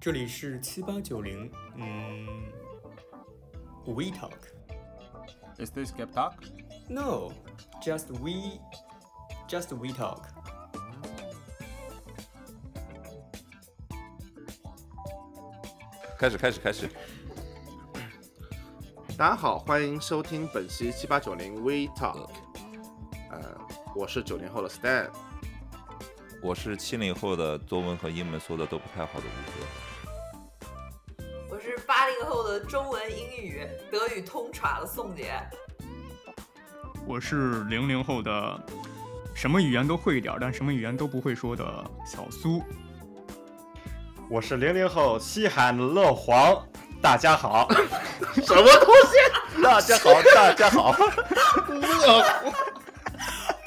这里是七八九零，嗯，We Talk。 Is this Gap Talk？ No, just we, just we talk. 开始，开始，开始。大家好，欢迎收听本期七八九零 We Talk。呃，我是九零后的 Stan。我是七零后的，作文和英文说的都不太好的吴哥。我是八零后的中文、英语、德语通耍的宋姐。我是零零后的，什么语言都会一点儿，但什么语言都不会说的小苏。我是零零后西海乐黄，大 家好，什么东西？大家好，大家好，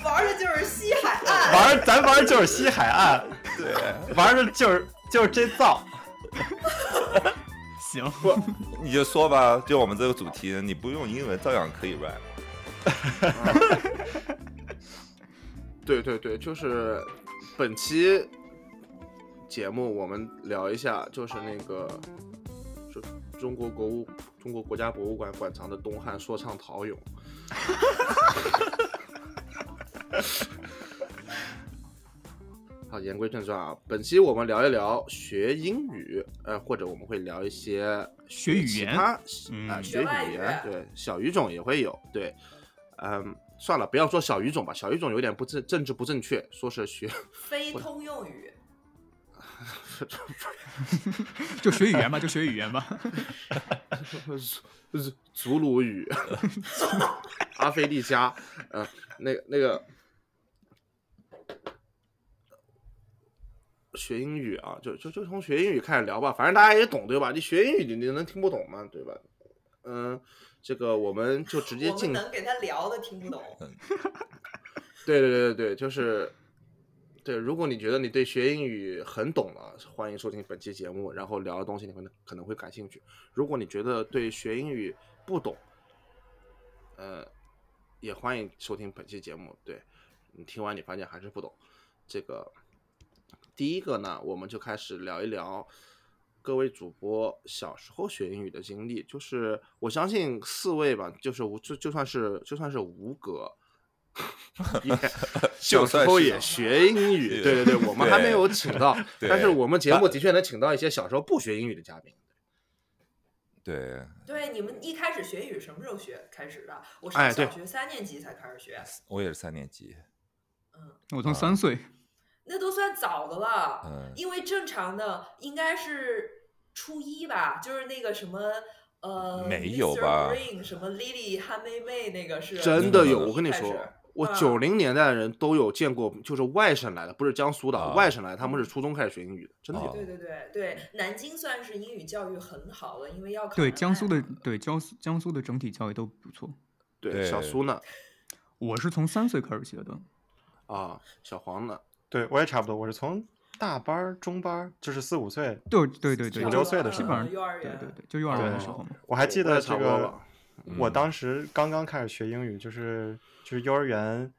玩的就是西海岸，玩儿咱玩儿就是西海岸，对，玩儿的就是就是这造，行，你就说吧，就我们这个主题，你不用英文照样可以 rap。对对对，就是本期节目，我们聊一下，就是那个中中国国务中国国家博物馆馆藏的东汉说唱陶俑。好，言归正传啊，本期我们聊一聊学英语，呃，或者我们会聊一些学语其言他啊、嗯学外语语言，对，小语种也会有，对，嗯，算了，不要说小语种吧，小语种有点不正政治不正确，说是学非通用语。就学语言吧，就学语言吧。就是祖鲁语、 阿非利加，呃，那个那个学英语啊，就就就从学英语开始聊吧，反正大家也懂对吧？你学英语你你能听不懂吗？对吧？嗯，这个我们就直接我们进嗯能给他聊的听不 懂，对对对对对，就是对。如果你觉得你对学英语很懂了，欢迎收听本期节目，然后聊的东西你会可能会感兴趣。如果你觉得对学英语不懂，呃，也欢迎收听本期节目。对你听完你发现还是不懂，这个第一个呢，我们就开始聊一聊。各位主播小时候学英语的经历，就是我相信四位吧，就是吴就就算是就算是吴哥，也小时候也学英语，对对对，我们还没有请到，对但是我们节目的确能请到一些小时候不学英语的嘉宾。对，对，你们一开始学语什么时候学开始的？我是哎对小学三年级才开始学，我也是三年级。我从三岁，啊那都算早的了。嗯因为正常的应该是初一吧，就是那个什么呃，没有吧 Mr. Green 什么 Lily 汉妹妹那个是真的有，嗯我跟你开说始，我嗯九零年代的人都有见过，就是外省来的，不是江苏的啊外省来的，他们嗯是初中开始学英语的，真的有啊。对对对对，南京算是英语教育很好的，因为要考对南江苏的外嘛，对江苏江苏的整体教育都不错。对，对小苏呢？我是从三岁开始学的，啊，小黄呢？对我也差不多，我是从大班儿、中班儿，就是四五岁，对对对对，五六岁的时基候本上幼儿对园对对，就幼儿园的时候嘛。我还记得差这不多个了，。我嗯当时刚刚开始学英语，就是就是幼儿园，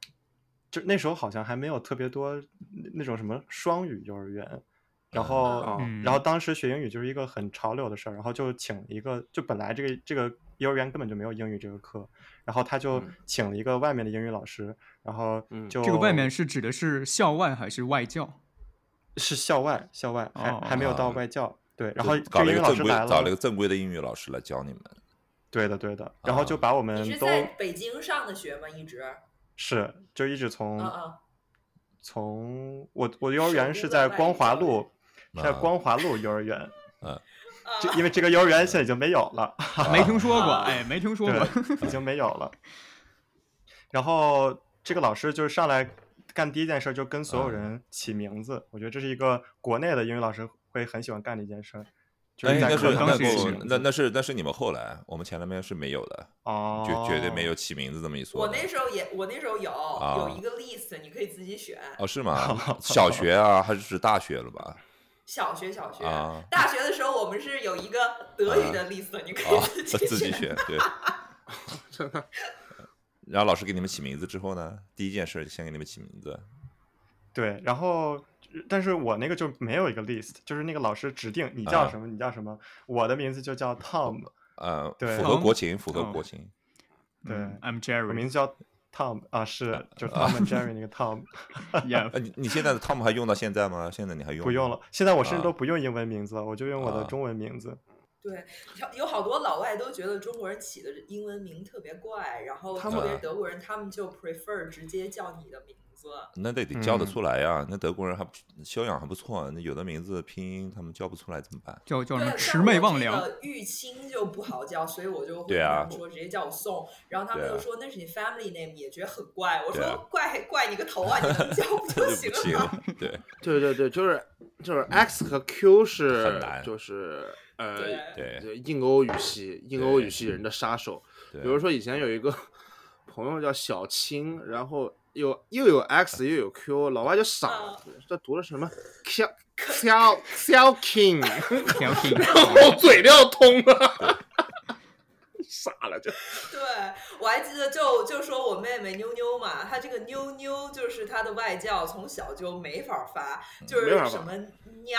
就那时候好像还没有特别多那那种什么双语幼儿园，然后、哦啊嗯哦然后当时学英语就是一个很潮流的事儿，然后就请了一个，就本来这个这个幼儿园根本就没有英语这个课，然后他就嗯请了一个外面的英语老师，然后嗯就、这个外面是指的是校外还是外教？是校外，校外还、还没有到哦外教。对，然后就搞这了一英语个老正师规，来哎找了一个啊正规的英语老师来教你们。对的对的，然后就把我们你是都在北京上的学吗？一直？是就一直从嗯嗯，从我我幼儿首园都是的在外光语华教育路，是在啊嗯光华路幼儿园，这啊因为这个幼儿园现在已经没有了， 没听说过，啊哎，没听说过。对，已经没有了。然后这个老师就是上来干第一件事就跟啊所有人起名字，我觉得这是一个国内的英语老师会很喜欢干的一件事儿，就哎，是在那是课那堂当不上时起是名那字那是那是你们后来，我们前两边是没有的，哦，绝绝对没有起名字这么一说我的。那时候也，我那时候有啊有一个 list，你可以自己选。哦，是 吗？小学啊，还是指大学了吧？小学，小学啊，大学的时候我们是有一个德语的 list，你可啊， 以自己己选。选，对。 然后老师给你们起名字之后呢，第一件事先给你们起名字，对，然后但是我那个就没有一个 list，就是那个老师指定你叫啊什么，你叫什么，我的名字就叫 Tom，呃，对符合嗯国情，符合哦国情。对嗯，I'm 我名 Jerry，字叫 Tom 啊，是就是 Tom and Jerry 那个 Tom， yeah，呃，你你现在的 Tom 还用到现在吗？现在你还用？不用。了，现在我甚至啊都不用英文名字了，我就用我的啊中文名字。对，有好多老外都觉得中国人起的英文名特别怪，然后他特别们是德国人，他们就 prefer 直接叫你的名字。那得得叫得嗯出来呀、那德国人还不修养还不错，那有的名字拼音他们叫不出来怎么办？叫叫什对，么像魑我媚这魍魉，个玉清就不好叫，所以我就会对跟啊他们说直接叫我宋，然后他们对啊就说那是你 family name，也觉得很怪。我对啊说怪怪你个头啊，你能叫不这就 就行不行了吗？啊了。对对对对，就是就是 X 和 Q 是很难就是呃对 对 就印欧语系印欧语系人的杀手。对，比如说以前有一个 朋友叫小青，然后有又有 X 又有 Q，老外就傻了，这读的什么 Q Q Q King，聊天我嘴都要通了， 傻了就。对，我还记得就就说我妹妹妞妞嘛，她这个妞妞就是她的外教，从小就没法发，嗯就没法是发什么喵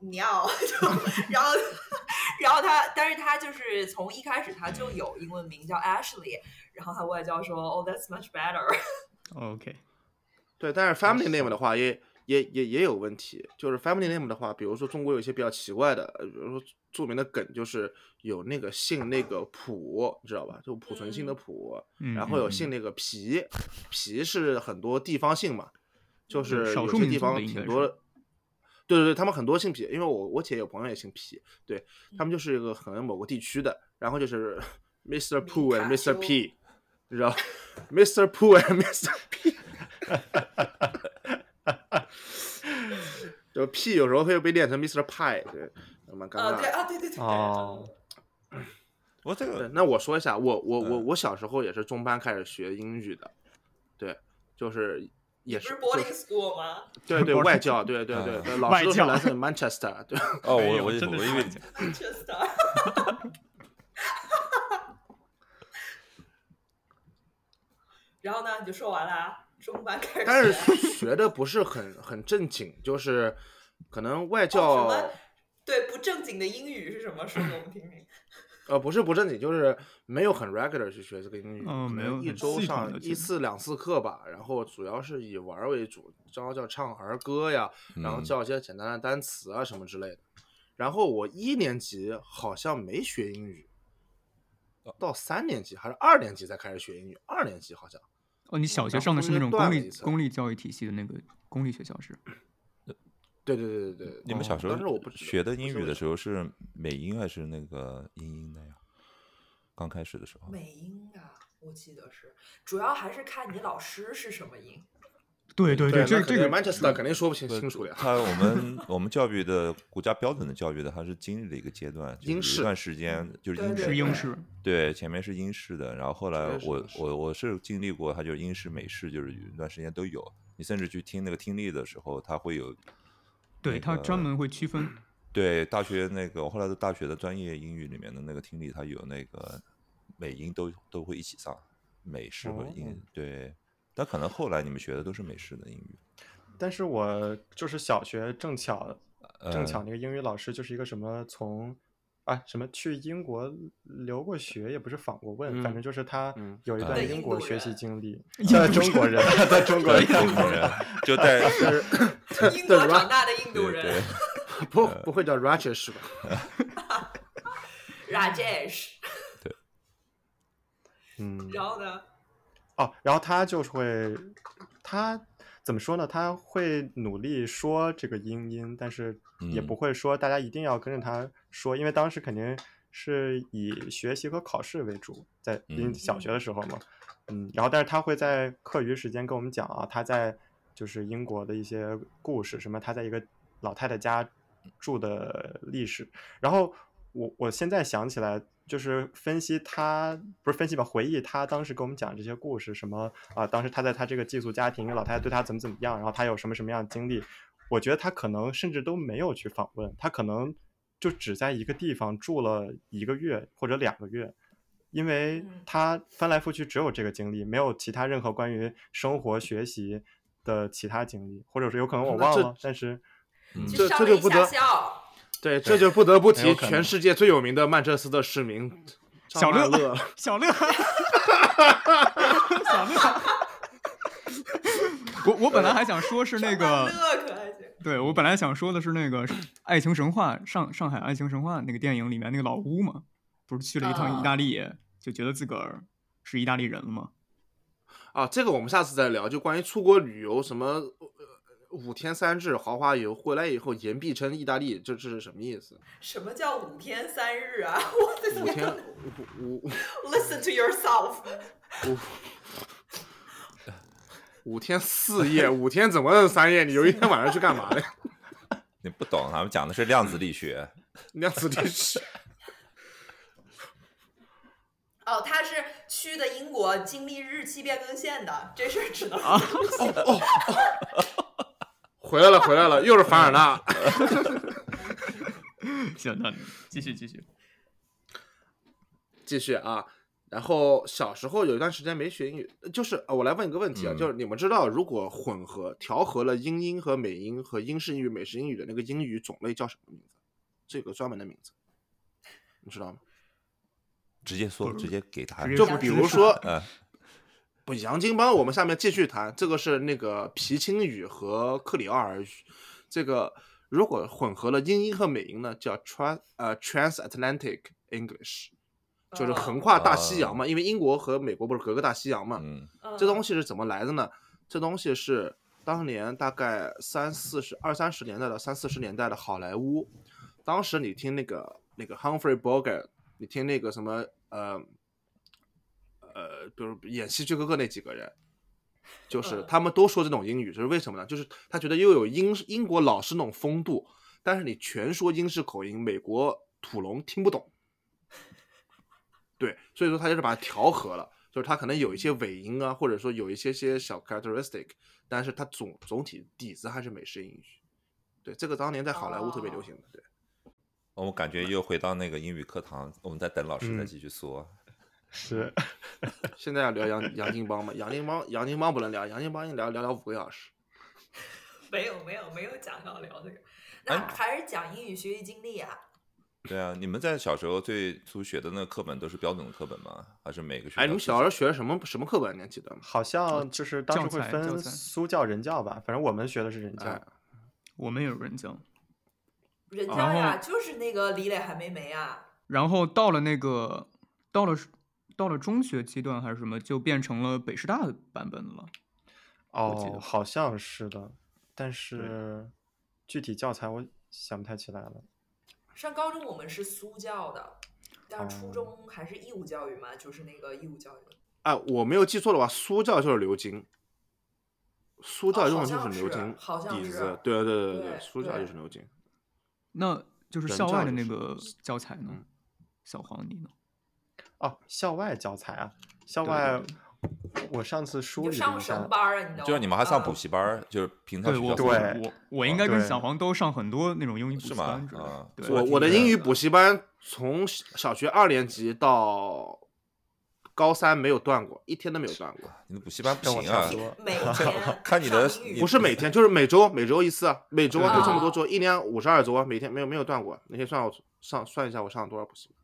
喵， 就然后 然后她，但是她就是从一开始她就有英文名叫 Ashley，然后她外教说，Oh that's much better。 ，OK，对，但是 family name 的话也也也也有问题，就是 family name 的话，比如说中国有一些比较奇怪的，呃比如说著名的梗就是有那个姓那个朴，你知道吧？就濮存昕的朴，嗯，然后有嗯姓那个皮，皮是很多地方姓嘛，就嗯是少有数些民地族方的应挺该多是。对对对，他们很多姓皮，因为我我姐有朋友也姓皮，对嗯他们就是一个可能某个地区的，然后就是 Mr. Poo and 米 Mr. 卡丘 P，你知道 Mr. Poo and Mr. P，就 P 有时候会被练成 Mr. Pie，对，蛮尴尬啊，对的。啊，对对对对，哦我 这对个，那我说一下，我我我嗯我小时候也是中班开始学英语的，对，就是也不是就 boarding school 吗？对对，不是外教，对对对，对老外师都是教 来自 Manchester，对，哦，没我有我真的我是以为这样确实啊，然后呢，你就说完了啊，中班开始学。但是学的不是很很正经，就是可能外哦教什么对不正经的英语是什么？说给我们听听。呃不是不正经，就是没有很 regular 去学这个英语，嗯可没有能一很周系统上地去一次两次课吧，然后主要是以玩儿为主，教教唱儿歌呀，然后嗯教一些简单的单词啊什么之类的。然后我一年级好像没学英语，哦到三年级还是二年级才开始学英语，二年级好像。哦，你小学然后上的中是那间种公断了立一次公立教育体系的那个公立学校是？对对对对对，嗯哦你们小时当时候我不知道学的英语的时候，候是美音还是那个英音的呀？刚开始的时候， 美音啊，我记得是，主要还是看你老师是什 么音。对对对这这个嗯 Manchester 肯定说不清不清楚的 呀。他我们我们教育的国家标准的教育的，它是经历了一个阶段，就是英有式一段时间就是对英式对是对英式，对，前面是英式的，然后后来前面是我英式我我是经历过，它就英式、美式，就是有一段时间都有。你甚至去听那个听力的时候，它会有对那它专个门会区分对大学那个我后来的大学的专业英语里面的那个听力，它有那个美英都都会一起上，美式和英、哦对。但可能后来你们学的都是美式的英语，但是我就是小学正巧正呃巧那个英语老师就是一个什么从啊什么去英国留过学，也不是访过问，反嗯正就是他嗯有一啊段对英印国度学人习经历，印在度中国人，在中国人，中国人就 带英对国吧长大的印度对对人不嗯不会叫 Ratchet 是吧？ Rajesh，嗯，然后呢？哦，然后他就是会，他怎么说呢？他会努力说这个英音，但是也嗯不会说大家一定要跟着他说，因为当时肯定是以学习和考试为主，在因嗯小学的时候嘛，嗯，然后但是他会在课余时间跟我们讲啊，他在就是英国的一些故事，什么他在一个老太太家住的历史，然后我我现在想起来，就是分析他不是分析吧，回忆他当时给我们讲这些故事，什么啊，当时他在他这个寄宿家庭，老太太对他怎么怎么样，然后他有什么什么样的经历，我觉得他可能甚至都没有去访问，他可能就只在一个地方住了一个月或者两个月，因为嗯他翻来覆去只有这个经历，没有其他任何关于生活、学习的其他经历，或者说有可能我那忘这了，但是嗯去这上这了就一不下得校。对，这就不得不很提有可能全世界最有名的曼彻斯特市民张小曼乐乐。 小乐，小乐。 我我本来还想说是那张个，曼乐可还行，对我本来想说的是那个《爱情神话》上上海《爱情神话》那个电影里面那个老乌嘛，不是去了一趟啊意大利，就觉得自个儿是意大利人了嘛？啊，这个我们下次再聊。就关于出国旅游，什么呃五天三日豪华游，回来以后言必称意大利，这这是什么意思？什么叫五天三日啊？我的五天天五五，Listen to yourself。五天四夜，五天怎么是三夜？你有一天晚上去干嘛呢？ 你不懂，他们讲的是量嗯子力学。量子力学。哦，他是去的英国，经历日期变更线的，这事儿只能 啊回来了，回来了，又是凡尔纳。行，那继续继续。继续啊。然后小时候有一段时间没学英语，就是呃我来问一个问题啊，嗯就是你们知道如果混合调和了英英和美英和英式英语、美式英语的那个英语种类叫什么名字？这有个专门的名字，你知道吗？直接说，直接给答案。直接就说比如说呃，不洋泾浜，我们下面继续谈，这个是那个皮青语和克里奥尔语，这个如果混合了英英和美英呢，叫 trans 呃 transatlantic English，就是横跨大西洋嘛，因为英国和美国不是隔个大西洋嘛，哦嗯，这东西西是怎么来的呢？这东西是当年大概三四十、二三十年代的三四十年代的好莱坞，当时你听那个那个 Humphrey Bogart，你听那个什么呃呃，比如演《希区柯克》那几个人，就是嗯他们都说这种英语，这是为什么呢？就是他觉得又有英英国老师那种风度，但是你全说英式口音，美国土龙听不懂。对，所以说他就是把它调和了，就是他可能有一些尾音啊，或者说有一些些小 characteristic，但是它总总体底子还是美式英语。对，这个当年在好莱坞特别流行的。对，哦我感觉又回到那个英语课堂，我们在等老师再嗯继续说。是现在要聊杨杨金帮嘛，杨金帮杨金帮不能聊，杨金帮一聊聊聊五个小时。没有没有没有讲到聊这个，哎那还是讲英语学习经历啊。对啊，你们在小时候最初学的那个课本都是标准的课本吗？还是每个学校自己？哎，你们小时候学的什么什么课本？你还记得吗？好像就是当时哦教会材教分材苏教人教吧，反正我们学的是人教。哎，我们也有人教，人啊家然后呀，就是那个李磊还没没啊，然后到了那个到了到了中学阶段还是什么，就变成了北师大的版本了。我记得哦，好像是的，但是具体教材我想不太起来了。上高中我们是苏教的，但是初哦中还是义务教育嘛，就是那个义务教育。哎，我没有记错的话，苏教就是牛津，苏教用的就是牛津哦好像是好像底是子。对对对对对，苏教对就是牛津。那就是人校外教的就那是个教材呢嗯？小黄，你呢？哦，校外教材啊，校对对外，我上次你梳就理上了过一什么下，班儿啊？你都就是你们还上补嗯习班儿，就是平常对学我校对上我我应该跟对小黄都上很多那种英语补是习吗班之类啊的。对，我我的英语补习班从小小学二年级到高三没有断过，一天都没有断过。你的补习班不跟我行差啊不。多嗯每天 看你的上英语不是每天，就是每周，每周一次啊，每周啊，对就这么多周，一年五十二周啊，每天没有没有断过。你可以算我上算一下我上了多少补习班。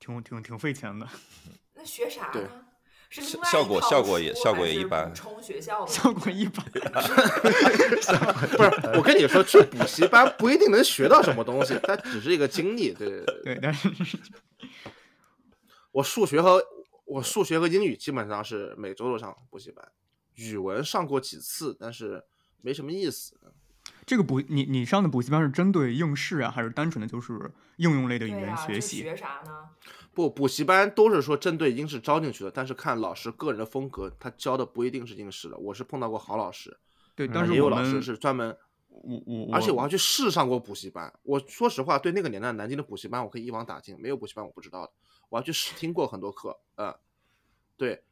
挺挺 挺费钱的，那学啥对呢？是效另外一效果套效果也书效果还也一是般补充学校 的效果一般。不 是，我跟你说，去补习班不一定能学到什么东西，它只是一个经历。对对对，对，但是我数学和我数学和英语基本上是每周都上补习班，语文上过几次，但是没什么意思。这个补你你上的补习班是针对应试啊，还是单纯的就是应用类的对语言呀，学这习？学啥 呢？不，补习班都是说针对应试招进去的，但是看老师个人的风格，他教的不一定是应试的。我是碰到过好老师，对，嗯但是也有我老们师是专门，我我，而且我还去市上过补习班。我说实话，对那个年代南京的补习班，我可以一网打尽，没有补习班我不知道的。我还去试听过很多课，嗯，对，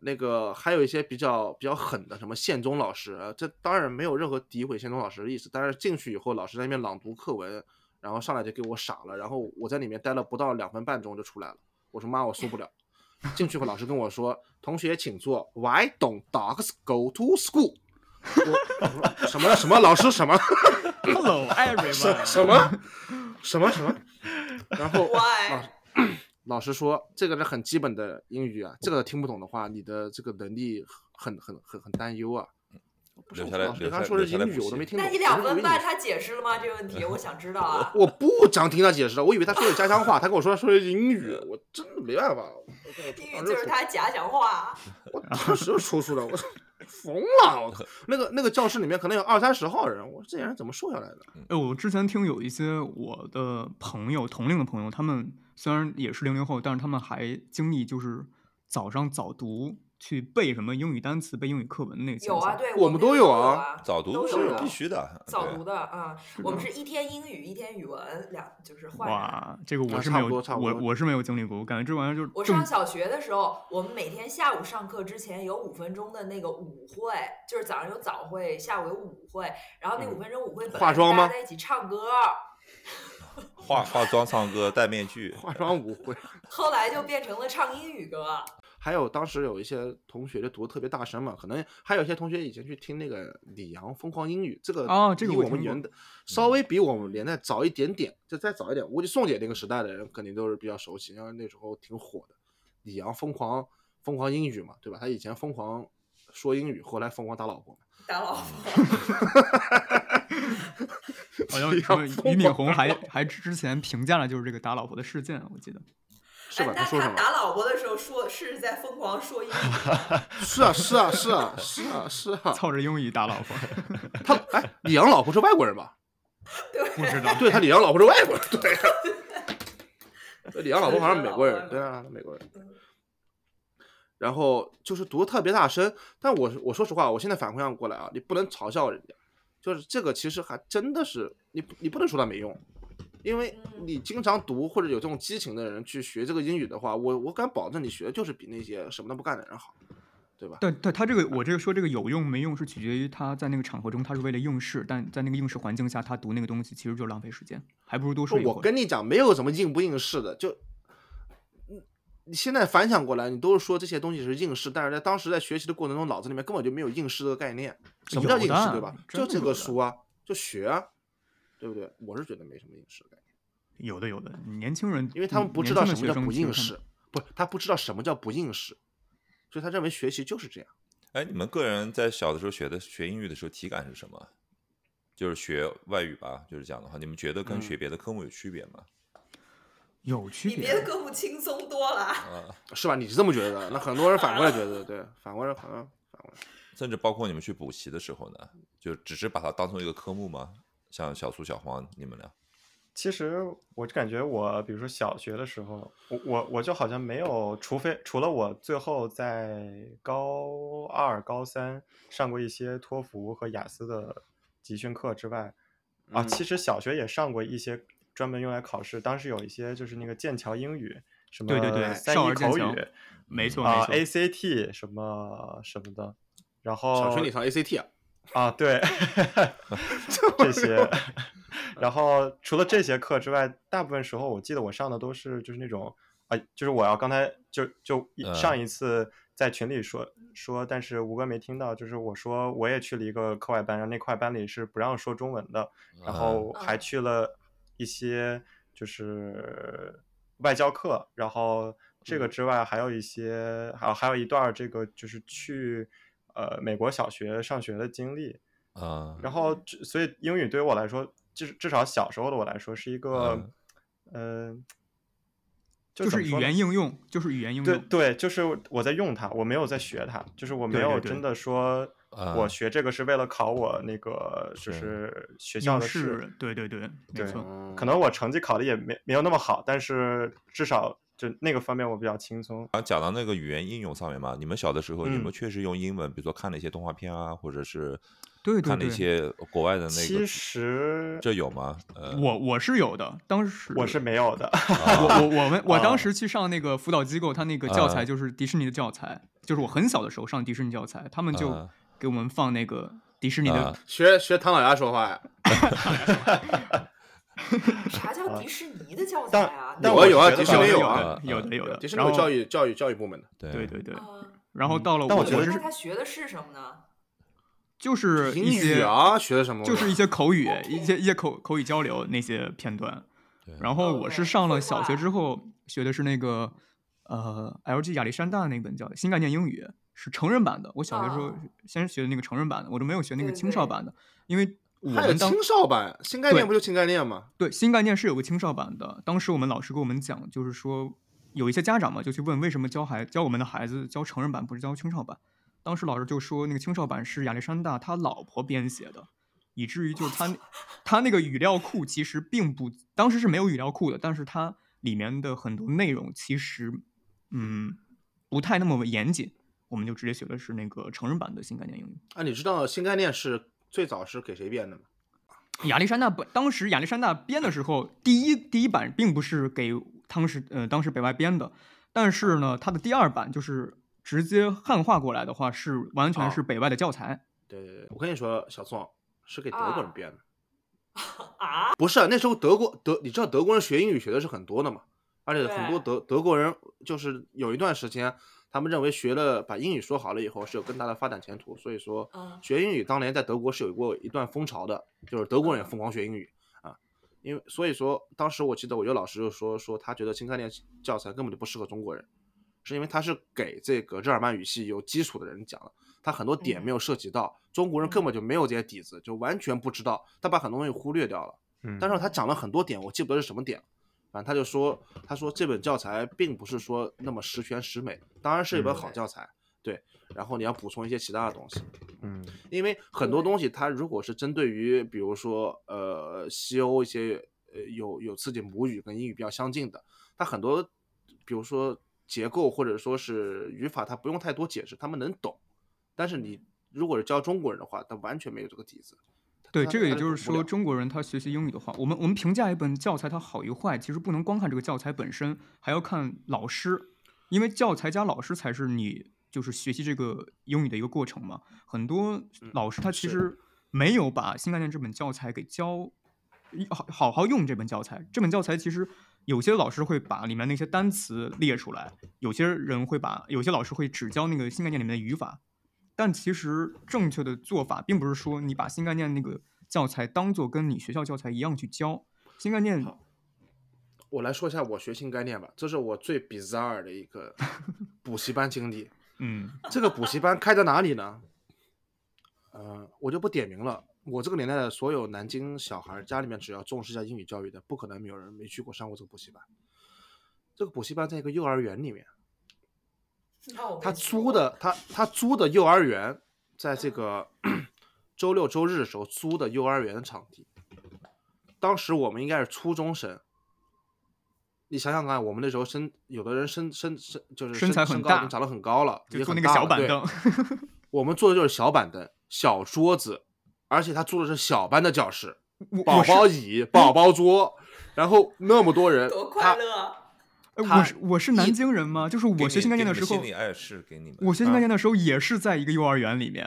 那个还有一些比较比较狠的，什么宪宗老师，呃这当然没有任何诋毁宪宗老师的意思，但是进去以后，老师在那边朗读课文，然后上来就给我傻了，然后我在里面待了不到两分半钟就出来了，我说妈，我受不了。 进去后老师跟我说：“同学请坐，Why don't dogs go to school？” 我我说什么什么老师什么 Hello 什 everyone，什么什么什么，然后老 Why？师老师说这个是很基本的英语啊，这个听不懂的话，你的这个能力很很很很担忧啊。不是留我下来老师留刚下说留的下来英语补我都习没听懂。那你我两以为分你半，是他解释了吗？这个问题我想知 道啊。我不想听他解释了，我以为他说的家乡话，他跟我说他说的英语，呃我真的没办法，我英我语就是他家乡话，我当时就抽搐了，我 说疯 了，我靠！那个那个教室里面可能有二三十号人，我说这些人怎么瘦下来的？哎，我之前听有一些我的朋友，同龄的朋友，他们虽然也是零零后，但是他们还经历就是早上早读去背什么英语单词、背英语课文那个情有啊，况。对，我们们都有有啊早读都是有的必须 的，早对读的啊，我们是一天英语，一天语文，两就是换着来。哇，这个啊我是差没不有多，差不我多我是没有经历过，我感觉这玩意儿就是我正上小学的时候，我们每天下午上课之前有五分钟的那个舞会，就是早上有早会，下午有舞会，然后那五分钟舞会本化来是妆大家吗在一起唱歌，化化妆、唱歌、戴面具，化妆舞会，后来就变成了唱英语歌。还有当时有一些同学就读的特别大声嘛，可能还有一些同学以前去听那个李阳《疯狂英语》，这个哦这个比我我们听过年代稍微比我们年代早一点点，就再早一点，我估计宋姐那个时代的人肯定都是比较熟悉，因为那时候挺火的。李阳疯狂疯狂英语嘛，对吧？他以前疯狂说英语，后来疯狂打老婆嘛。打老婆，好像什么俞敏洪还还之前评价了就是这个打老婆的事件，我记得。是吧？哎，那说什 他么？打老婆的时候说是在疯狂说 英语，是啊，是啊，是啊，是啊，是啊。操着英语打老婆， 他哎，李阳老婆是外国人吧？不知道。对他李阳老婆是外国人，对、啊。 对李阳老婆好像是美国是人，是对啊，美国人。然后就是读的特别大声，但我我说实话，我现在反馈上过来啊，你不能嘲笑人家，就是这个其实还真的是你不你不能说他没用，因为你经常读或者有这种激情的人去学这个英语的话，我我敢保证你学的就是比那些什么都不干的人好，对吧？但但他这个，我这个说这个有用没用，是取决于他在那个场合中，他是为了应试，但在那个应试环境下，他读那个东西其实就是浪费时间，还不如多睡一不会儿。我跟你讲，没有什么应不应试的，就嗯你现在反想过来，你都是说这些东西是应试，但是在当时在学习的过程中，脑子里面根本就没有应试这个概念。什么叫有应试，的对吧？真就的这有个的书啊，就学啊，对不对？我是觉得没什么应试的概念，有的有的，年轻人因为他们不嗯知年道轻什的么叫学生不其实应他们试，不，他不知道什么叫不应试，所以他认为学习就是这样。哎，你们个人在小的时候学的学英语的时候体感是什么？就是学外语吧，就是这样的话，你们觉得跟嗯学别的科目有区别吗？有区比别的别。科目轻松多了。啊是吧？你是这么觉得的？那很多人反过来觉得，对，反过来好像反过来，甚至包括你们去补习的时候呢，就只是把它当成一个科目吗？像小苏、小黄，你们俩，其实我就感觉我，比如说小学的时候，我我我就好像没有，除非除了我最后在高二、高三上过一些托福和雅思的集训课之外，啊，嗯其实小学也上过一些专门用来考试，当时有一些就是那个剑桥英语，什么对对对，三少一儿剑口语桥，没错啊、没错。 ACT 什么什么的，然后小学你上 ACT 啊，啊，对，这些。然后除了这些课之外，大部分时候我记得我上的都是就是那种啊、就是我要刚才就就一嗯上一次在群里说、说，但是吴哥没听到，就是我说我也去了一个课外班，然后那课外班里是不让说中文的，然后还嗯去了一些就是外交课，然后这个之外还有一些，还有还有一段儿这个就是去呃美国小学上学的经历，啊，然后这所以英语对于我来说，至至少小时候的我来说是一个，嗯、呃， 就就怎是么语说呢言应用，就是语言应呃对用。对，就是我在用它，我没有在学它，就是我嗯没对对有对真的说我啊学这个是为了考我那个就是是学校应的试，试，对对对，没对错。嗯可能我成绩考的也没没有那么好，但是至少就那个方面我比较轻松。然后讲到那个语言应用上面嘛，你们小的时候有没有嗯确实用英文，比如说看了一些动画片啊，或者是对对看了一对些国外的那其个，实这有吗？呃，我我是有的，当时我是没有 的，我啊我我 们我啊当时去上那个辅导机构，他那个教嗯啊材就是迪士尼的教材，就是我很小的时候上迪士尼教材，他们就嗯啊给我们放那个迪士尼啊的，学学唐老鸭说话呀， 啥叫啊迪士尼的教材但啊？但有啊我有啊觉得迪士吧尼有的啊嗯有的有的，迪士尼然有后教育教育教育部门的，对对对对，嗯然后到了但我我觉得那是他学的是什么呢？就是英一语些啊，学的什么东就西啊？是一些口语、一些一些口口语交流那些片段。然后我是上了小学之后学的是那个呃 LG 亚历山大那本叫《新概念英语》，是成人版的。我小学时候啊先学的那个成人版的，我就没有学那个对青少对版的，因为我还有们当青少版，新概念不就新概念吗？对，新概念是有个青少版的。当时我们老师给我们讲，就是说有一些家长嘛，就去问为什么教孩教我们的孩子教成人版不是教青少版。当时老师就说，那个青少版是亚历山大他老婆编写的，以至于就是他那他那个语料库其实并不，当时是没有语料库的，但是它里面的很多内容其实嗯不太那么严谨。我们就直接学的是那个成人版的新概念英语。啊，你知道新概念是最早是给谁编的吗？亚历山大本当时亚历山大编的时候，第一第一版并不是给当时呃当时北外编的，但是呢，它的第二版就是直接汉化过来的话，是完全是北外的教材。啊对对对，我跟你说，小宋是给德国人编的啊？不是，那时候德国德，你知道德国人学英语学的是很多的嘛，而且很多德德国人就是有一段时间，他们认为学了把英语说好了以后是有更大的发展前途，所以说嗯学英语当年在德国是有过一段风潮的，就是德国人嗯也疯狂学英语啊，因为所以说当时我记得我有老师就说说他觉得新概念教材根本就不适合中国人，是因为他是给这个日耳曼语系有基础的人讲的，他很多点嗯没有涉及到，中国人根本就没有这些底子，就完全不知道，他把很多东西忽略掉了。嗯，但是他讲了很多点，我记不得是什么点了。反正他就说，他说这本教材并不是说那么十全十美，当然是一本嗯好教材，对。然后你要补充一些其他的东西，嗯，因为很多对东西它如果是针对于，比如说呃西欧一些呃有有自己母语跟英语比较相近的，它很多比如说结构或者说是语法，它不用太多解释，他们能懂。但是你如果是教中国人的话，他完全没有这个底子。对，他这个他也就是懂不说，了中国人他学习英语的话，我们我们评价一本教材它好与坏，其实不能光看这个教材本身，还要看老师，因为教材加老师才是你就是学习这个英语的一个过程嘛。很多老师他其是实没有把新概念这本教材给教，一好好好用这本教材。这本教材其实有些老师会把里面那些单词列出来，有些人会把有些老师会只教那个新概念里面的语法，但其实正确的做法并不是说你把新概念那个教材当做跟你学校教材一样去教。新概念我来说一下我学新概念吧，这是我最 bizarre 的一个补习班经历。嗯，这个补习班开在哪里呢？呃，我就不点名了。我这个年代的所有南京小孩，家里面只要重视一下英语教育的，不可能没有人没去过上过这个补习班。这个补习班在一个幼儿园里面，那我没他去租过的他他租的幼儿园，在这个 周六周日的时候租的幼儿园的场地。当时我们应该是初中生，你想想看，我们那时候身有的人身身身就是身材很身高已大经长得很高了，就也坐那很个大小了板对凳，我们坐的就是小板凳、小桌子，而且他租的是小班的教室， 我 宝我是宝椅、宝宝桌，然后那么多人，多他快乐！啊哎他我是我是南京人吗？就是给我你学新概给念的你时们候心，理暗示给你们。啊我学嗯新概念的时候也是在一个幼儿园里面，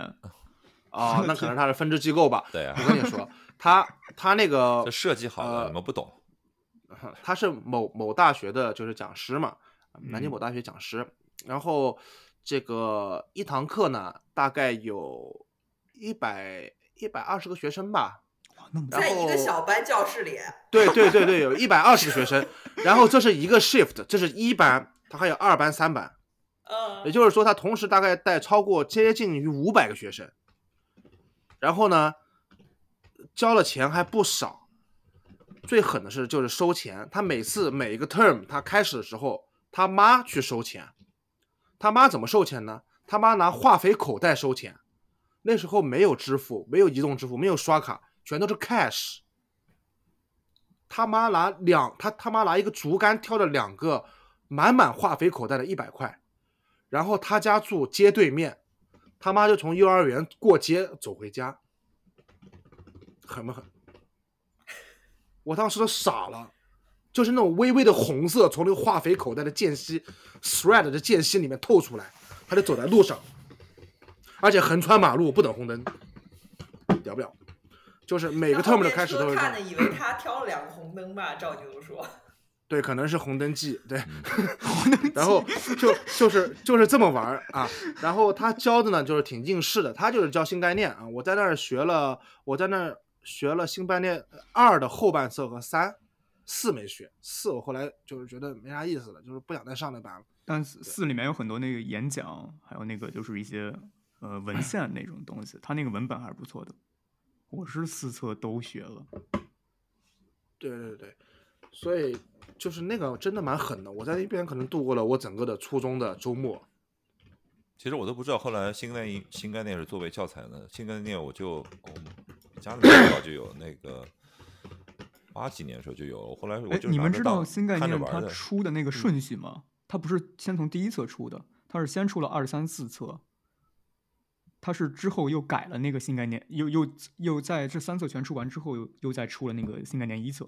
啊，那可能他是分支机构吧。对啊我跟你说，他他那个哦这设计好了，呃你们不懂。 他是某某大学的，就是讲师嘛，南京嗯某大学讲师。然后这个一堂课呢，大概有一百一百二十个学生吧。哇，那么大嗯然在一后个小班教室里，对对对对，有一百二十个学生。然后这是一个 shift，这是一班，它还有二班、三班。嗯，也就是说，他同时大概带超过接近于五百个学生，然后呢，交了钱还不少。最狠的是就是收钱，他每次每一个 term 他开始的时候，他妈去收钱，他妈怎么收钱呢？他妈拿化肥口袋收钱，那时候没有支付，没有移动支付，没有刷卡，全都是 cash。他妈拿两，他他妈拿一个竹竿挑着两个满满化肥口袋的一百块，然后他家住街对面，他妈就从幼儿园过街走回家，狠不狠？我当时都傻了，就是那种微微的红色从那个化肥口袋的间隙，thread 的间隙里面透出来，他就走在路上，而且横穿马路不等红灯，屌不屌？就是每个然后 term 的面开始车都是这看样的，。以为他挑了两个红灯吧？照牛说，对，可能是红灯记，对，嗯然后 就就是就是这么玩儿啊。然后他教的呢，就是挺应试的，他就是教新概念啊。我在那儿学了，我在那儿学了新概念二的后半册和三，四没学，四我后来就是觉得没啥意思了，就是不想再上那班了。但四四里面有很多那个演讲，还有那个就是一些呃文献那种东西，它那个文本还是不错的。我是四册都学了，对对对，所以就是那个真的蛮狠的。我在那边可能度过了我整个的初中的周末。其实我都不知道，后来新概念新概念是作为教材的。新概念我就我们家里面最早就有那个八几年的时候就有了，后来我哎，就你拿们着知当道新概看着念玩它的。出的那个顺序吗？它不是先从第一册出的，它是先出了二三四册，它是之后又改了那个新概念，又又又在这三册全出完之后，又又再出了那个新概念一册，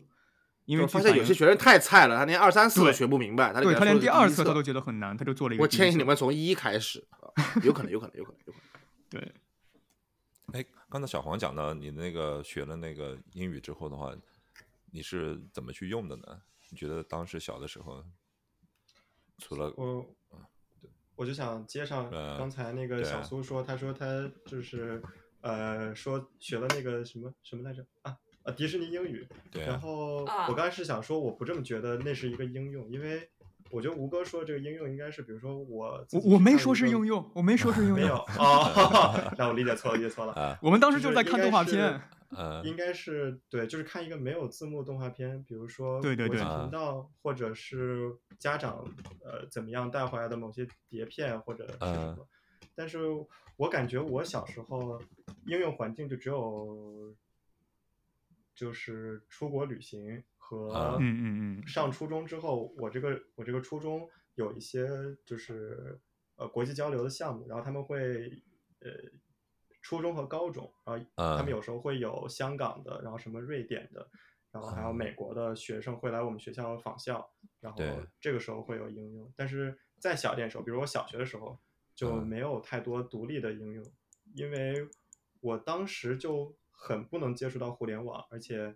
因为我发据现反有映些学生太菜了，他连二三四都对学不明白，他就对给他连说的第二一册他册都觉得很难，他就做了一个我第一建议你册们从一开始，啊有可能，有可能，有可能，有可能。对哎，刚才小黄讲到你那个学了那个英语之后的话，你是怎么去用的呢？你觉得当时小的时候，除了我我就想接上呃刚才那个嗯对小苏说，他说他就是呃说学了那个什么什么来着啊啊迪士尼英语，对然啊，后啊我刚才是想说，我不这么觉得，那是一个应用，因为我觉得吴哥说的这个应用应该是，比如说我自己我我没看说一是个应，用，我没说是应没有 用，哦，那我理解错了，理解错了。我 们当时就就是在应看该动画是片，呃，应该是对，就是看一个没有字幕动画片，比如说对对国对际啊频道，或者是家长呃怎么样带回来的某些碟片或者是什嗯么。但是我感觉我小时候应用环境就只有就是出国旅行和啊嗯嗯 嗯上初中之后，我这个我这个初中有一些就是呃国际交流的项目，然后他们会呃初中和高中啊，他们嗯有时候会有香港的，然后什么瑞典的，然后还有美国的学生会来我们学校访校，然后对这个时候会有应用，但是再小一点的时候，比如我小学的时候就嗯没有太多独立的应用，因为我当时就很不能接触到互联网，而且。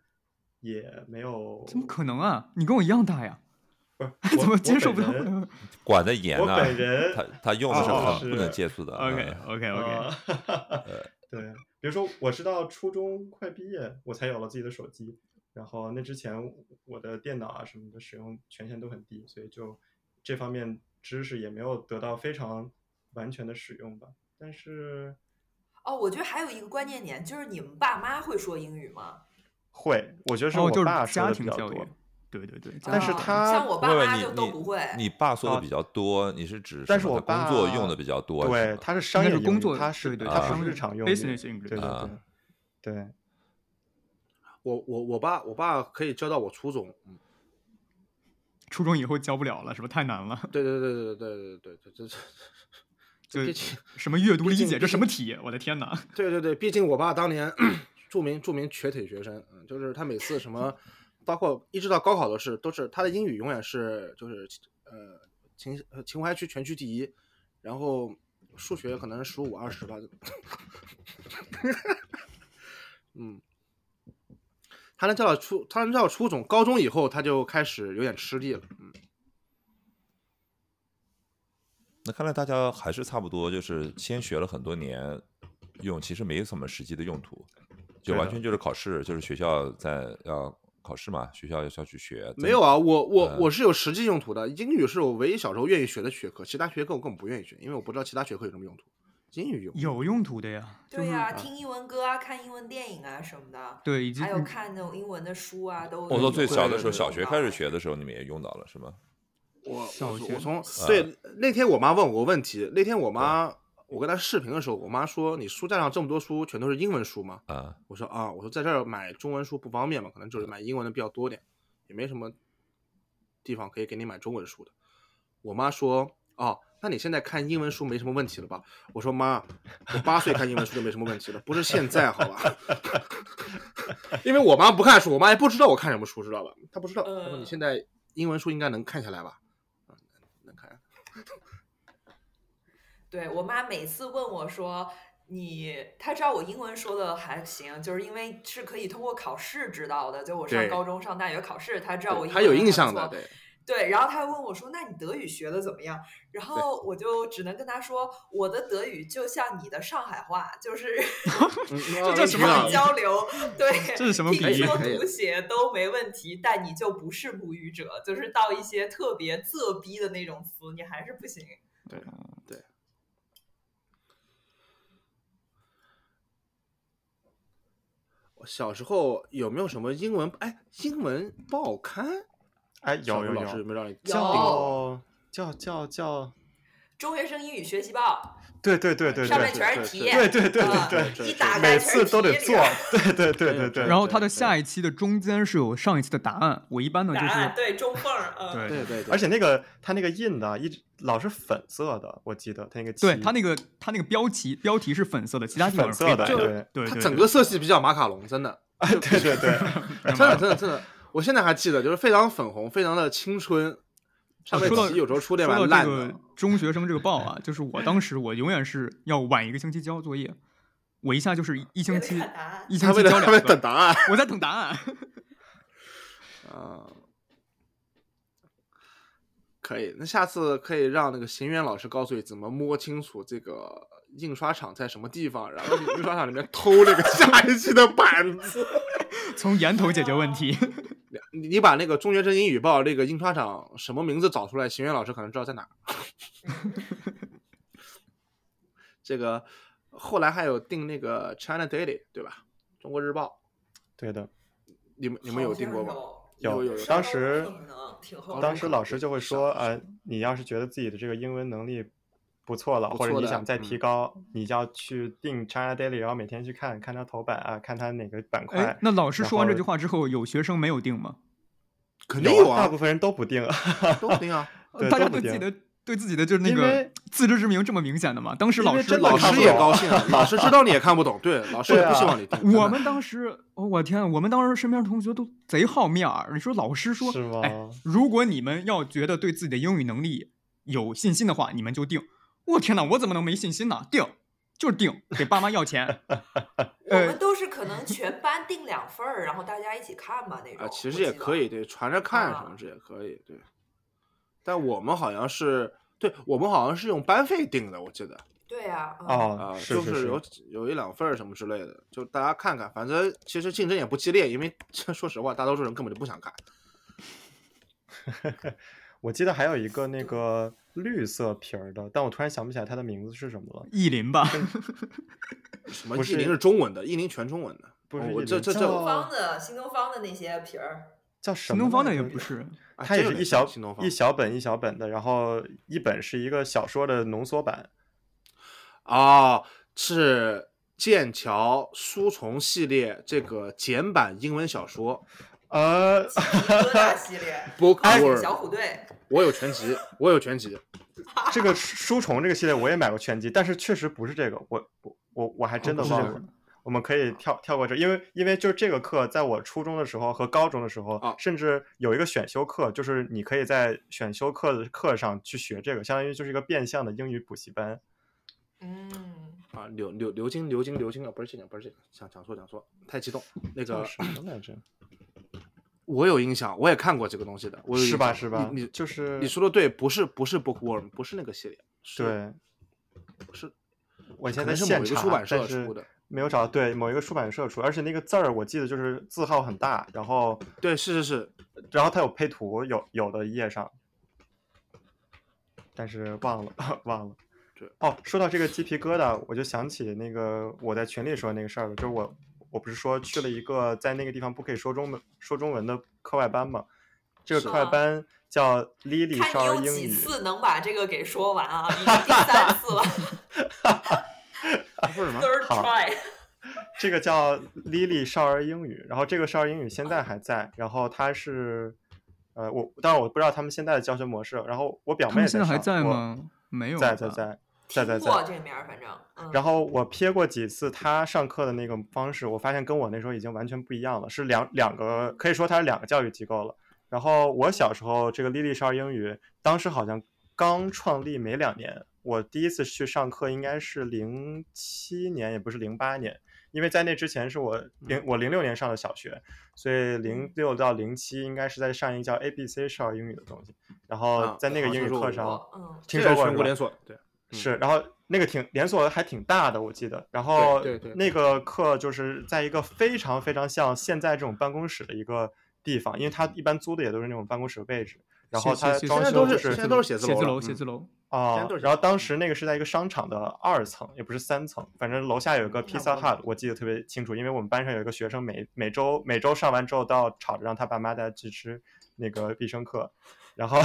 也没有，怎么可能啊？你跟我一样大呀， 不是我怎么接受我不到 本人管得严我呐、本人他他用的是哦很不能接触的。 ？OK 嗯 OK OK，啊对，比如说我是到初中快毕业，我才有了自己的手机，然后那之前我的电脑啊什么的使用权限都很低，所以就这方面知识也没有得到非常完全的使用吧。但是哦，我觉得还有一个关键点就是你们爸妈会说英语吗？会，我觉得是哦，我就爸是说家的比庭较教多育。，对对对，家但是啊他像我爸喂喂妈你就都不会。你爸说的啊比较多，你是指但什是么我他工作爸用的比较多，对，他他是商业是英工语作他的是对对他商不业是日常用语 business English 对对对啊对。 我我我爸我爸可以教到我初中，嗯，初中以后教不了了，是吧？太难了。 对对对对对对对对对，就毕竟什么阅读毕理竟解，毕这什么竟题？我的天 哪！对对对，毕竟我爸当年著名著名瘸腿学生，嗯，就是他每次什么，包括一直到高考都是都是他的英语永远是就是呃秦呃秦淮区全区第一，然后数学可能十五二十吧，嗯，他能教到初他能教到初中，高中以后他就开始有点吃力了，嗯，那看来大家还是差不多，就是先学了很多年，用其实没什么实际的用途，就对完的全就是考试，就是学校在要考试嘛，学校要要去学。没有啊，我我嗯我是有实际用途的，英语是我唯一小时候愿意学的学科，其他学科我根本不愿意学，因为我不知道其他学科有什么用途，英语有。有用途的呀，就对是呀、听英文歌啊，看英文电影啊什么的，对，以及还有你看那种英文的书啊，都我说最有小的用时候，到小学开始学的时候，你们也用到了是吗？我小我学嗯我从对那天我妈问我个问题，那天我妈我跟她视频的时候，我妈说你书架上这么多书全都是英文书吗？啊，我说啊，我说在这儿买中文书不方便嘛，可能就是买英文的比较多点，也没什么地方可以给你买中文书的。我妈说哦，那你现在看英文书没什么问题了吧？我说妈，我八岁看英文书就没什么问题了，不是现在好吧？ 因为我妈不看书，我妈也不知道我看什么书，知道吧？她不知道，她说你嗯现在英文书应该能看下来吧？啊，能能看下来。对我妈每次问我说：“你他知道我英文说的还行，就是因为是可以通过考试知道的。就我上对高中、上大学考试，他知道我对英文他有还印不象错的， 对，对，然后他还问我说：“那你德语学的怎么样？”然后我就只能跟他说：“我的德语就像你的上海话，就是 这哦这叫什么种啊比喻交流，对，这是什么比听喻说可以读写都没问题，但你就不是母语者，就是到一些特别仄逼的那种词，你还是不行。小时候有没有什么英文？哎，英文报刊，哎，小有时有候老师有有，没有让你叫叫叫叫，中学生英语学习报对对对对上面对全对是题，对对对对啊对，对一打开全每是次都得题里做边，对对对嗯对对。然后它的对下一期的中间是有上一期的答案，我一般呢答就案，是对中缝儿，嗯，对对对对，而且那个它那个印的，啊一直老是粉色的，我记得它那个对旗它那个它那个标题标题是粉色的，其他地方粉是色黑的，白的。对，对它对，整对个色系比较马卡龙，真的，哎 对对 对，真的真的真的，我现在还记得，就是非常粉红，非常的青春，上哦面说到题有时候出的说蛮到烂这的个，中学生这个报啊，就是我当时我永远是要晚一个星期交作业，我一下就是一一为星了期看答案。一星他期为了交他为两了等个，答 案我在等答案。 啊。可以，那下次可以让那个行员老师告诉你怎么摸清楚这个印刷厂在什么地方，然后去印刷厂里面偷那个下一期的板子。从源头解决问题。你你把那个中学生英语报那个印刷厂什么名字找出来，邢源老师可能知道在哪儿。 这个后来还有订那个 China Daily，对吧？中国日报，对的。你们你们有订过吗？好像有有有当时可能挺后当面时的老师就会说，呃，你要是觉得自己的这个英文能力不错了，不或者错你的想再嗯提高，你就要去订 China Daily，然后每天去看看它头版啊，看它哪个板哎块，。那老师然说完这后句话之后，有学生没有定吗？肯定有有大啊部，分人都不定啊。都有订啊。对大都家不对自己定的对自己的就是那因个为自知之明这么明显的嘛？当时因老为师 真的老看师不也懂高兴啊，老师知道你也看不懂，对，老师也对不啊希望你订。真的我们当时，哦我天，我们当时身边同学都贼好面儿。你说老师说， 是吗哎，如果你们要觉得对自己的英语能力有信心的话，你们就定。我天哪，我怎么能没信心呢？定就是定，给爸妈要 钱。我哎们都是可能全班订两份儿，然后大家一起看吧那种。啊，其我实也记得可以，对，传着看啊什么这也可以，对。但我们好像是，对我们好像是用班费订的，我记得。对啊，嗯哦啊，，是就是有有一两份儿什么之类的，就大家看看，反正其实竞争也不激烈，因为说实话，大多数人根本就不想看。我记得还有一个那个绿色皮儿的，但我突然想不起来它的名字是什么了。意林吧，什么不译林是是中文的，译林全中文的，不是哦我一这零这这新东方叫的新东方的那些皮儿，叫什新么？东方的也不。是，啊它也这是个一得小新东方一小本一小本的，然后一本是一个小说的浓缩版。啊，是剑桥书虫系列这个简版英文小说呃，哥大系列， Book 还 World，、哎小虎队，我有全集，我有全集，这个书虫这个系列我也买过全集，但是确实不是这个，我我我我还真哦的不是忘这了。我们可以跳跳过这，因为因为就是这个课，在我初中的时候和高中的时候，啊甚至有一个选修课，就是你可以在选修课的课上去学这个，相当于就是一个变相的英语补习班。嗯，啊，流流流金流金流金了，啊不是这个，不是这个，想想说想说，太激动。那叫个什么来着？我有印象，我也看过这个东西的，我有是印吧？象是吧？你你就是你说的对，不是不是 Bookworm，不是那个系列，是对，是我现可在能是现某一个查出版社但是出的没有找到，对，某一个出版社出，而且那个字儿我记得就是字号很大，然后对，是是 是，然后它有配图，有有的页上，但是忘了 忘了对。哦，说到这个鸡皮疙瘩，我就想起那个我在群里说的那个事儿了，就是我我不是说去了一个在那个地方不可以说中文说中文的课外班嘛，这个是课外吗班叫 Lily 看少你儿有英语。几次能把这个给说完啊？已经第三次了啊说什么？ ，third 好 try，这个叫 Lily 少儿英语，然后这个少儿英语现在还在，然后它是，呃，我当然我不知道他们现在的教学模式，然后我表他妹们也现在还上在？我吗？没有了在吧，在在在在听在过。这面儿，反正，嗯，然后我瞥过几次他上课的那个方式，我发现跟我那时候已经完全不一样了，是两两个，可以说它是两个教育机构了。然后我小时候这个 Lily 少儿英语，当时好像刚创立没两年，我第一次去上课应该是零七年，也不是零八年，因为在那之前是我嗯零我零六年上的小学，所以零六到零七应该是在上一个叫 A B C 少儿英语的东西，然后啊在那个好英像语是我课们上我嗯，听这是说过全是国吧连锁， 对，嗯是，然后那个挺连锁的还挺大的，我记得。然后对对那个课就是在一个非常非常像现在这种办公室的一个地方，因为它一般租的也都是那种办公室位置，然后写它写装写字修就楼现是在都是写字写字楼楼，了写嗯字楼。啊、都是然后当时那个是在一个商场的二层，也不是三层，反正楼下有一差个不 Pizza 多 Hut，我记得特别清楚，因为我们班上有一个学生每每周每周上完之后都要吵着让他爸妈带他去吃那个必胜客，然后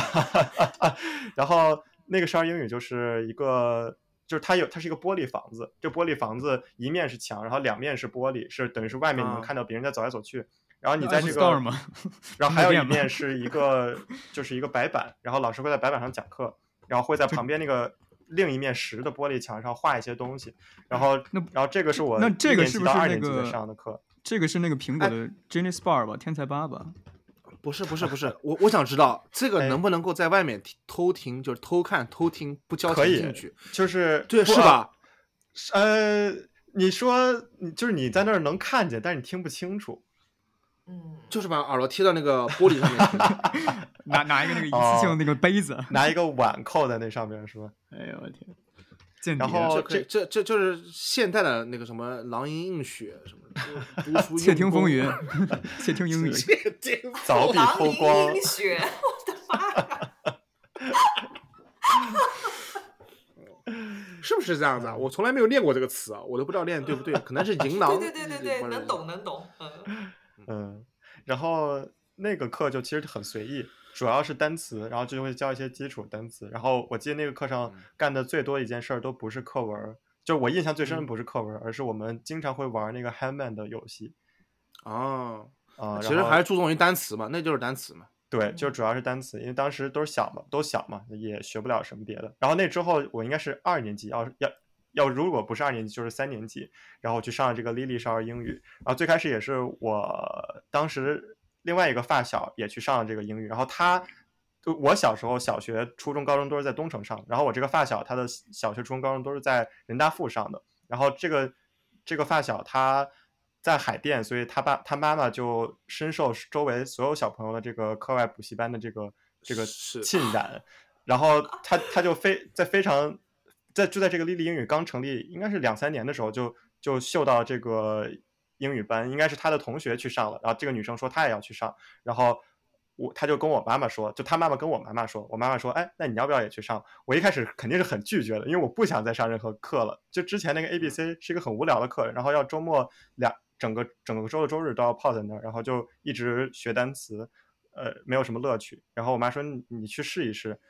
然后那个十二英语就是一个。就是它有，它是一个玻璃房子。这玻璃房子一面是墙，然后两面是玻璃，是等于是外面你能啊看到别人在走来走去。然后你那在 Apple 这个 Store 吗然后还有卖店一吗 面是一个就是一个白板，然后老师会在白板上讲课，然后会在旁边那个另一面石的玻璃墙上画一些东西，然后那然后这个是我那这个是不是一那年级到二年级的上的个课？这个是那个苹果哎的 Genius Bar 吧？天才吧吧？不是不是不是，我我想知道这个哎能不能够在外面听偷听，就是偷看偷听不交可钱以进去，就是对不是？啊吧？是呃，你说你就是你在那儿能看见，但是你听不清楚。嗯，就是把耳朵贴到那个玻璃上面 听，哎拿拿一个那个一次性的那个杯子。哦拿一个碗扣在那上面是吧？哎呦我天！间谍然后这可以这这就是现代的那个什么狼鹰映雪什么的， 就读书窃用听功风 云，窃听英语。窃听凿壁狼偷狈光阴，雪，我的妈呀！是不是这样子啊？我从来没有念过这个词啊，我都不知道念对不对，可 能是银对狼。对对对对，能懂。能懂，嗯，嗯，然后那个课就其实很随意，主要是单词，然后就会教一些基础单词。然后我记得那个课上嗯干的最多一件事儿都不是课文儿，就我印象最深嗯的不是课文儿，而是我们经常会玩那个 Handman 的游戏哦，啊。其然实后还是注重于单词嘛，那就是单词嘛。对，就主要是单词，因为当时都是小嘛，都小嘛，也学不了什么别的。然后那之后，我应该是二年级，要要要如果不是二年级就是三年级，然后去上了这个 Lily 少儿英语。然后最开始也是我当时另外一个发小也去上了这个英语，然后他。就我小时候，小学、初中、高中都是在东城上的，然后我这个发小，他的小学、初中、高中都是在人大附上的，然后这个这个发小他在海淀，所以他爸他妈妈就深受周围所有小朋友的这个课外补习班的这个这个是 浸染，然后他他就非在非常在就在这个丽丽英语刚成立，应该是两三年的时候就就嗅到这个英语班，应该是他的同学去上了，然后这个女生说她也要去上，然后。我他就跟我妈妈说，就他妈妈跟我妈妈说，我妈妈说，哎，那你要不要也去上？我一开始肯定是很拒绝的，因为我不想再上任何课了。就之前那个 A B C 是一个很无聊的课，然后要周末两整个整个周的周日都要泡在那儿，然后就一直学单词，呃，没有什么乐趣。然后我妈说你你去试一试，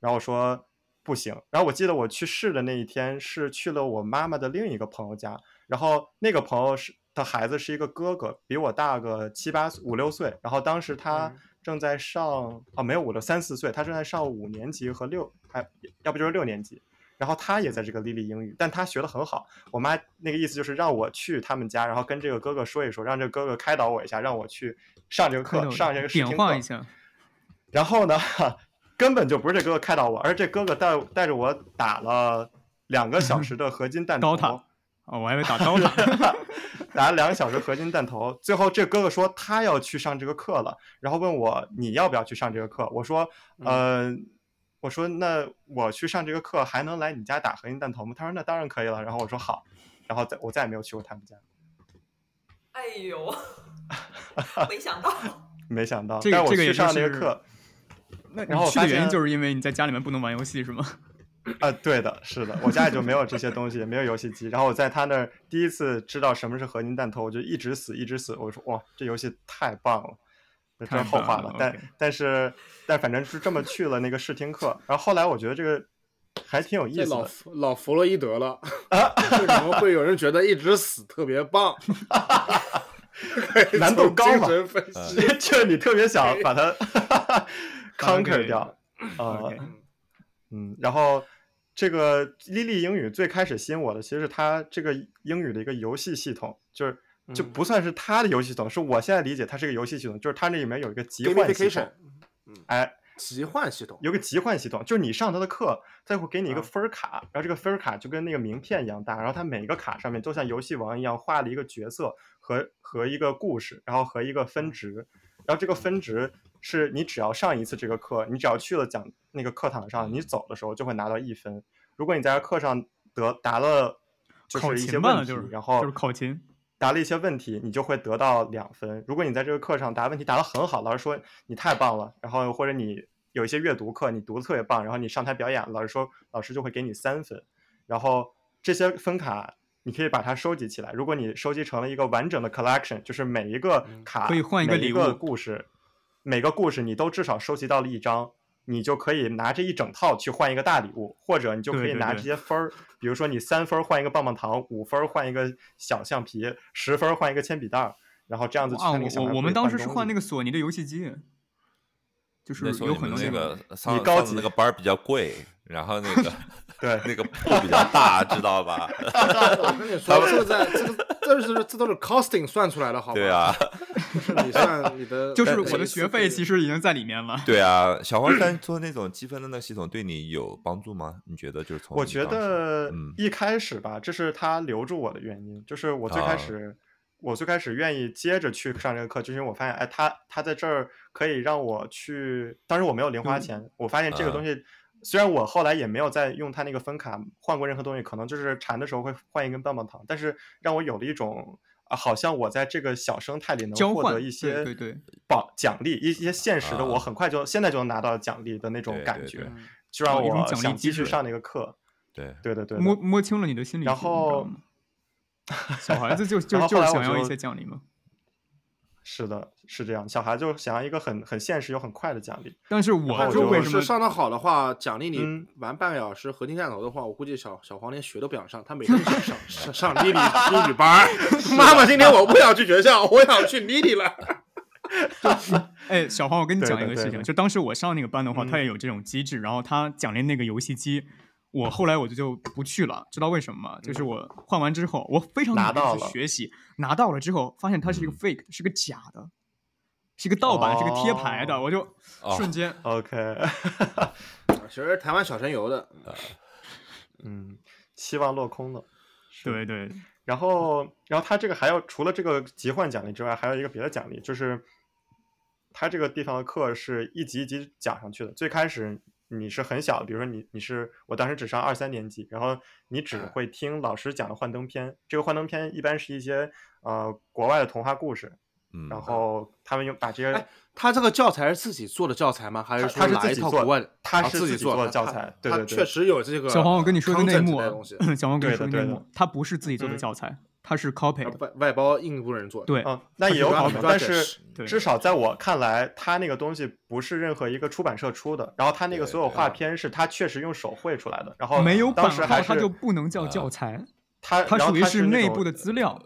然后我说不行。然后我记得我去试的那一天是去了我妈妈的另一个朋友家，然后那个朋友是的孩子是一个哥哥，比我大个七八岁五六岁。然后当时他嗯正在上、啊，没有五六三四岁，他正在上五年级和六，还要不就是六年级。然后他也在这个丽丽英语，但他学的很好。我妈那个意思就是让我去他们家，然后跟这个哥哥说一说，让这个哥哥开导我一下，让我去上这个快课，到上这个试点听化课一下，然后呢， 根本就不是这哥哥开导我，而是这哥哥带带着我打了两个小时的合金弹头， Dota 哦，我还以为打 DOTA。 打了两个小时合金弹头。最后这哥哥说他要去上这个课了，然后问我你要不要去上这个课？我说，呃，我说那我去上这个课还能来你家打合金弹头吗？他说那当然可以了。然后我说好，然后再我再也没有去过他们家，哎呦，没想到，没想到，这个但我这个也去就上那个是课。那然后你我去发的原因现就是因为你在家里面不能玩游戏是吗？ 啊，对的，是的，我家里就没有这些东西，也没有游戏机。然后我在他那儿第一次知道什么是合金弹头，我就一直死，一直死。我说哇，这游戏太棒了，这太真后棒话了了。但 OK 但是但反正是这么去了那个试听课。然后后来我觉得这个还挺有意这思老的，弗老弗洛伊德 了，为什么会有人觉得一直死特别 棒？难度高精嘛神分析 就是你特别想把它 conquer 给掉啊 OK 嗯，然后这个 Lily 英语最开始吸引我的，其实是它这个英语的一个游戏系统，就是就嗯不算是它的游戏系统，是我现在理解它是个游戏系统，就是它那里面有一个集换系 gamification 统。哎，集换嗯系统，有个集换系统，就是你上他的课，他会给你一个啊分儿卡，然后这个分儿卡就跟那个名片一样大，然后他每个卡上面都像游戏王一样画了一个角色和和一个故事，然后和一个分值，然后这个分值是你只要上一次这个课，你只要去了讲那个课堂上，你走的时候就会拿到一分。如果你在课上得答了就考是一些勤吧，问就题是，然后就是考勤。答了一些问题，你就会得到两分。如果你在这个课上答问题答得很好，老师说你太棒了，然后或者你有一些阅读课你读的特别棒，然后你上台表演了，老师说老师就会给你三分。然后这些分卡你可以把它收集起来，如果你收集成了一个完整的 collection，就是每一个卡、嗯可以换一个每礼物故事，每个故事你都至少收集到了一张。你就可以拿这一整套去换一个大礼物，或者你就可对以对拿对这些分儿，比如说你三分儿换一个棒棒糖，五分儿换一个小橡皮，十分儿换一个铅笔袋儿，然后这样子去啊，看那我个小我卖我部们里当换时是东换西那个索尼的游戏机，就是那时候有你很们多那种个上高上级的那个班儿比较贵，然后那个 对那个铺比较大，知道 吧？ 我跟你说，这个在这个这是这都是 costing 算出来的，好吧？对，啊，是你算你 的，就是我的学费其实实已经在里面了。对啊。小黄 山做那种积分的那个系统对你有帮助吗？你觉得就是从我你觉当时得嗯一开始吧，这是他留住我的原因，就是我最啊开始，我最开始愿意接着去上这个课，就是因为我发现，哎，他他在这儿可以让我去，当时我没有零嗯花钱，我发现这个啊东西，虽然我后来也没有再用他那个分卡换过任何东西，可能就是馋的时候会换一根棒棒糖，但是让我有了一种。啊，好像我在这个小生态里交能获换得一些对对榜奖励，一一些现实的，我啊很快就现在就能拿到奖励的那种对感对觉，对就哦有让一种我奖励想机继续制上那个课。对，对的，对的。摸摸清了你的心理学，然你知道后吗 小孩子 就就然后就后是来我想要一就些奖励嘛。是的，是这样。小孩就想要一个很很现实又很快的奖励。但是后我我就就为什是么上的好的话，奖励你嗯玩半个小时合金弹头的话，我估计小小黄连学都不想上，他每天上上上上 l i l y 英语班儿。 啊妈妈，今天我不想去学校，我想去 l i l y 了。哎，小黄，我跟你对讲的一个对事的情，就当时我上那个班的话，他嗯也有这种机制，然后他奖励那个游戏机，我后来我就就不去了，知道为什么吗？就是我换完之后，我非常拿努力地到去了学习，拿到了之后，发现它是一个嗯 fake，是个假的，是个盗版，是个贴牌的，哦我就哦瞬间 OK， 其实台湾小神游的，嗯，期望落空了。是对对，然后，然后他这个还有除了这个集换奖励之外，还有一个别的奖励，就是他这个地方的课是一级一级讲上去的。最开始你是很小的，比如说你你是我当时只上二三年级，然后你只嗯会听老师讲的幻灯片。这个幻灯片一般是一些呃国外的童话故事，嗯，然后他们用把这些哎他这个教材是自己做的教材吗？还是说他他是拿自一己套做国外的？他啊是自自己做做的教材对他对对确实有这个。小黄，我跟你说个内 content 幕之类啊的 东西，小黄，我跟你对说的个内对的幕，他不是自己做的嗯教材，他是 copy 啊的，外外包印度人做的。对，嗯，那它是也有可 graphic 能，artist 但是对至少在我看来，他那个东西不是任何一个出版社出的，然后他那个对所有对画片是他确实用手绘出来的，然后啊没有版哦当时号还它是就不能叫教材，他它然后属于他是那内种部的资料。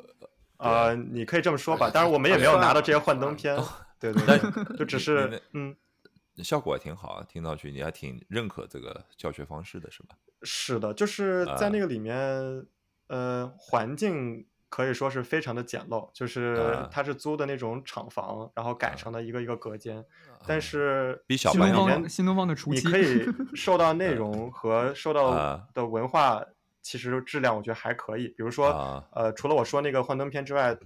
呃，你可以这么说吧，当然我们 也没有拿到这些幻嗯灯片，对对对，就只你是那嗯。效果还挺好啊，听上去你还挺认可这个教学方式的，是吧？是的，就是在啊那个里面，呃，环境可以说是非常的简陋，就是啊它是租的那种厂房，然后改啊成了一个一个隔间，啊但是比小这新个白东里羊面方新东方的厨你师 可以受到内容和受到嗯啊的文化其实质量，我觉得还可以。比如说啊，呃，除了我说那个幻灯片之外，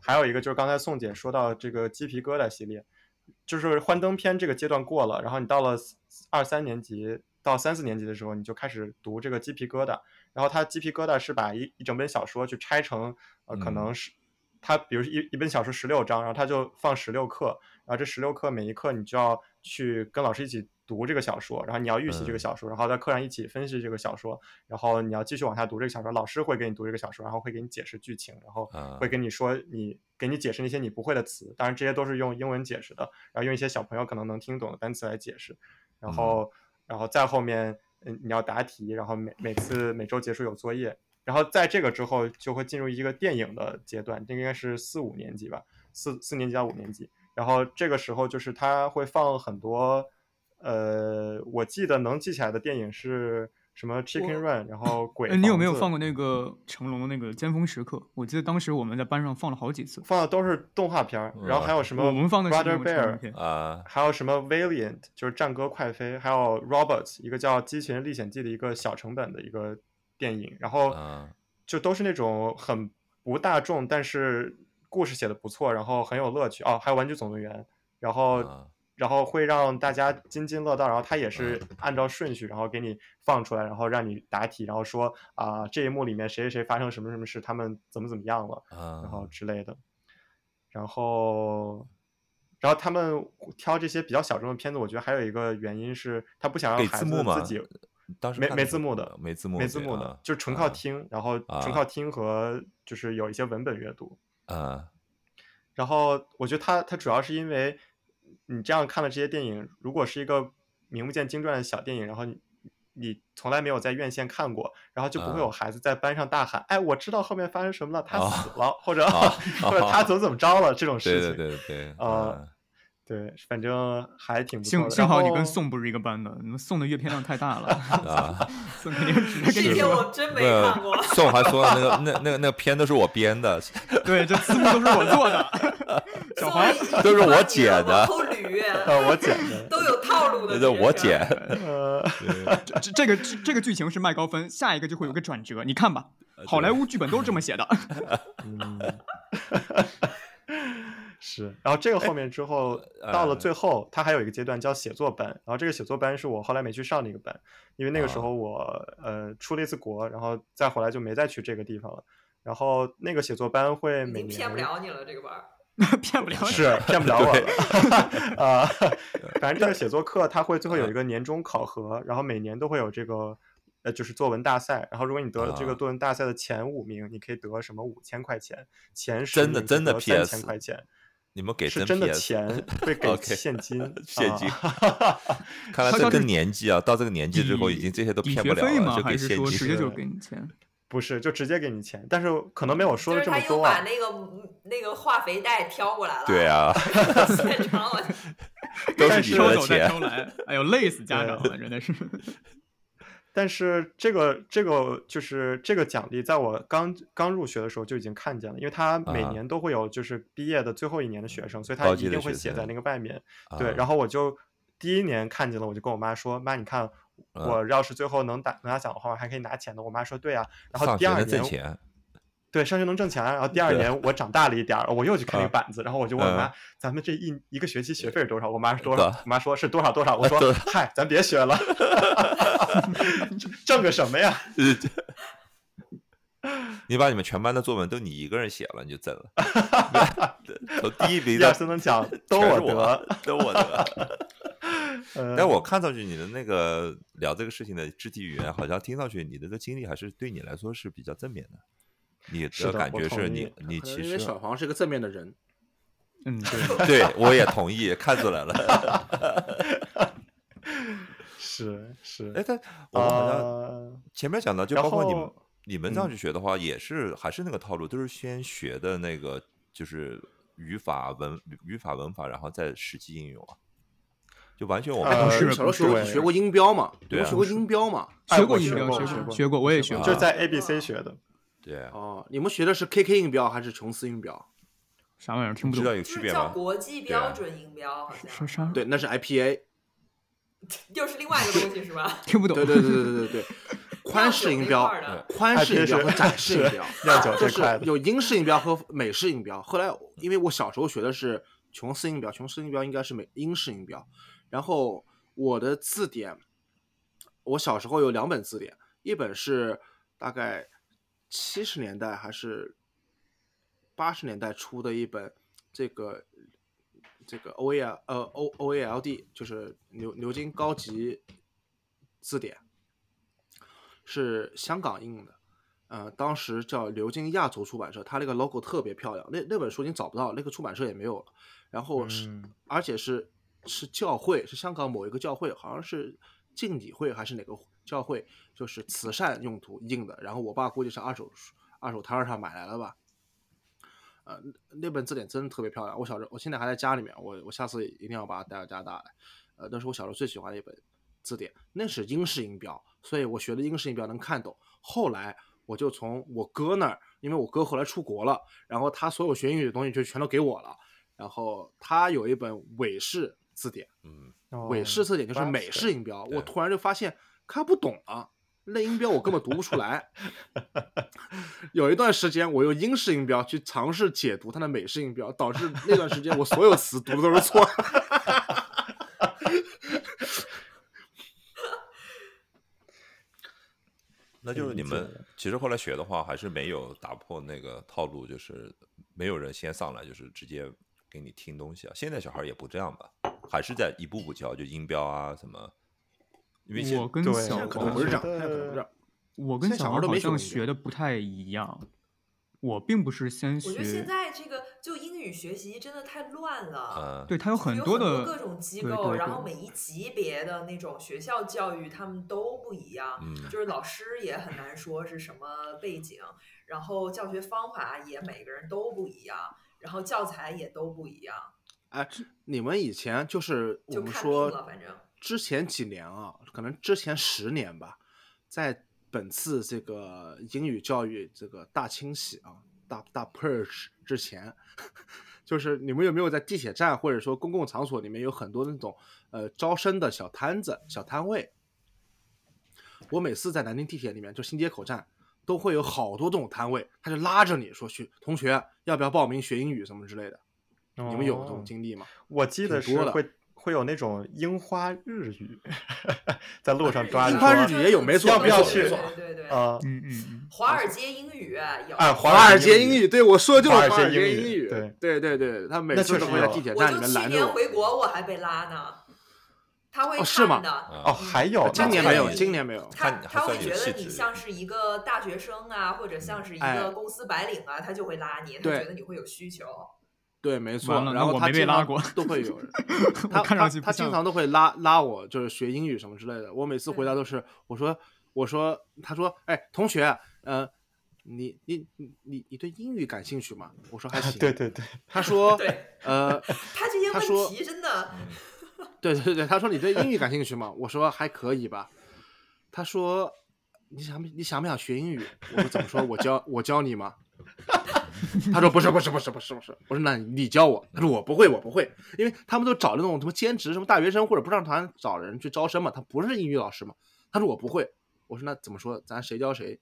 还有一个就是刚才宋姐说到这个鸡皮疙瘩系列，就是幻灯片这个阶段过了，然后你到了二三年级到三四年级的时候，你就开始读这个鸡皮疙瘩，然后它鸡皮疙瘩是把一一整本小说去拆成，呃，可嗯能是它比如一一本小说十六章，然后它就放十六课，然后这十六课每一课你就要去跟老师一起读这个小说，然后你要预习这个嗯小说，然后在课上一起分析这个小说，然后你要继续往下读这个小说，老师会给你读这个小说，然后会给你解释剧情，然后啊会跟你说你给你解释那些你不会的词，当然这些都是用英文解释的，然后用一些小朋友可能能听懂的单词来解释，嗯然后然后再后面嗯你要答题，然后每每次每周结束有作业，然后在这个之后就会进入一个电影的阶段，这个应该是四五年级吧，四四年级到五年级。然后这个时候就是他会放很多，呃，我记得能记起来的电影是什么 Chicken Run，然后鬼哎，房子。你有没有放过那个成龙的那个《尖峰时刻》？我记得当时我们在班上放了好几次。放的都是动画片儿，然后还有什么我们放的是那 Brother 种成龙 Bear，片，啊，还有什么 Valiant，就是战歌快飞，还有 Robots，一个叫《机器人历险记》的一个小成本的一个电影，然后啊就都是那种很不大众，但是故事写的不错，然后很有乐趣哦，还有《玩具总动员》，然后、啊然后会让大家津津乐道，然后它也是按照顺序，然后给你放出来，然后让你答题，然后说啊、这一幕里面谁谁谁发生什么什么事，他们怎么怎么样了。然后啊，之类的。然后，然后他们挑这些比较小众的片子，我觉得还有一个原因是他不想让给孩字子幕吗自己当时没看没的时字候幕的，没字幕，没字幕的，就纯靠听，然后啊纯靠听和就是有一些文本阅读。 啊然后我觉得他他主要是因为你这样看了这些电影，如果是一个名不见经传的小电影，然后你。你从来没有在院线看过，然后就不会有啊孩子在班上大喊：“哎，我知道后面发生什么了，他啊死了，或者、啊 或者他怎么怎么着了”这种事 对情。对对对对嗯啊对，反正还挺不错幸的。幸然好你后跟宋不是一个班的，你们宋的阅片量太大啊了，啊， 宋肯定指着这跟你些说，我真没没有看过。宋还说了那个那那个那个片都是我编 的，对，这字幕都是我做的。小黄，都是我剪的偷驴呃，我剪的，都有套路的。那我剪，呃， 这这这个这这个剧情是麦高芬，下一个就会有个转折，你看吧，呃好莱坞剧本都是这么写 的。 嗯 是。然后这个后面之后，到了呃最后，它还有一个阶段叫写作班。然后这个写作班是我后来没去上的一个班，因为那个时啊候我呃出了一次国，然后再回来就没再去这个地方了。然后那个写作班会已每经年骗不了你了，这个班儿。骗不了你。是骗不了我了 啊！反正这个写作课，它会最后有一个年终考核，然后每年都会有这个呃，就是作文大赛。然后如果你得了这啊个作文大赛的前五名，你可以得什么五千块钱，前十真的真的三 PS 千块钱，你们给是真真的 PS 钱 会给 OK 现金 现金啊看来他这他是跟年纪啊，到这个年纪之后，已抵经这些都抵骗不学了费吗了，就还给是现说直金。接就是给你钱？不是就直接给你钱，但是可能没有我说就的是这他么又多把啊。那个那个化肥袋挑过来 了。对， 啊， 现场我都但是你是挑们的走再钱挑来，哎呦，累死家长了，真的是。但是这个这个就是这个奖励，在我刚刚入学的时候就已经看见了，因为他每啊年都会有就是毕业的最后一年的学生，所以他高一级的定会学写在生那个外面。啊。对，然后我就第一年看见了，我就跟我妈说：“妈，你看嗯我要是最后能打能拿奖的话，还可以拿钱的。”我妈说：“对啊。”然后上第学二能挣年钱，对，上学能挣钱。然后第二对年我长大了一点儿，我又去看那啊个板子，然后我就问我妈嗯：“咱们这一一个学期学费是多少？”我妈是多对少？啊我妈说是多少多少。我对说啊：“嗨，咱别学了， 挣个什么呀？”你把你们全班的作文都你一个人写了，你就挣了。 从第一名一二到三等奖都全我是我得。，都我 得。呃但我看上去你的那个聊这个事情的肢体语言，好像听上去你的这个经历还是对你来说是比较正面的。你是的感我觉同是意你，你可能其因实为小黄是个正面的人，嗯，对，对我也同意，看出来了。 是是，哎，但我们好像呃前面讲到，就然包括你们后你们这样嗯去学的话，也是还是那个套路，都是先学的那个就是语法文语法文法，然后再实际应用啊。就完全我们哎呃不是小的时候对只学过音标嘛，对你啊们学过音标嘛？哎学我过音学标，过学学过，过学过，我也学过就啊在 A B C 学的，，对啊，哦，你们学的是 KK 音标还是琼斯音标？啥玩意儿听不知道懂。有就区是别叫吗？国际标准音标，好啥像啥？对，那是 IPA。又是另外一个东西是 吧？听不懂。对对对对对对对，宽式音标这样是有一块儿的，宽式音标和展示音标酿酒啊就这是块的。有英式音标和美式音标。后来因为我小时候学的是琼斯音标，琼斯音标应该是美英式音标。然后我的字典，我小时候有两本字典，一本是大概七十年代还是八十年代出的一本这个这个 O A 呃 O O A L D 就是牛牛津高级字典，是香港印的，呃，当时叫牛津亚洲出版社，它那个 logo 特别漂亮，那那本书已经找不到，那个出版社也没有了。然后是，嗯而且是是教会，是香港某一个教会，好像是敬礼会还是哪个教会，就是慈善用途印的。然后我爸估计是二手书二手摊儿上买来了吧。呃，那本字典真的特别漂亮，我小时候我现在还在家里面，我我下次一定要把它带到加拿大来。呃，那是我小时候最喜欢的一本字典，那是英式音标，所以我学的英式音标能看懂。后来我就从我哥那儿，因为我哥后来出国了，然后他所有学英语的东西就全都给我了。然后他有一本韦氏字典，嗯，哦韦氏字典就是美式音标，我突然就发现看不懂了。那音标我根本读不出来，有一段时间我用英式音标去尝试解读它的美式音标，导致那段时间我所有词读的都是错的。那可以就是理你解们的其实后来学的话，还是没有打破那个套路，就是没有人先上来就是直接给你听东西啊。现在小孩也不这样吧，还是在一步步教，就音标啊什么。因为现我跟对小现在可能不王是这样，我现在觉得可能不是这样。我跟现在小小孩王都好没学像过学的不太一样。我并不是先我觉得学现，在这个就英语学习真的太乱了。嗯，对，它有很有多很的多各种机对构，对然后对每一级别的那种学校教育，他们都不一样。嗯就是老师也很难说是什么背景，然后教学方法也每个人都不一样，然后教材也都不一样，哎，你们以前就是我就们看说病了反正之前几年啊，可能之前十年吧，在本次这个英语教育这个大清洗啊，大大 purge 之前， 就是你们有没有在地铁站或者说公共场所里面有很多那种呃招生的小摊子、小摊位？我每次在南京地铁里面，就新街口站，都会有好多这种摊位，他就拉着你说去，同学要不要报名学英语什么之类的？你们有这种哦经历吗？我记得挺是多的会会有那种樱花日语， 在路上抓日啊樱着花日说语也有没错要不要去对对对，啊，嗯嗯嗯，华尔街英语有，哎华华尔尔街街英英语，语对我说的就是华尔华尔街街英英语语，对对对，他每那次确都实会在有地铁我站里就面去拦着年我。回国我还被拉呢，他会哦是吗看的，啊哦，还有啊今呢年他没觉有，得今你年没有。他看你还他会算有觉气得你质像是一个大学生啊，或者像是一哎个公司白领啊，他就会拉你，他对觉得你会有需求。对，没错完。了然那后我他没被经常拉过都会有人 我他看他上去不他经像常都会拉拉我，就是学英语什么之类的。我每次回答都是我说我说，他说哎同学，呃，你你你你你对英语感兴趣吗？我说 还行。对对对，他说对呃，他这些他说问题真的，对对对，他说你对英语感兴趣吗？我说还可以吧。他说你想不你想不想学英语？我说怎么说？我教我教你吗？ 他说不是不是不是不是不是，我说那你教我。他说我不会我不会，因为他们都找那种什么兼职什么大学生或者不上团找人去招生嘛，他不是英语老师嘛。他说我不会，我说那怎么说？咱谁教谁？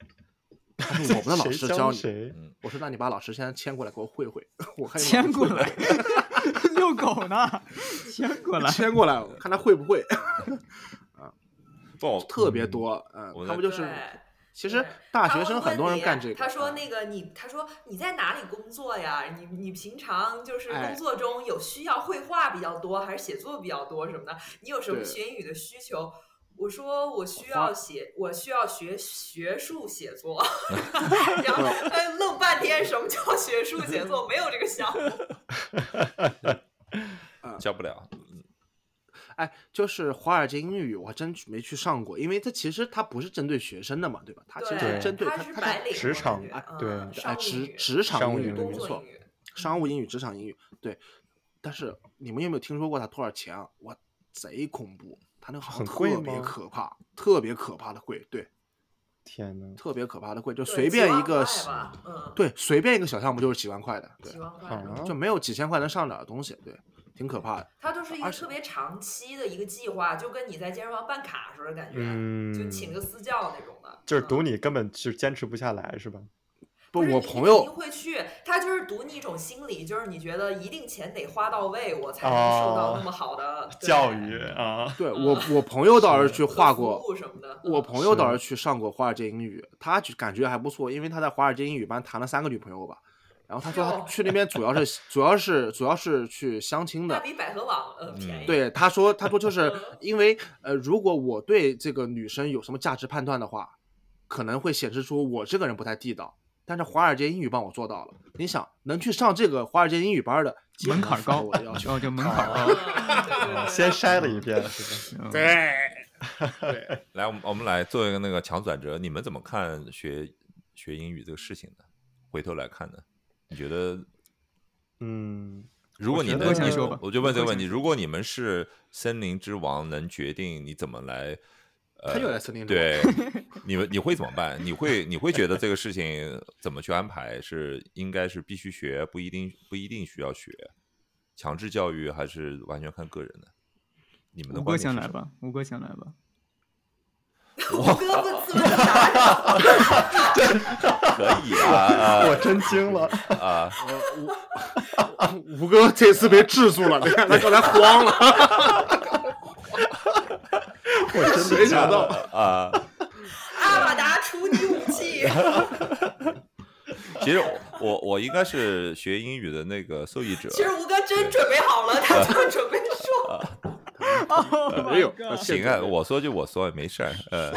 他 说我们的老谁师教教你。谁？我说那你把老师先牵过来给我会 会，我看有没有牵过 来遛狗呢，牵过来，牵过来，我看他会 不会。不好，特别多，嗯我，他在们就是对，其实对大他学会生很问多人你干这个。他说嗯那个你，他说你在哪里工作呀？你你平常就是哎工作中有需要绘画比较多，还是写作比较多什么的？你有什么对学英语的需求？我说我需要写，我需要学学术 写作，然后他愣半天，什么叫学术写作？没有这个项目。教不了。哎，就是华尔街英语，我还真去没去上过，因为它其实它不是针对学生的嘛，对吧？它其实是对针对他它是它白领职我感场觉哎嗯对哎商务英职语职场商英务语对英语工没作错英，语，商务英语、职场英语对。但是你们有没有听说过它多少钱啊？哇，贼恐怖！它那个好像很贵特别吗可怕，特别可怕的贵，对，天呐，特别可怕的贵，就对随几便万一个块小，吧嗯，对，随便一个小项目就是几万块的，对几，万块。好就没有几千块能上了的东西，对，挺可怕的。它就是一个而且特别长期的一个计划，就跟你在健身房办卡时候的感觉，嗯，就请个私教那种的。就是嗯赌你根本就坚持不下来，是吧？不，是我你朋肯友定会去，他就是赌你一种心理，就是你觉得一定钱得花到位，我才能受哦到那么好的、对教育啊，对嗯我，我朋友倒是去和画服过，务什么的。呃我嗯朋友倒是是去上过华尔街英语，他就感觉还不错，因为他在华尔街英语班谈了三个女朋友吧。然后他说哟他去那边主要 是主要是主要是去相亲嗯那的。嗯比百合网呃便宜。对，他说他说就是因为呃，如果我对这个女生有什么价值判断的话，可能会显示出我这个人不太地道。但是华尔街英语帮我做到了。你想能去上这个华尔街英语班的，基本门上槛符合高，我的要 求。哦，就门槛嗯，高，对对哦对对先筛了一遍，是吧？嗯来，我们我们来做一个那个强转折，你们怎么看学学英语这个事情呢？回头来看呢，你觉得嗯，如果你觉能，得我想说吧我就问这个我问想题：说如果你们是森林之王，能决定你怎么来？呃，他又来森林 之对，你们你会怎么办？你会你会觉得这个事情怎么去安排是应该是必须学，不一定不一定需要学，强制教育还是完全看个人的？你们的吴观哥先点是来什么？吧，吴哥先来吧。胡歌 不自问答的，可以 啊我真惊了，啊啊！吴啊哥这次被制住了，你看他刚才慌了。 我真的谁想到啊阿瓦达处女武 器。其实我我我应该是学英语的那个受益者，其实吴哥真准备好了，他嗯就准备说，Oh 没有，行啊，我说就我说，没事儿。呃，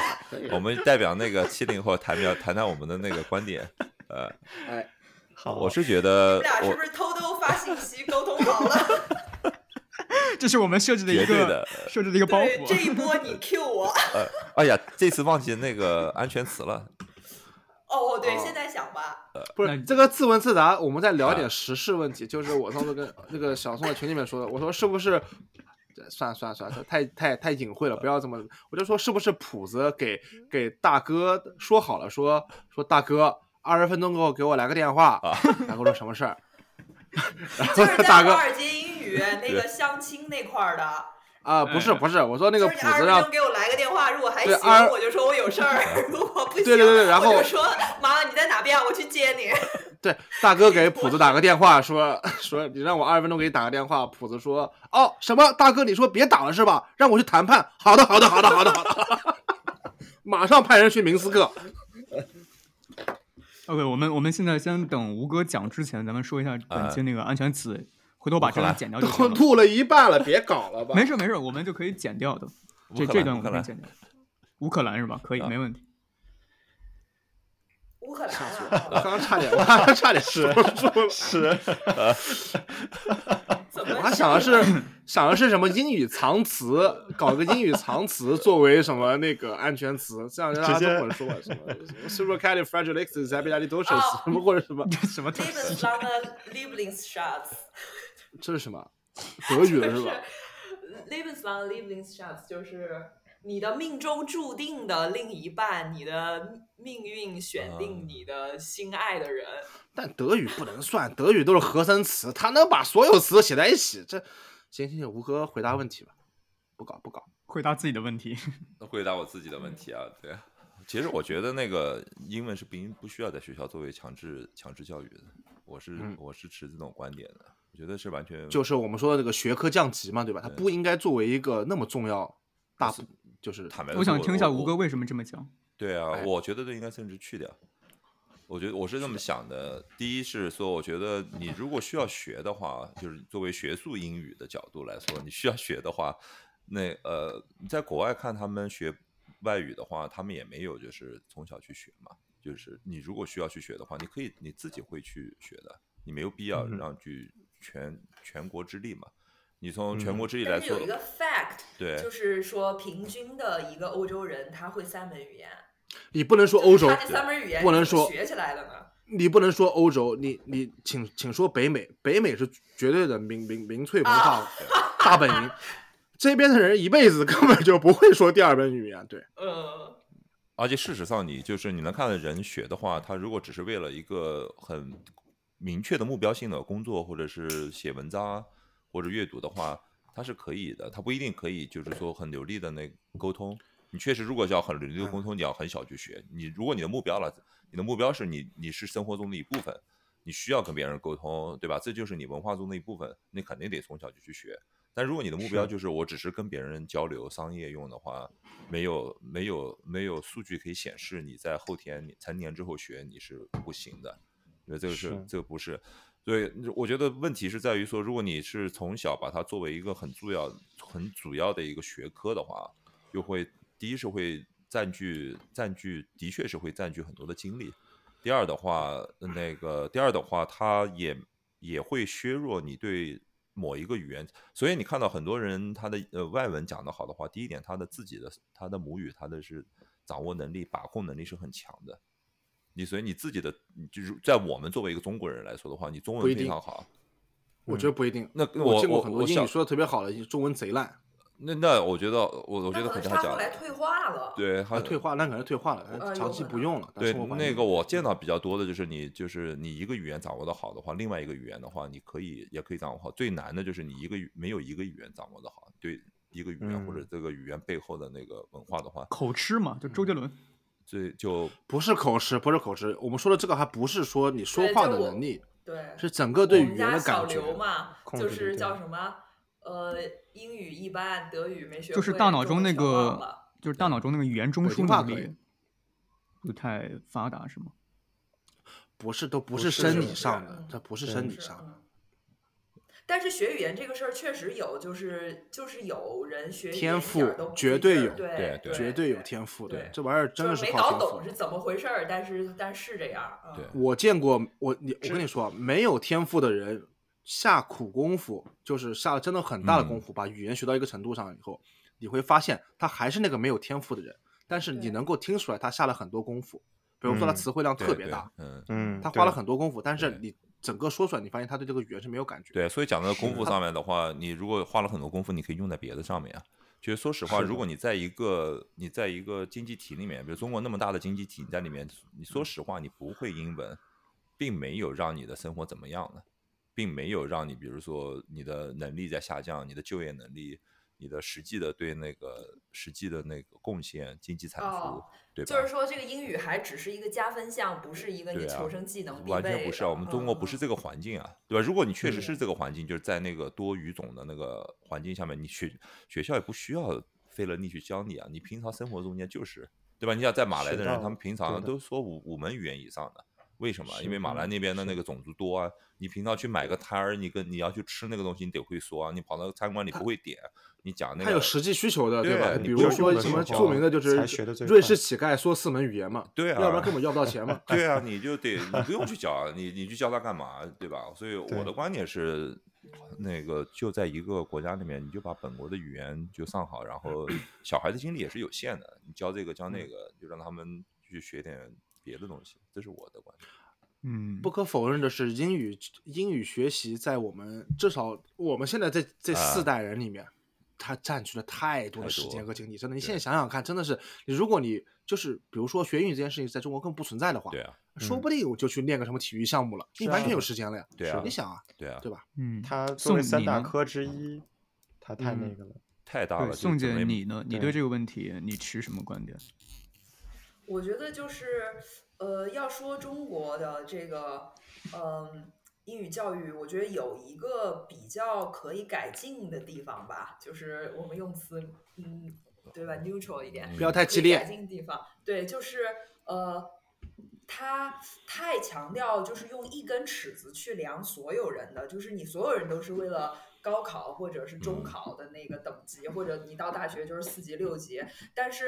我们代表那个七零后谈表谈谈我们的那个观 点。呃，哎，好，我是觉得你们俩是我不是偷偷发信息沟通好了？这是我们设置的绝一对个的设置的一个 包对，这袱。一波你 Q 我。呃，哎呀，这次忘记那个安全词了。哦，对，哦现在想 吧，不那是这个自问自答，我们再聊一啊点时事问题。就是我上次跟那个小宋在群里面说的，我说是不是？算了算了算了，太太太隐晦了，不要这么。我就说是不是谱子给嗯给大哥说好了，说说大哥二十分钟后给我来个电话，大哥说什么事儿？ 然后啊就是大在哥华尔街英 语那个相亲那块儿的，啊，不是不是，我说那个哎就谱子是你二十让分钟给我来个电话，如果还对行二，我就说我有事 儿；如果不行，对对对然后我就说妈，你在哪边啊？我去接你。对，大哥给普子打个电话，说 说你让我二十分钟给你打个电话。普子说哦什么？大哥你说别打了是吧？让我去谈判。好的好的好的好的好的， 马上派人去明斯克。 OK，我们我们现在先等吴哥讲之前，咱们说一哎下本期那个安全词，回头把这段剪掉就都 行了。吐了一半了，别搞了吧。没事没事，我们就可以剪掉的。乌这克这兰段乌我们可以克兰剪掉。乌克兰是吧？可以，啊没问题。 乌克兰啊，我刚刚差点，我刚刚差点说出了。是怎么我还想的是，想的是什么英语藏词，搞个英语藏词作为什么那个安全词，这样让大家直接都混说什么 supercalifragilisticexpialidocious 什么或者什么，这什么东 l i 西 b e n s l a n e l i b l i n s s c h a t z 这是什么？德语的就是吧？ Lebenslang Lebenschance 就是你的命中注定的另一半，你的命运选嗯定你的心爱的人。但德语不能算，德语都是和声词，他能把所有词写在一起，这行行行，吴哥回答问题吧，不搞不搞，回答自己的问题。回答我自己的问题啊，对啊。其实我觉得那个英文是不应不需要在学校作为强制强制教育的，我是、嗯我是持这种观点的，我觉得是完全就是我们说的那个学科降级嘛，对吧？它嗯不应该作为一个那么重要大部，就是坦白地我想说听一下吴呃我哥为什么这么讲。对啊哎，我觉得这应该甚至去掉。我觉得我是这么想的。第一是说，我觉得你如果需要学的话，就是作为学术英语的角度来说，你需要学的话，那呃，你在国外看他们学外语的话，他们也没有就是从小去学嘛。就是你如果需要去学的话，你可以你自己会去学的，你没有必要嗯让去全全国之力嘛。你从嗯全国之力来但是说有一，个 fact，对就是说平均的一个欧洲人他会三门语言。你不能说欧洲他，这三门语言不能是怎么说学起来的呢？你不能说欧洲，你你请请说北美，北美是绝对的民民民粹文化啊大本营，这边的人一辈子根本就不会说第二门语言，对。呃，而且事实上，你就是你能看到人学的话，他如果只是为了一个很明确的目标性的工作，或者是写文章啊，或者阅读的话，他是可以的。他不一定可以，就是说很流利的那沟通。你确实，如果要很流利的沟通，你要很小去学。你如果你的目标了，你的目标是你你是生活中的一部分，你需要跟别人沟通，对吧？这就是你文化中的一部分，你肯定得从小就去学。但如果你的目标就是我只是跟别人交流商业用的话，没有没有没有数据可以显示你在后天你成年之后学你是不行的，因为这个是是这个不是。对，我觉得问题是在于说，如果你是从小把它作为一个很重要、很主要的一个学科的话，就会第一是会占据占据，的确是会占据很多的精力。第二的话，呃那个第二的话，它也也会削弱你对某一个语言。所以你看到很多人他的呃外文讲得好的话，第一点他的自己的他的母语，他的是掌握能力、把控能力是很强的。你所以你自己的，你就是在我们作为一个中国人来说的话，你中不一文非定常好，我觉得不一定。那因为我见过我很多我英想语说的特别好的，中文贼烂，那那我觉得我我觉那得可可能是能他他后讲来的退化了。对，啊，他退化，那可能退化了，呃他有长期可不能用了。但对生活环那境个我见到比较多的就是你就是你一个语言掌握的好的话，另外一个语言的话，你可以也可以掌握好。最难的就是你一个语没有一个语言掌握的好，对一个语言或者嗯这个语言背后的那个文化的话，口吃嘛，就周杰嗯伦。最就不是口吃，不是口吃，我们说的这个还不是说你说对话这的我能力，对，是整个对我语们言家的小感觉。刘嘛，控就制是力叫对什么？呃，英语一般，德语没学会，就是大脑中中文那全忘个了，就是大脑中那个语言中北枢京话能可以力不太发达，是吗？不是，都不不是是生是理是上的嗯，它不是对生就理是上的。嗯。但是学语言这个事儿确实有，就是就是有人学语天言一点儿赋都不绝费对劲儿有对对绝对对有天赋的对，这玩意儿真就的是没靠搞天赋懂。是怎么回事儿，但是但是这样儿，嗯、对我见过，我你我跟你说啊，没有天赋的人下苦功夫，就是下了真的很大的功嗯夫，把语言学到一个程度上以后，你会发现他还是那个没有天赋的人，但是你对能够听出来他下了很多功夫，比如说他嗯词汇量对特别对大，嗯。嗯，他对花了很多功夫，但是对你整个说出来，你发现他对这个语言是没有感觉。对，所以讲到功夫是上面的话，你如果花了很多功夫，你可以用在别的上面啊。其实说实话，是的如果你在一个你在一个经济体里面，比如中国那么大的经济体，你在里面，你说实话，你不会英文，并没有让你的生活怎么样呢，并没有让你，比如说你的能力在下降，你的就业能力，你的实际的对那个实际的那个贡献、经济产出，哦对吧？就是说这个英语还只是一个加分项，不是一个你对啊求生技能必备的、完全不是啊，我们中国不是嗯这个环境啊，对吧？如果你确实嗯是这个环境，就是在那个多语种的那个环境下面，你学学校也不需要费了力去教你啊，你平常生活中间就是，对吧？你想在马来学的到人，了他们平对常的都说五五门语言以上的，为什么？是因为马来嗯那边的是那个种族多啊，你平常去买个摊儿，你跟你要去吃那个东西，你得会说啊，你跑到餐馆你不会点，你讲那他有个。实际需求的，对吧？对你比如不说用的什么时著候名的就才是学得最瑞快士乞丐说四门语言嘛，对啊，。要不然根本要不到钱嘛 对啊，你就得你不用去教啊，你你去教他干嘛，对吧？所以我的对观点是，那个就在一个国家里面，你就把本国的语言就上好，然后小孩的精力也是有限的，你教这个教那个，就让他们去学点别的东西，这是我的观点。嗯，不可否认的是，英语英语学习在我们至少我们现在这这啊四代人里面，它占据了太多的太时多间和精力。真的，你对现在想想看，真的是你如果你就是比如说学英语这件事情在中国更不存在的话，对啊，说嗯不定我就去练个什么体育项目了，你是完啊全有时间了呀。对啊你想啊，对啊对，吧？嗯，它作宋为三你大呢科之一，它太那嗯个了。太大了。对，就是宋怎么姐也你呢？你对对这个问题你持什么观点？我觉得就是，呃，要说中国的这个，嗯、英语教育，我觉得有一个比较可以改进的地方吧，就是我们用词，嗯，对吧，neutral 一嗯点，不要太激可以改烈。进的地方，对，就是呃，他太强调就是用一根尺子去量所有人的，就是你所有人都是为了高考或者是中嗯考的那个等级，或者你到大学就是四级六级，但是。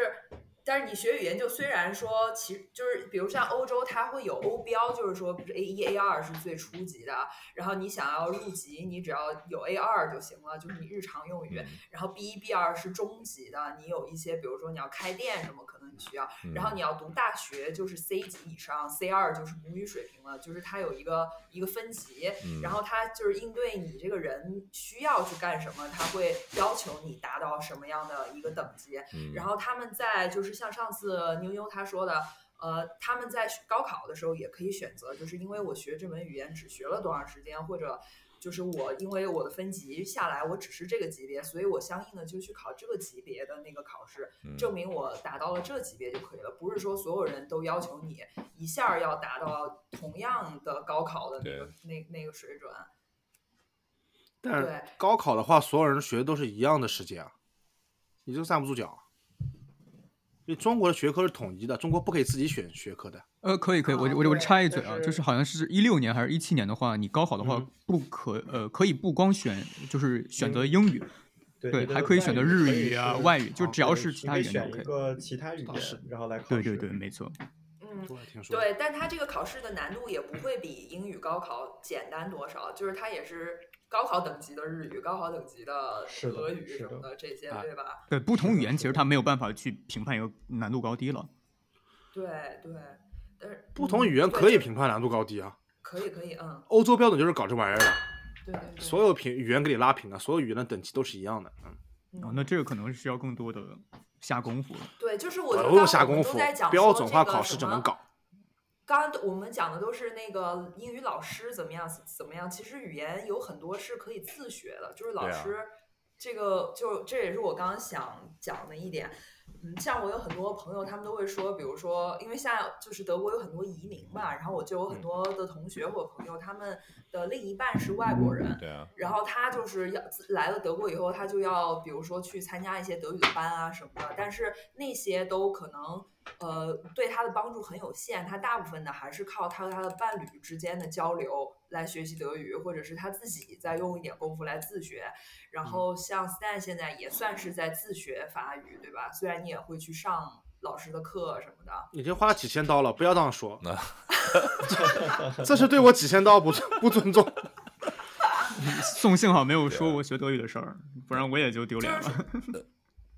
但是你学语言，就虽然说，其实就是比如像欧洲，它会有欧标，就是说，比如 A 一、A 二是最初级的，然后你想要入级，你只要有 A 二就行了，就是你日常用语。嗯然后 B 一、B 二是中级的，你有一些，比如说你要开店什么，可能你需要。嗯然后你要读大学，就是 C 级以上，C 二就是母语水平了，就是它有一个一个分级。嗯然后它就是应对你这个人需要去干什么，它会要求你达到什么样的一个等级。嗯然后他们在就是像上次妞妞她说的，呃，他们在学高考的时候也可以选择，就是因为我学这门语言只学了多长时间，或者就是我因为我的分级下来，我只是这个级别，所以我相应的就去考这个级别的那个考试，嗯证明我达到了这级别就可以了，不是说所有人都要求你一下儿要达到同样的高考的那个那那个水准。但对是高考的话，所有人学的都是一样的时间啊，你就站不住脚。因为中国的学科是统一的，中国不可以自己选学科的。呃，可以可以，我啊我我对插一就嘴啊，就是是好像是一六年还是一七年的话，你高考的话嗯不可呃可以不光选就是选择英语，对你的还可以外选择语日可语以啊是外语就啊只要对是你其他可以语言都可以选一个其他语言是，然后来考对试对对，没错。嗯，都还挺说的。对，但它这个考试的难度也不会比英语高考简单多少，就是它也是高考等级的日语、高考等级的是的俄语是什么的的这些，哎对吧？对，不同的语言是其实的它没有办法去评判一个难度高低了。对对，但是不同语嗯言对可以就评判难度高低啊。可以可以，嗯，欧洲标准就是搞这玩意儿的，啊对对对，所有平语言给你拉平啊，所有语言的等级都是一样的。嗯，啊嗯，那这个可能是需要更多的下功夫的。对，就是我觉得不用刚哎下刚我功们都夫在讲，标准化考试只能搞。刚刚我们讲的都是那个英语老师怎么样怎么样，其实语言有很多是可以自学的，就是老对啊师、这个就这也是我刚刚想讲的一点。嗯，像我有很多朋友，他们都会说，比如说，因为现在就是德国有很多移民嘛，然后我就有嗯很多的同学或朋友，他们的另一半是外国人，对啊，然后他就是要自来了德国以后，他就要比如说去参加一些德语的班啊什么的，但是那些都可能呃对他的帮助很有限，他大部分呢还是靠他和他的伴侣之间的交流来学习德语，或者是他自己再用一点功夫来自学。然后像 Stan 现在也算是在自学法语，对吧？虽然你也会去上老师的课什么的，已经花几千刀了，不要这样 说那。这这是对我几千刀不尊不尊重。宋幸好没有说对啊我学德语的事儿，不然我也就丢脸就是了。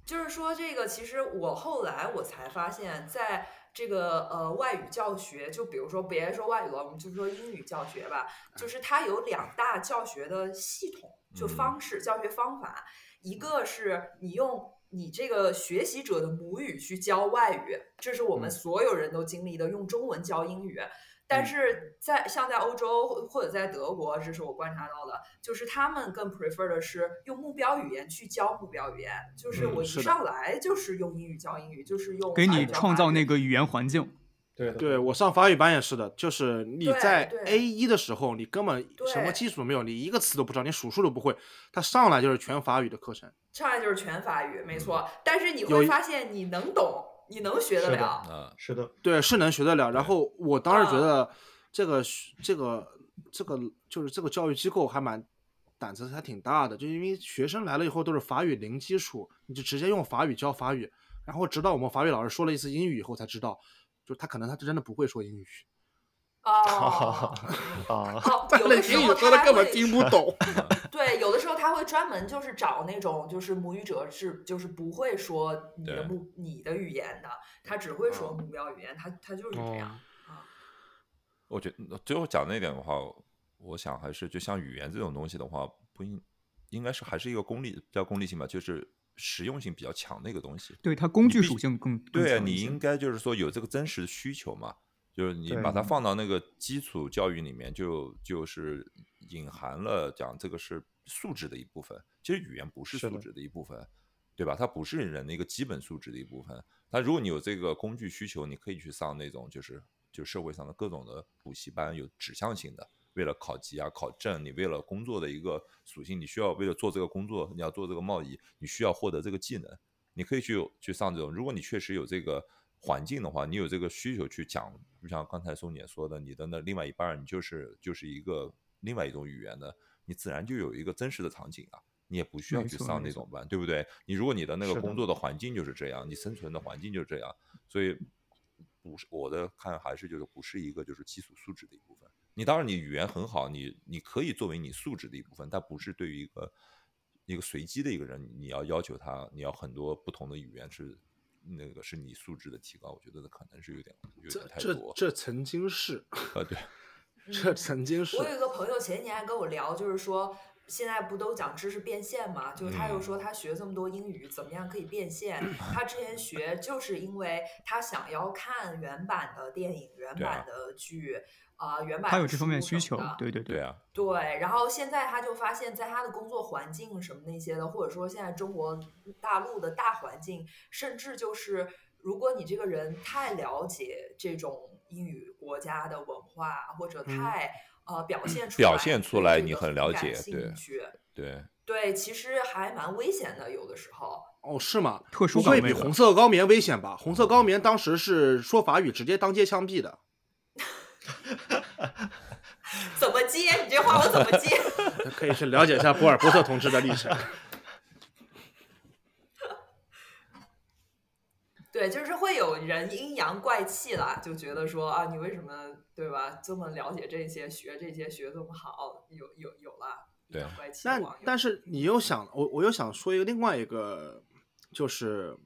就是说，这个其实我后来我才发现，在这个呃外语教学，就比如说别说外语了，我们就说英语教学吧，就是它有两大教学的系统，就方式、教学方法，一个是你用。你这个学习者的母语去教外语，这是我们所有人都经历的，用中文教英语。但是在像在欧洲或或者在德国，这是我观察到的，就是他们更 prefer 的是用目标语言去教目标语言，就是嗯我一是的上来就是用英语教英语，就是用给法语你教创法造语那个语言环境，对对我上法语班也是的，就是你对在对 A 一的时候，你根本什么对基础都没有，你一个词都不知道，你数数都不会，他上来就是全法语的课程。上来就是全法语，没错。但是你有会一发现你能懂，你能学得是的了，啊，是的，对，是能学得了。然后我当时觉啊得这个学、这个这个就是这个教育机构还蛮胆子还挺大的，就因为学生来了以后都是法语零基础，你就直接用法语教法语，然后直到我们法语老师说了一次英语以后才知道，就他可能他真的不会说英语，哦，啊，哦，但有是的时英语候说他的根会本听不懂。对，有的时候他会专门就是找那种就是母语者是就是不会说你的对母你的语言的，他只会说目标语言，他他就是这样。我觉得最后讲那点的话，我想还是就像语言这种东西的话，不应应该是还是一个功利，叫功利性吧，就是实用性比较强的一个东西。对它工具必属性更更对啊，强一你些应该就是说有这个真实的需求嘛，就是你对把它放到那个基础教育里面就，就是隐含了讲这个是素质的一部分。其实语言不是是素的质的一部分，对吧？它不是人的一个基本素质的一部分。那如果你有这个工具需求，你可以去上那种就是就社会上的各种的补习班，有指向性的。为了考级啊、考证，你为了工作的一个属性，你需要为了做这个工作，你要做这个贸易，你需要获得这个技能。你可以去去上这种。如果你确实有这个环境的话，你有这个需求去讲，就像刚才松姐说的，你的那另外一半儿，你就是就是一个另外一种语言的，你自然就有一个真实的场景啊，你也不需要没去错上没那错种班，对不对？你如果你的那是个的工作的环境就是这样，你生存的环境就是这样，所以不是我的看还是就是不是一个就是基础素质的一部分。你当然你语言很好，你你可以作为你素质的一部分，但不是对于一个一个随机的一个人，你要要求他，你要很多不同的语言是那个是你素质的提高，我觉得可能是有点有这点太这多。这曾经是，呃，对， 这嗯曾经是我。有一个朋友前几年还跟我聊，就是说现在不都讲知识变现嘛？就是他又嗯说他学这么多英语，怎么样可以 变现？他之前学就是因为他想要看原版的电影、原对啊版的剧啊、原版它有的这方面书需什求么的，对对对啊，对，然后现在他就发现，在他的工作环境什么那些的，或者说现在中国大陆的大环境，甚至就是如果你这个人太了解这种英语国家的文化，或者嗯太、呃表现出嗯表来现出对来这你个很很了感解兴对趣对，对，其实还蛮危险的，有的时候。哦，是吗？特殊不岗会位比吧红色高棉危险吧？红色高棉当时是说法语直接当街枪毙的，怎么接？你这话我怎么接？ 可以去了解一下博尔波特同志的历史。对，就是会有人阴阳怪气啦，就觉得说啊，你为什么对吧，这么了解这些，学这些学这么好，有有有啦，阴对啊阳怪气的 那网友。但是你又想，我我又想说一个另外一个就是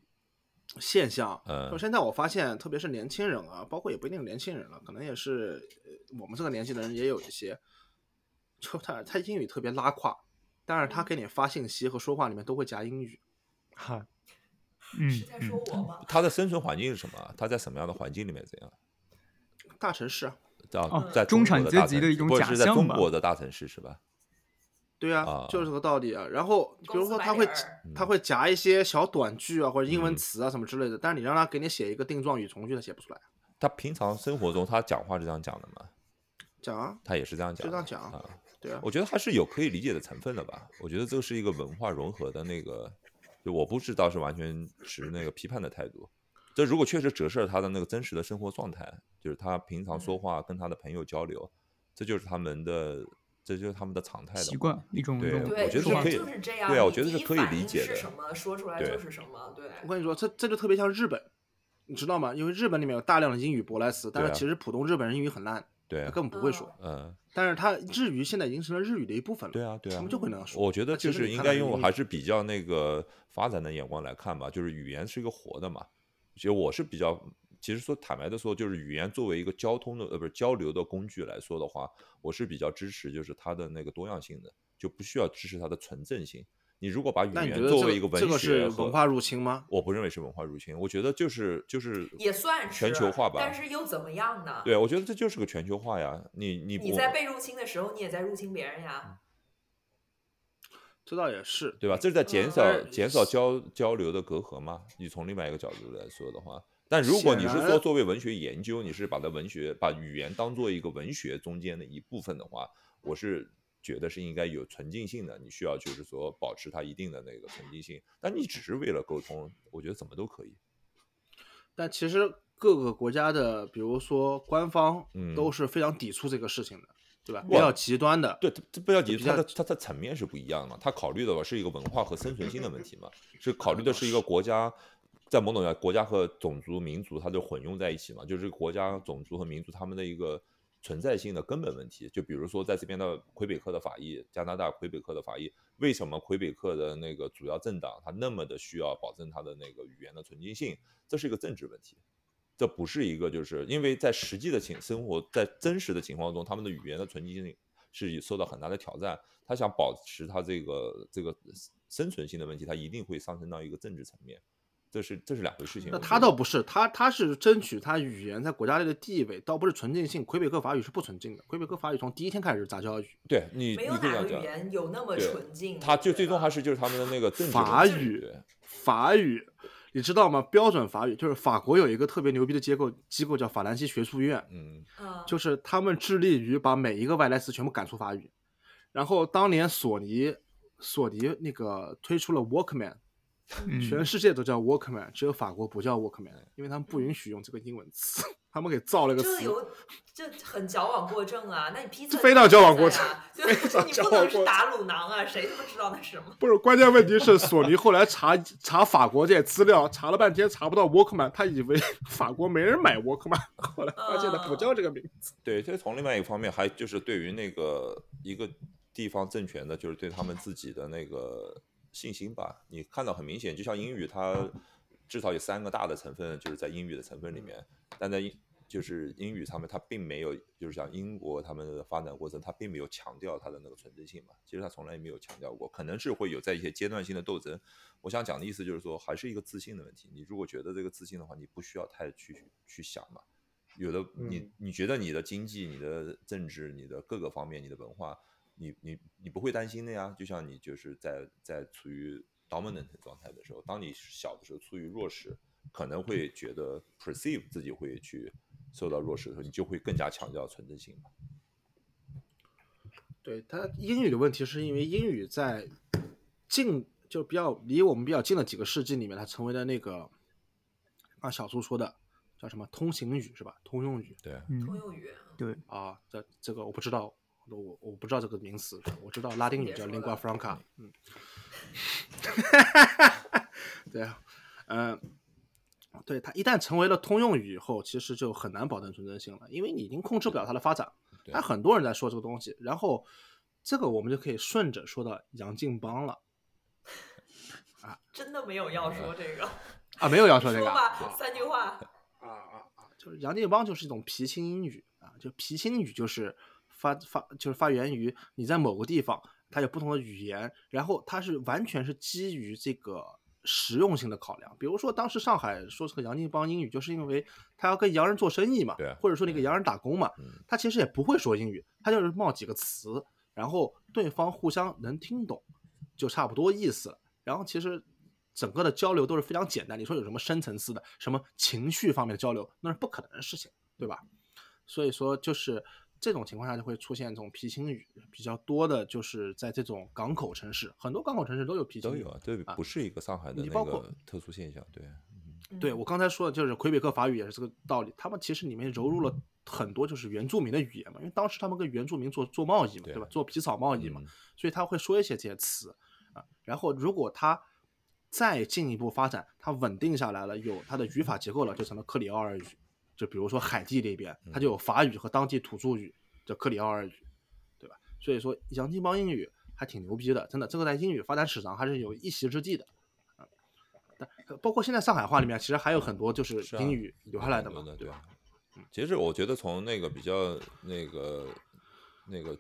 现象，嗯就现在我发现，特别是年轻人啊，包括也不一定年轻人了，可能也是呃我们这个年纪的人也有一些，就他他英语特别拉胯，但是他给你发信息和说话里面都会夹英语。哈，嗯是在说嗯，我吗？他的生存环境是什么？啊他在什么样的环境里面怎样？大城市啊，到哦在中中产国阶大级城的一市种不是假是在象中吧国的大城市是吧？对啊，啊就是这个道理啊。然后比如说他会公司白人他会夹一些小短句啊，或者英文嗯词啊什么之类的，但是你让他给你写一个定状语从句，他写不出来。他平常生活中他讲话是这样讲的吗？讲啊，他也是这样讲就的，这样讲啊啊。对啊，我觉得还是有可以理解的成分的吧。我觉得这是一个文化融合的那个，就我不知道是完全持那个批判的态度。这如果确实折射了他的那个真实的生活状态，就是他平常嗯说话跟他的朋友交流，这就是他们的，这就是他们的常态的习惯一种一对种对，嗯我觉得是人可以就是这样。对啊我你觉得第是一可以反理应解是的什么说出来对就是什么，对。我跟你说，这这就特别像日本，你知道吗？因为日本里面有大量的英语舶来词，但对是啊其实普通日本人英语很烂，对他啊，根本不会说。嗯，但是他日语现在已经成了日语的一部分了，对啊，对他啊们。就会那样说。我觉得那其就实是你应看该它的英用语还是比较那个发展的眼光来看吧，就是语言是一个活的嘛。其实我是比较，其实说坦白的说，就是语言作为一个交通的呃不是交流的工具来说的话，我是比较支持就是它的那个多样性的，就不需要支持它的纯正性。你如果把语那你觉言得作这为一个文这个学是和文化入侵吗？我不认为是文化入侵，我觉得就是就是也算是全球化吧但是又怎么样呢？对，我觉得这就是个全球化呀。你你你我在被入侵的时候，你也在入侵别人呀。这倒也是，对吧？这是在减嗯少、而减少交交流的隔阂吗？你从另外一个角度来说的话，但如果你是显说然作为文学研究，你是把它文学把语言当做一个文学中间的一部分的话，我是觉得是应该有纯净性的，你需要就是说保持它一定的那个纯净性。但你只是为了沟通，我觉得怎么都可以。但其实各个国家的，比如说官方嗯，都是非常抵触这个事情的，对吧？哇比较极端的，对，这这不要急，比它较的它的层面是不一样的嘛，它考虑的是一个文化和生存性的问题嘛，是考虑的是一个国家，在某种角国家和种族民族它就混用在一起嘛，就是这个国家种族和民族他们的一个存在性的根本问题。就比如说在这边的魁北克的法医，加拿大魁北克的法医，为什么魁北克的那个主要政党它那么的需要保证它的那个语言的纯净性？这是一个政治问题。这不是一个，就是因为在实际的情生活，在真实的情况中，他们的语言的纯净性是受到很大的挑战。他想保持他这个这个生存性的问题，他一定会上升到一个政治层面，这是这是两回事情。那我他觉得倒不是，他他是争取他语言在国家内的地位，倒不是纯净性。魁北克法语是不纯净的，魁北克法语从第一天开始是杂交语，对你，你没可以这样有哪个语讲，言有那么对纯净的。他就最对吧终还是就是他们的那个政治法问题语对法语，你知道吗？标准法语就是法国有一个特别牛逼的机构机构叫法兰西学术院，嗯，嗯，就是他们致力于把每一个外来词全部赶出法语。然后当年索尼索尼那个推出了 Walkman，嗯全世界都叫 Walkman，只有法国不叫 Walkman，因为他们不允许用这个英文词， 他们给造了个这词。有这很矫枉过正啊！那你披萨非常矫枉过正 啊，就是常你矫不枉能是过打卤囊啊，谁他妈知道那什么？不是，关键问题是索尼后来查 查法国这些资料，查了半天查不到 Walkman，他以为法国没人买 Walkman，后来发现他不叫这个名字。对。这从另外一个方面，还就是对于那个一个地方政权的，就是对他们自己的那个信心吧。你看到很明显，就像英语，它至少有三个大的成分，就是在英语的成分里面，但在英就是英语上面，它并没有就是像英国他们的发展过程，它并没有强调它的那个纯真性嘛。其实它从来也没有强调过，可能是会有在一些阶段性的斗争。我想讲的意思就是说，还是一个自信的问题。你如果觉得这个自信的话，你不需要太去去想嘛。有的你嗯你觉得你的经济、你的政治、你的各个方面、你的文化，你你你不会担心的呀。就像你就是在在处于 dominant 状态的时候，当你小的时候处于弱势，可能会觉得 perceive 自己会去受到弱势的时候，你就会更加强调纯真性嘛。对他英语的问题，是因为英语在近就比较离我们比较近的几个世纪里面，它成为了那个按小苏说的叫什么通行语是吧？通用语对，通嗯，用语对，啊，这这个我不知道。我我不知道这个名词，我知道拉丁语叫 lingua franca，嗯， 对啊，嗯，对它一旦成为了通用语以后，其实就很难保证纯真性了，因为你已经控制不了它的发展。对但很多人在说这个东西，然后这个我们就可以顺着说到杨敬邦了真的没有要说这个，啊，没有要说这说个啊吧，三句话。啊啊啊，就是杨敬邦就是一种皮青英语啊，就皮青语就是发发就是发源于你在某个地方，它有不同的语言，然后它是完全是基于这个实用性的考量。比如说当时上海说这个洋泾浜英语，就是因为他要跟洋人做生意嘛，对啊或者说你给洋人打工嘛，嗯他其实也不会说英语，他就是冒几个词，然后对方互相能听懂，就差不多意思了。然后其实整个的交流都是非常简单，你说有什么深层次的、什么情绪方面的交流，那是不可能的事情，对吧？所以说，就是这种情况下就会出现这种皮青语比较多的，就是在这种港口城市，很多港口城市都有皮都青语有。啊，对，不是一个上海的你那包括个特殊现象，对，嗯对我刚才说的就是魁北克法语也是这个道理，他们其实里面揉入了很多就是原住民的语言嘛，因为当时他们跟原住民做做贸易嘛，对对吧？做皮草贸易嗯嘛，所以他会说一些这些词啊。然后如果他再进一步发展，他稳定下来了，有它的语法结构了，就成了克里奥尔语。就比如说海地那边，它就有法语和当地土著语，叫克里奥尔语，对吧？所以说洋泾浜英语还挺牛逼的，真的，这个在英语发展史上还是有一席之地的。啊但呃包括现在上海话里面，其实还有很多就是是啊英语留下来的很嘛，多的对对嗯吧？。其实我觉得从那个比较那个那个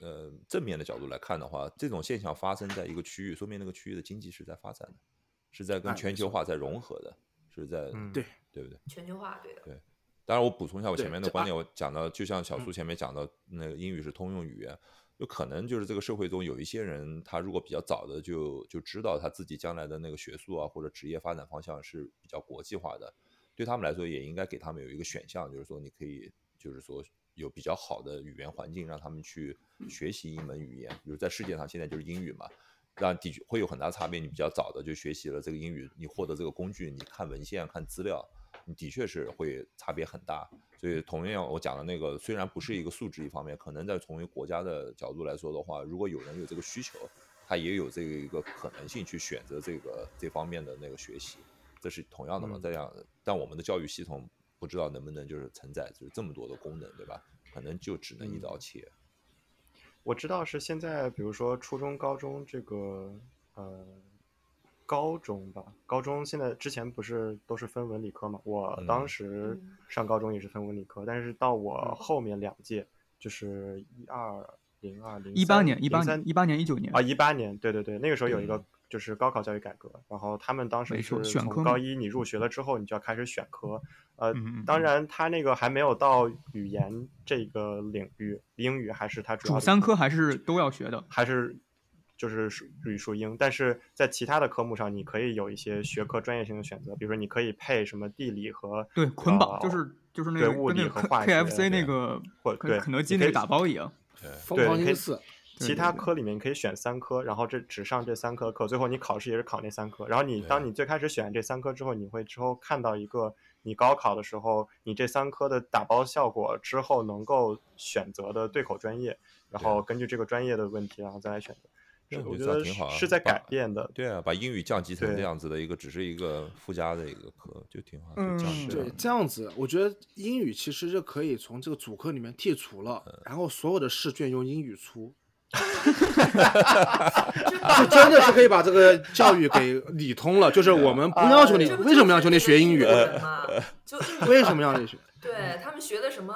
呃正面的角度来看的话，这种现象发生在一个区域，说明那个区域的经济是在发展的，是在哎跟没全球错化在融合的，是在嗯，对，对不对？全球化，对的，当然，我补充一下我对前面的这观啊点，我讲到，就像小嗯苏前面讲到，那个英语是通用语言，有可能就是这个社会中有一些人，他如果比较早的就就知道他自己将来的那个学术啊或者职业发展方向是比较国际化的，对他们来说也应该给他们有一个选项，就是说你可以就是说有比较好的语言环境，让他们去学习一门语言，比如在世界上现在就是英语嘛，让地区会有很大差别。你比较早的就学习了这个英语，你获得这个工具，你看文献、看资料，你的确是会差别很大。所以，同样我讲的那个，虽然不是一个素质一方面，可能在从一个国家的角度来说的话，如果有人有这个需求，他也有这个一个可能性去选择这个这方面的那个学习，这是同样的嘛？嗯这样，但我们的教育系统不知道能不能就是承载就是这么多的功能，对吧？可能就只能一刀切。我知道是现在，比如说初中、高中这个，呃，高中吧，高中现在之前不是都是分文理科嘛？我当嗯时嗯上高中也是分文理科，但是到嗯我后面两届，就是一二零二零一八年、一八三年、一八年、一九年啊，一八年，对对对，那个时候有一个嗯就是高考教育改革，然后他们当时没错是选科从嘛高一你入学了之后，你就要开始选科，呃嗯嗯，当嗯然他那个还没有到语言这个领域，英语还是他主要主的三一科个还是都要学的。还是就是属语数英，但是在其他的科目上，你可以有一些学科专业性的选择，比如说你可以配什么地理和对，捆绑呃就是就是那对个物跟那理个和 K- 化学 KFC 那对个或肯对肯德你基可那以个打包一样。疯对狂你英可以四，对其对他对科里面你可以选三科，然后这只上这三科课，最后你考试也是考那三科。然后你当对你最开始选这三科之后，你会之后看到一个你高考的时候，你这三科的打包效果之后能够选择的对口专业，然后根据这个专业的问题，然后再来选择。那是我我觉觉得得挺是好啊是在把改变的，对啊，把英语降级成对这样子的一个，只是一个附加的一个课，就挺好，嗯就降级是这对样，子。这样子，我觉得英语其实就可以从这个主科里面剔除了，然后所有的试卷用英语 出，就真的是可以把这个教育给理通了。就是我们不要求你啊这不为什么要求就是你那个学英英语，人嘛？ 就英国为什么要你学？对他们学的什么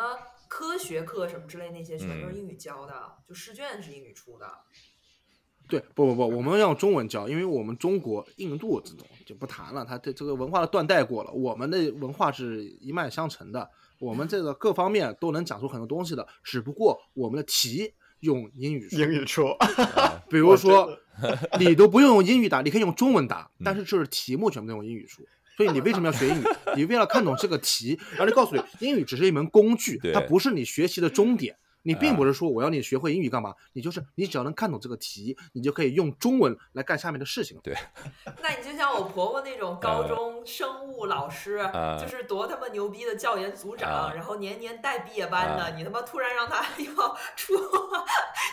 科学课什么之类那些，全都是嗯英语教的，就试卷是英语出的。对，不不不，我们要用中文教，因为我们中国、印度这种就不谈了，它对这个文化的断代过了，我们的文化是一脉相承的，我们这个各方面都能讲出很多东西的，只不过我们的题用英语出英语出比如说， 你都不用用英语答，你可以用中文答，嗯但是就是题目全部都用英语出。所以你为什么要学英语？ 你为了看懂这个题，然后就告诉你，英语只是一门工具对，它不是你学习的终点。你并啊不是说我要你学会英语干嘛，你就是你只要能看懂这个题，你就可以用中文来干下面的事情了。那你就像我婆婆那种嗯高中生物老师，呃就是多他妈牛逼的教研组长，啊然后年年带毕业班的，啊你他妈突然让他 要出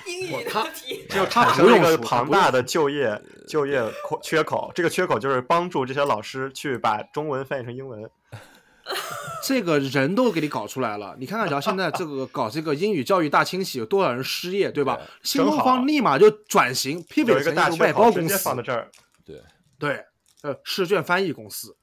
英语的 题，只要他 产不生一用啊个说庞大的就业就业空缺口，这个缺口就是帮助这些老师去把中文翻译成英文。这个人都给你搞出来了，你看看，然后现在这个搞这个英语教育大清洗，有多少人失业，对吧？对新正东好方立马就转型有 pivot 一个成大一个缺外口包直公接司放，在这儿，对，对，呃，试卷翻译公司，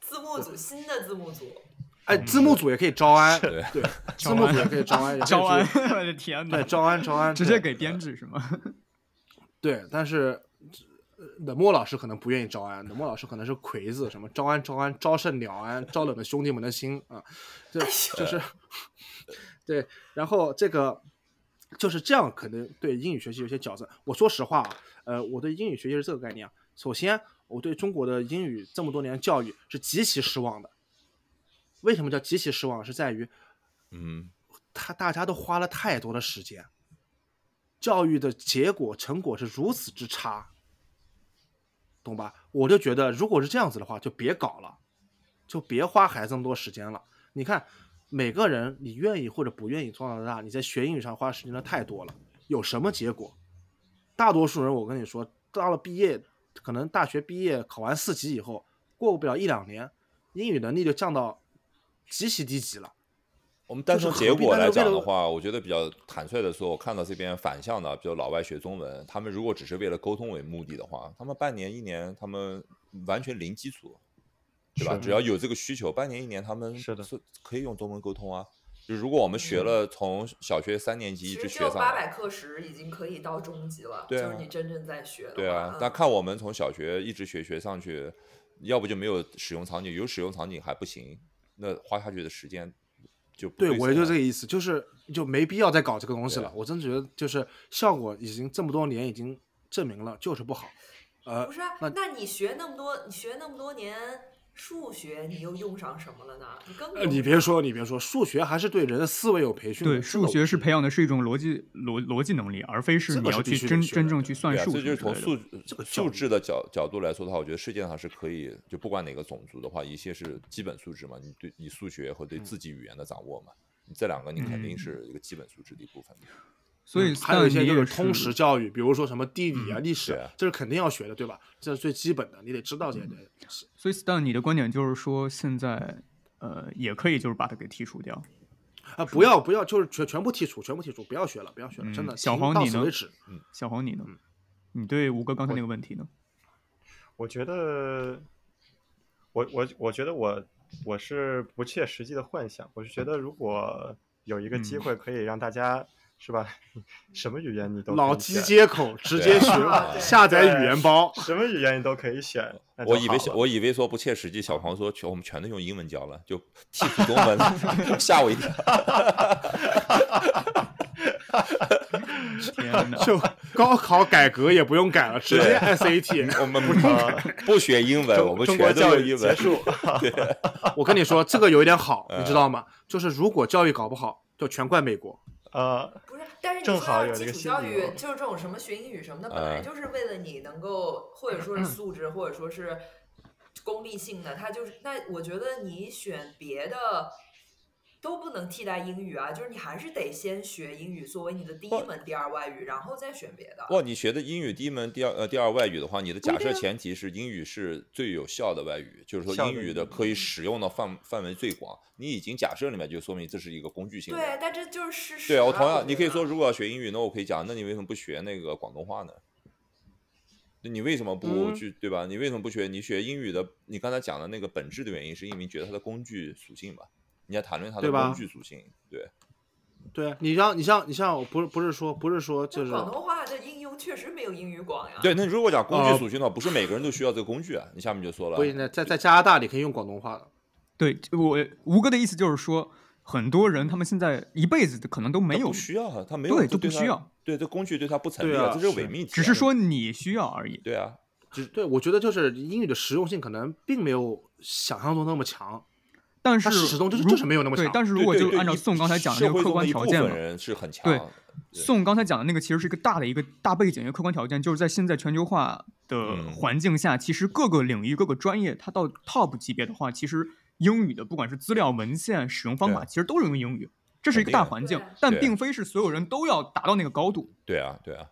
字幕组新的字幕组，哎，嗯字幕组也可以招安，对对，字幕组也可以招安，也可以招安，去 我的天哪！对，招安，招安，直接对给编制是吗？对，但是呃冷漠老师可能不愿意招安，冷漠老师可能是魁子，什么招安招安招胜鸟安，招冷了兄弟们的心啊，这就是 对，然后这个就是这样，可能对英语学习有些矫正。我说实话啊，呃，我对英语学习是这个概念啊。首先，我对中国的英语这么多年教育是极其失望的。为什么叫极其失望？是在于嗯，他大家都花了太多的时间，教育的结果成果是如此之差，懂吧？我就觉得，如果是这样子的话，就别搞了，就别花孩子那么多时间了。你看，每个人你愿意或者不愿意从小到大，你在学英语上花时间的太多了，有什么结果？大多数人，我跟你说，到了毕业，可能大学毕业考完四级以后，过不了一两年，英语能力就降到极其低级了。我们单就是从何结必果单来独为讲的了话，我觉得比较坦率的说，我看到这边反向的，比如老外学中文，他们如果只是为了沟通为目的的话，他们半年一年，他们完全零基础，对吧？是只要有这个需求，半年一年他们是的可以用中文沟通啊。就如果我们学嗯了从小学三年级其一实直只学有上八来百，课时已经可以到中级了，对就是啊你真正在学的话。对啊嗯。但看我们从小学一直学学上去，要不就没有使用场景，有使用场景还不行，那花下去的时间就不对，我称就了这个意思，就是就没必要再搞这个东西对了。我真觉得就是效果已经这么多年已经证明了，就是不好。呃不，是、啊那，那你学那么多，你学那么多年数学，你又用上什么了呢？你根本呃你别说，你别说，数学还是对人的思维有培训的。对，这数个学我是培养的是一种逻辑逻逻辑能力，而非是这你个要是必去须得真学真的正对去算对啊，数这什就是么之从类的素这个教素育质的角角度来说的话，我觉得世界上是可以，就不管哪个种族的话，一些是基本素质嘛，你对你数学和对嗯自己语言的掌握嘛，你这两个你肯定是一个基本素质的一部分。所以嗯还有一但些你就也嗯是通识教育，比如说什么地理啊、历史对啊啊，这是肯定要学的，对吧？这是最基本的，你得知道这些嗯东西。所以 Stan，你的观点就是说，现在呃也可以就是把它给剔除掉。啊，不要不要，就是全全部剔除，全部剔除，不要学了，不要学了，真嗯的。小停黄到你此呢为止，小黄，你呢？你对吴哥刚才那个问题呢？我觉得，我我我觉得我我是不切实际的幻想。我是觉得，如果有一个机嗯会可以让大家、是吧， 什么语言你都老可以机选，接口，直接对学啊，对下载语对言包。什么语言你都可以选。那我就以为好了我以为说不切实际，小黄说全我们全都用英文教了，就剔除中 文，吓我一跳。天 哪！就高考改革也不用改了，直接 SAT。我们不不学英文，啊中我们中国全都教用育英结文。 束， 我跟你说，这个有一点好，你知道吗？就是如果教育搞不好，就全怪美国。呃，不是，但是你正说好到有基这个础心教理育，哦就是这种什么学英语什么的，本呃来就是为了你能够，或者说是素质，或者说是功利性的，它就是。那我觉得你选别的都不能替代英语啊，就是你还是得先学英语作为你的第一不门第二外语，然后再选别的。哇，你学的英语第一门、第二呃第二外语的话，你的假对设啊前提是英语是最有效的外语，就是说效英的语语的言可以使用的范范围最广。你已经假设里面就说明这是一个工具性的。对，但这就是事实、对啊，我同样觉，你可以得说，如果要学英语，那我可以讲，那你为什么不学那个广东话呢？那你为什么不嗯去，对吧？你为什么不学？你学英语的，你刚才讲的那个本质的原因，是因为你觉得它的工具属性吧？你要谈论它的对吧工具属性，对，对你像你像你像，我不是不是说不是说就但是广东话的应用确实没有英语广呀。对。那如果讲工呃具属性的话，不是每个人都需要这个工具啊。你下面就说了，不现在在在加拿大你可以用广东话的，对，我吴哥的意思就是说，很多人他们现在一辈子可能都没他有不，需要啊，他没有对这都不他需要，对这工具对他不成立对啊这是个伪命题啊。只是说你需要而已。对啊，对我觉得就是英语的实用性可能并没有想象中那么强。但是它始终就是如就是没有那么对强，但是如对果对就对按照一宋刚才讲的社那个会客中观一条部件分嘛，人是很强对的，宋刚才讲的那个其实是一个大的一个大背景，一个客观条件，就是在现在全球化的嗯环境下，其实各个领域、各个专业，它到 top 级别的话，其实英语的不管是资料、文献、使用方法，对其实都是用英语，这是一个肯定大的环境对，但对并非是所有人都要达到那个高度。对啊，对啊，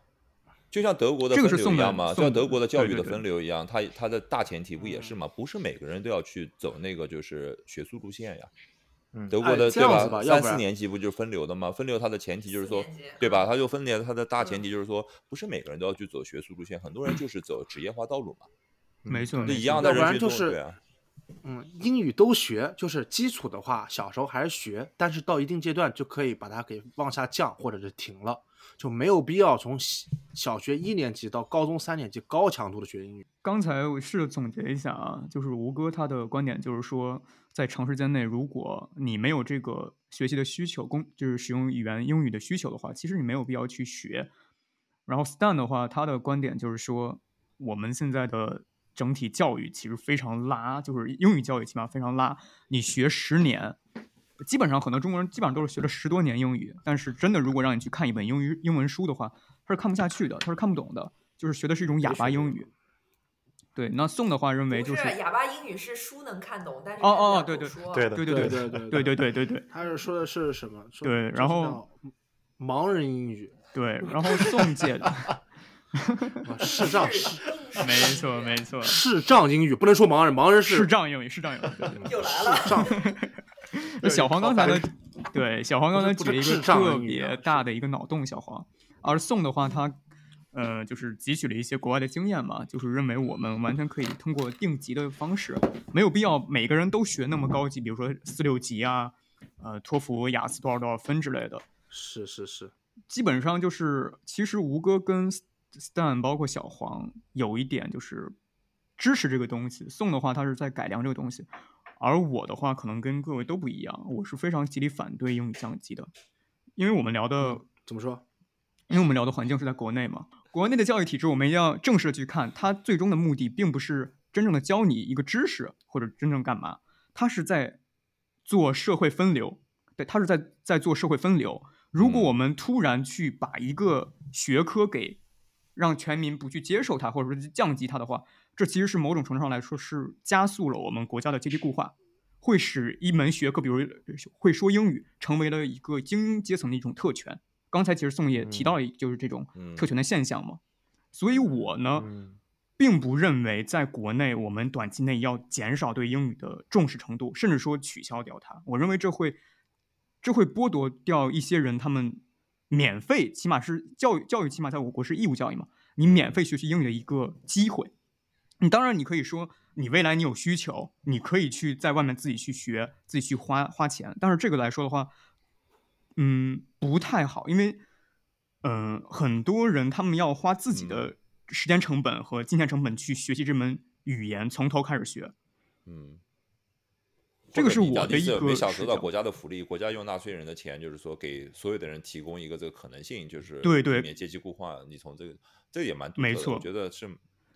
就像德国的这个分是流宋一样的嘛，就宋像德的国的教对育对的对嗯分流一样，它它的大前提不也是嘛？不是每个人都要去走那个就是学术路线呀。嗯德国哎的这对样子吧要三不四然年级不就是分流的吗？分流它的前提就是四说年级，对吧？嗯它就分流它的大前提就是说，不是每个人都要去走学术路线，很多人就是走职业化道路嘛。没错，嗯那没错一样的要不人然群就中是对啊，嗯，英语都学，就是基础的话，小时候还是学，但是到一定阶段就可以把它给往下降，或者是停了，就没有必要从小小学一年级到高中三年级高强度的学英语。刚才我试着总结一下啊，就是吴哥他的观点就是说，在长时间内，如果你没有这个学习的需求，公就是使用语言英语的需求的话，其实你没有必要去学。然后 Stan 的话，他的观点就是说，我们现在的整体教育其实非常拉，就是英语教育起码非常拉。你学十年，基本上很多中国人基本上都是学了十多年英语，但是真的如果让你去看一本英语英文书的话，他是看不下去的，他是看不懂的，就是学的是一种哑巴英语。对，那宋的话认为就不是，是哑巴英语是书能看懂，但是哦哦看不对了对口说对的，对对对 对对对对对对对他是说的是什么？说对就是然后叫盲人英语，对，然后宋姐的，啊 视障视没错没错， 视障英语不能说盲人，盲人是视障英语，视障英语。对对 又来了，视障那小黄刚才呢？ 对，小黄刚才不举了是一智个障特英语啊别是大的一个脑洞。小黄，而宋的话，他呃，就是汲取了一些国外的经验嘛，就是认为我们完全可以通过定级的方式，没有必要每个人都学那么高级，比如说四六级啊，呃，托福、雅思多少多少分之类的。是是是，基本上就是，其实吴哥跟 Stan 包括小黄有一点就是支持这个东西，宋的话他是在改良这个东西，而我的话可能跟各位都不一样，我是非常极力反对英语降级的，因为我们聊的，怎么说？因为我们聊的环境是在国内嘛，国内的教育体制我们要正式的去看，它最终的目的并不是真正的教你一个知识或者真正干嘛，它是在做社会分流，对，它是在在做社会分流。如果嗯我们突然去把一个学科给让全民不去接受它，或者说去降级它的话，这其实是某种程度上来说是加速了我们国家的阶级固化，会使一门学科，比如会说英语，成为了一个精英阶层的一种特权。刚才其实宋也提到了，就是这种特权的现象嘛。所以我呢，嗯并不认为在国内我们短期内要减少对英语的重视程度，甚至说取消掉它。我认为这会这会剥夺掉一些人他们免费，起码是教育教育，起码在我国是义务教育嘛，你免费学习英语的一个机会。你当然你可以说你未来你有需求，你可以去在外面自己去学，自己去花花钱。但是这个来说的话，嗯，不太好，因为嗯、呃很多人他们要花自己的时间成本和金钱成本去学习这门语言，从头开始学。嗯，这个或是者你我到底的一是个没享视受到角国家的福利，国家用纳税人的钱，就是说给所有的人提供一个这个可能性，就是对对避免阶级固化。你从这个，这个也蛮独没特的错我觉得是，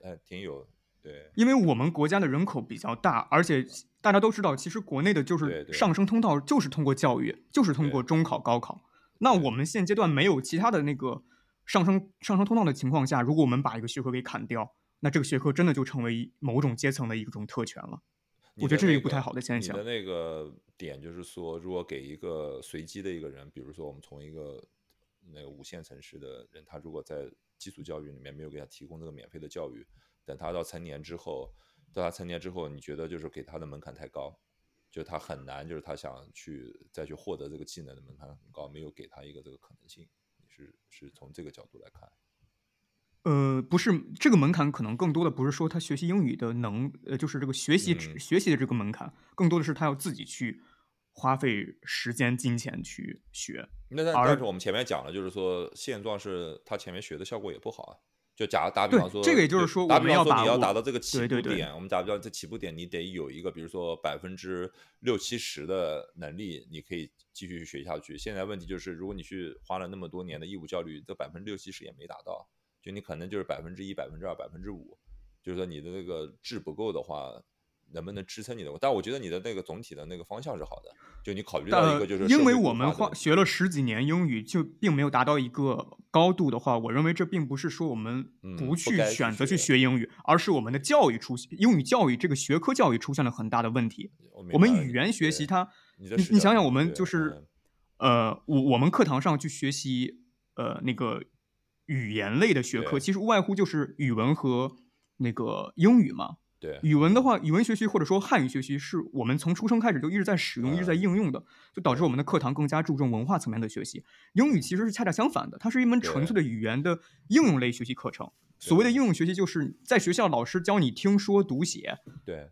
哎，挺有对。因为我们国家的人口比较大，而且大家都知道，其实国内的就啊对是对上升通道就是通过教育，就是通过中考、高考。那我们现阶段没有其他的那个上升上升通道的情况下，如果我们把一个学科给砍掉，那这个学科真的就成为某种阶层的一种特权了。你我觉得的这是一个那不太好的现你象的那个点就是说，如果给一个随机的一个人，比如说我们从一个那个五线城市的人，他如果在基础教育里面没有给他提供这个免费的教育，等他到成年之后，到他成年之后，你觉得就是给他的门槛太高，就他很难，就是他想去再去获得这个技能的门槛很高，没有给他一个这个可能性。你是是从这个角度来看，呃，不是这个门槛，可能更多的不是说他学习英语的能，呃，就是这个学习、嗯学习的这个门槛，更多的是他要自己去花费时间、金钱去学。那但而但是我们前面讲了，就是说现状是他前面学的效果也不好啊。就假打比对方说，这个也就是说说，我打们比要方把你要握达到这个起对对步对点，我们打比方这起步点，你得有一个，比如说百分之六七十的能力，你可以继续学下去。现在问题就是，如果你去花了那么多年的义务教育，这百分之六七十也没达到，就你可能就是百分之一、百分之二、百分之五，就是说你的那个质不够的话，能不能支撑你的？但我觉得你的那个总体的那个方向是好的，就你考虑到一但个就是社因为会我固们化的花问题学了十几年英语，就并没有达到一个高度的话，我认为这并不是说我们嗯不不去该去选择去学学英语，而是我们的教育出现英语教育这个学科教育出现了很大的问题。明我们白了语言学习对它，你你的视你角想想，是我们对就是嗯，呃，我我们课堂上去学习呃那个语言类的学科，对其实无外乎就是语文和那个英语嘛。对，语文的话，语文学习或者说汉语学习，是我们从出生开始就一直在使用、一直在嗯应用的，就导致我们的课堂更加注重文化层面的学习。英语其实是恰恰相反的，它是一门纯粹的语言的应用类学习课程。所谓的对应用学习，就是在学校老师教你听说读写，对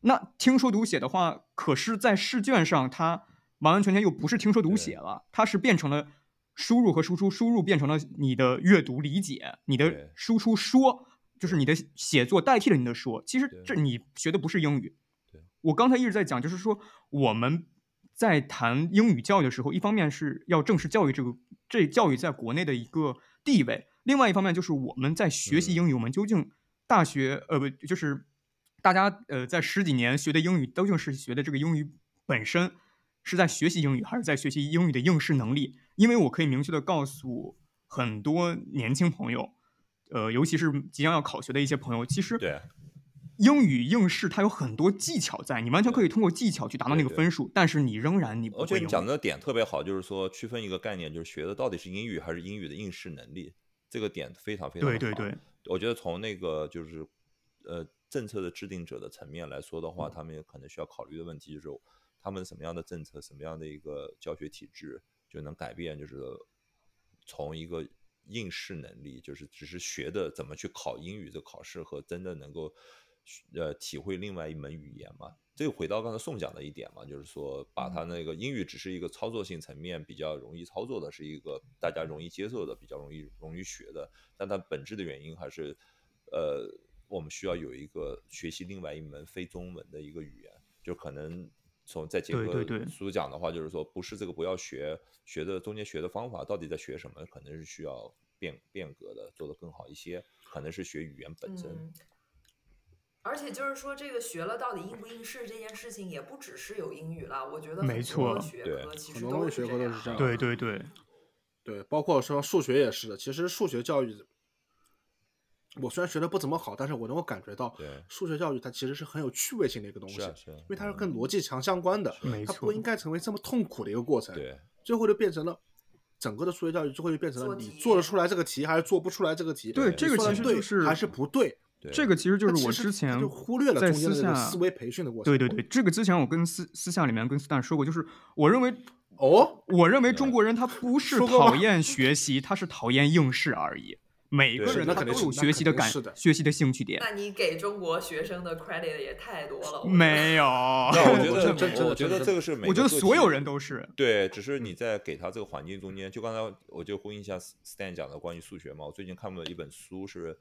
那听说读写的话，可是在试卷上，它完完全全又不是听说读写了，它是变成了输入和输出，输入变成了你的阅读理解，你的对输出说，就是你的写作代替了你的说。其实对这你学的不是英语对。我刚才一直在讲，就是说我们在谈英语教育的时候，一方面是要正视教育这个这教育在国内的一个地位，另外一方面就是我们在学习嗯英语，我们究竟大学呃不就是大家呃在十几年学的英语，究竟是学的这个英语本身是在学习英语，还是在学习英语的应试能力？因为我可以明确的告诉很多年轻朋友，呃，尤其是即将要考学的一些朋友，其实对英语应试它有很多技巧在，你完全可以通过技巧去达到那对个对分数，但是你仍然你不我觉会得用你讲的点特别好，就是说区分一个概念，就是学的到底是英语还是英语的应试能力，这个点非常非常对好。对对，我觉得从那个就是呃政策的制定者的层面来说的话，他们也可能需要考虑的问题就是他们什么样的政策、什么样的一个教学体制就能改变，就是从一个应试能力，就是只是学的怎么去考英语的考试和真的能够学呃体会另外一门语言嘛。这个回到刚才宋讲的一点嘛，就是说把它那个英语只是一个操作性层面比较容易操作的，是一个大家容易接受的、比较容易容易学的，但它本质的原因还是，呃，我们需要有一个学习另外一门非中文的一个语言，就可能从再结对对合对苏讲的话，就是说不是这个不要学，学的中间学的方法到底在学什么，可能是需要变变革的，做得更好一些，可能是学语言本身，嗯而且就是说，这个学了到底应不应试这件事情，也不只是有英语了。我觉得没很错多学对科其很实多都东是西学科这都样是这样对对对，对，包括说数学也是的。其实数学教育，我虽然学的不怎么好，但是我能够感觉到对，数学教育它其实是很有趣味性的一个东西，是啊是啊因为它是嗯啊跟逻辑强相关的，没它错不应该成为这么痛苦的一个过程。，对。最后就变成了整个的数学教育，最后就变成做了你题做得出来这个题还是做不出来这个题，对你这个做得其实对就是还是不对。对这个其实就它是我其实之它前就忽略了在中间私的这个下思维培训的过程。对对对，这个之前我跟私私下里面跟斯坦说过，就是我认为哦，我认为中国人他不是 说过吗讨厌学习，他是讨厌应试而已。每个对人那他肯都定有是学习的那肯感定是，的学习的兴趣点。那你给中国学生的 credit 也太多了。我觉得没有，那我 我觉得真真，我真觉得真这个是每觉个得个所体有人都嗯是对，只是你在给他这个环境中间，就刚才我就呼应一下 Stan 讲的关于数学嘛。我最近看了一本书，是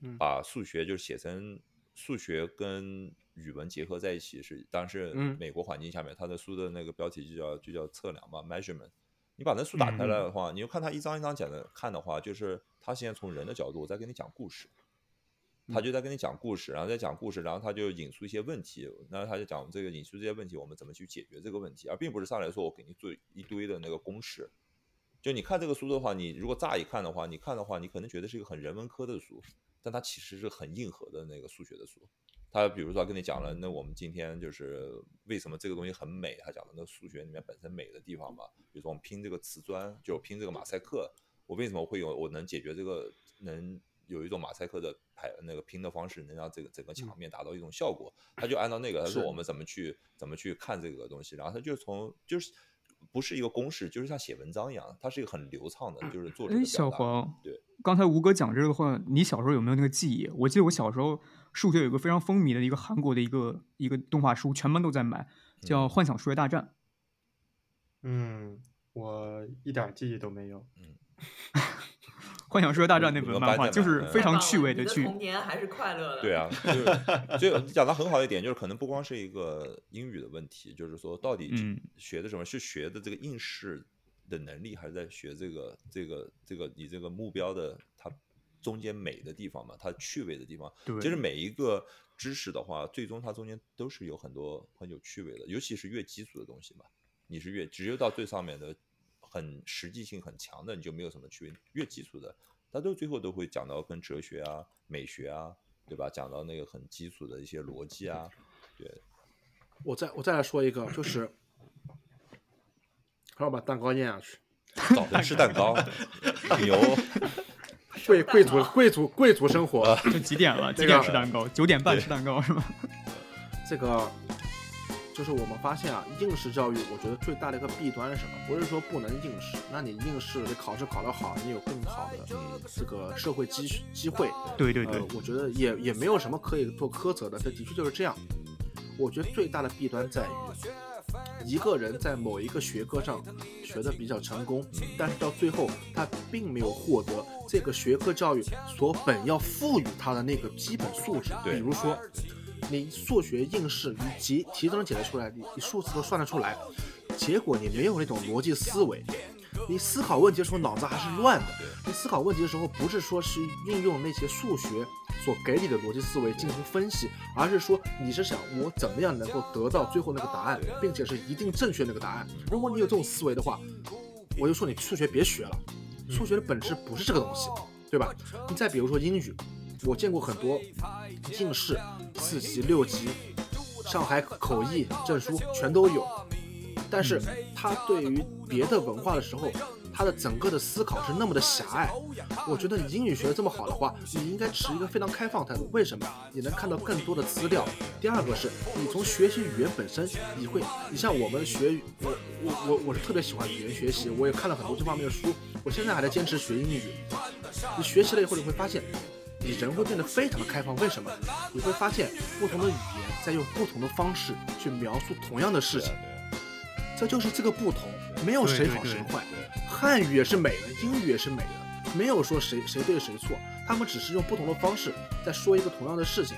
嗯把数学就写成数学跟语文结合在一起，是当时嗯美国环境下面，他的书的那个标题就叫就叫测量嘛，measurement。你把那书嗯打开来的话，你就看他一张一张讲的看的话，就是他现在从人的角度在给你讲故事，嗯他就在跟你讲故事，然后在讲故事，然后他就引出一些问题，那他就讲这个引出这些问题，我们怎么去解决这个问题，而并不是上来说我给你做一堆的那个公式。就你看这个书的话，你如果乍一看的话，你看的话，你可能觉得是一个很人文科的书，但它其实是很硬核的那个数学的书。他比如说他跟你讲了，那我们今天就是为什么这个东西很美，他讲的那数学里面本身美的地方嘛，比如说我们拼这个瓷砖，就拼这个马赛克，我为什么会有我能解决这个能有一种马赛克的排那个拼的方式，能让这个整个墙面达到一种效果？他就按照那个，他说是我们怎么去怎么去看这个东西，然后他就从就是不是一个公式，就是像写文章一样，它是一个很流畅的，就是作者的哎，表小达黄，对，刚才吴哥讲这个的话，你小时候有没有那个记忆？我记得我小时候数学有一个非常风靡的一个韩国的一个一个动画书，全班都在买，叫《嗯幻想数学大战嗯，我一点儿记忆都没有。》。幻想数学大战那你本们漫班画在就买是嗯非太常棒了趣味你的去童年还是快乐的。对啊，就是就讲的很好一点，就是可能不光是一个英语的问题，就是说到底嗯学的什么、是学的这个应试的能力，还是在学这个这个这个你这个目标的它中间美的地方嘛，它趣味的地方。对其实每一个知识的话，最终它中间都是有很多很有趣味的，尤其是越基础的东西嘛，你是越只有到最上面的很实际性很强的，你就没有什么趣味，越基础的。它都最后都会讲到跟哲学啊、美学啊，对吧？讲到那个很基础的一些逻辑 啊，我再我再来说一个， 就是还要把蛋糕咽下去。早晨吃蛋糕， 牛，贵贵族蛋糕贵族贵族生活，这几点了？几那点个吃蛋糕？九点半吃蛋糕是吧？这个就是我们发现啊，应试教育我觉得最大的一个弊端是什么？不是说不能应试，那你应试你考试考得好，你有更好的嗯这个社会机机会。对对对呃，我觉得也也没有什么可以做苛责的，这的确就是这样。我觉得最大的弊端在于，一个人在某一个学科上学的比较成功，但是到最后他并没有获得这个学科教育所本要赋予他的那个基本素质。对比如说，你数学应试，你题题都能解得出来，你你数字都算得出来，结果你没有那种逻辑思维。你思考问题的时候脑子还是乱的，你思考问题的时候不是说是运用那些数学所给你的逻辑思维进行分析，而是说你是想我怎么样能够得到最后那个答案，并且是一定正确那个答案。如果你有这种思维的话，我就说你数学别学了，数学的本质不是这个东西，对吧？你再比如说英语，我见过很多应试四级、六级、上海口译证书全都有，但是他对于别的文化的时候，他的整个的思考是那么的狭隘。我觉得你英语学的这么好的话，你应该持一个非常开放态度。为什么？你能看到更多的资料。第二个是你从学习语言本身，你会，你像我们学语，我我我我是特别喜欢语言学习，我也看了很多这方面的书，我现在还在坚持学英语。你学习了以后，你会发现，你人会变得非常的开放。为什么？你会发现不同的语言在用不同的方式去描述同样的事情。这就是这个不同，没有谁好谁坏。汉语也是美的，英语也是美的，没有说谁谁对谁错，他们只是用不同的方式在说一个同样的事情。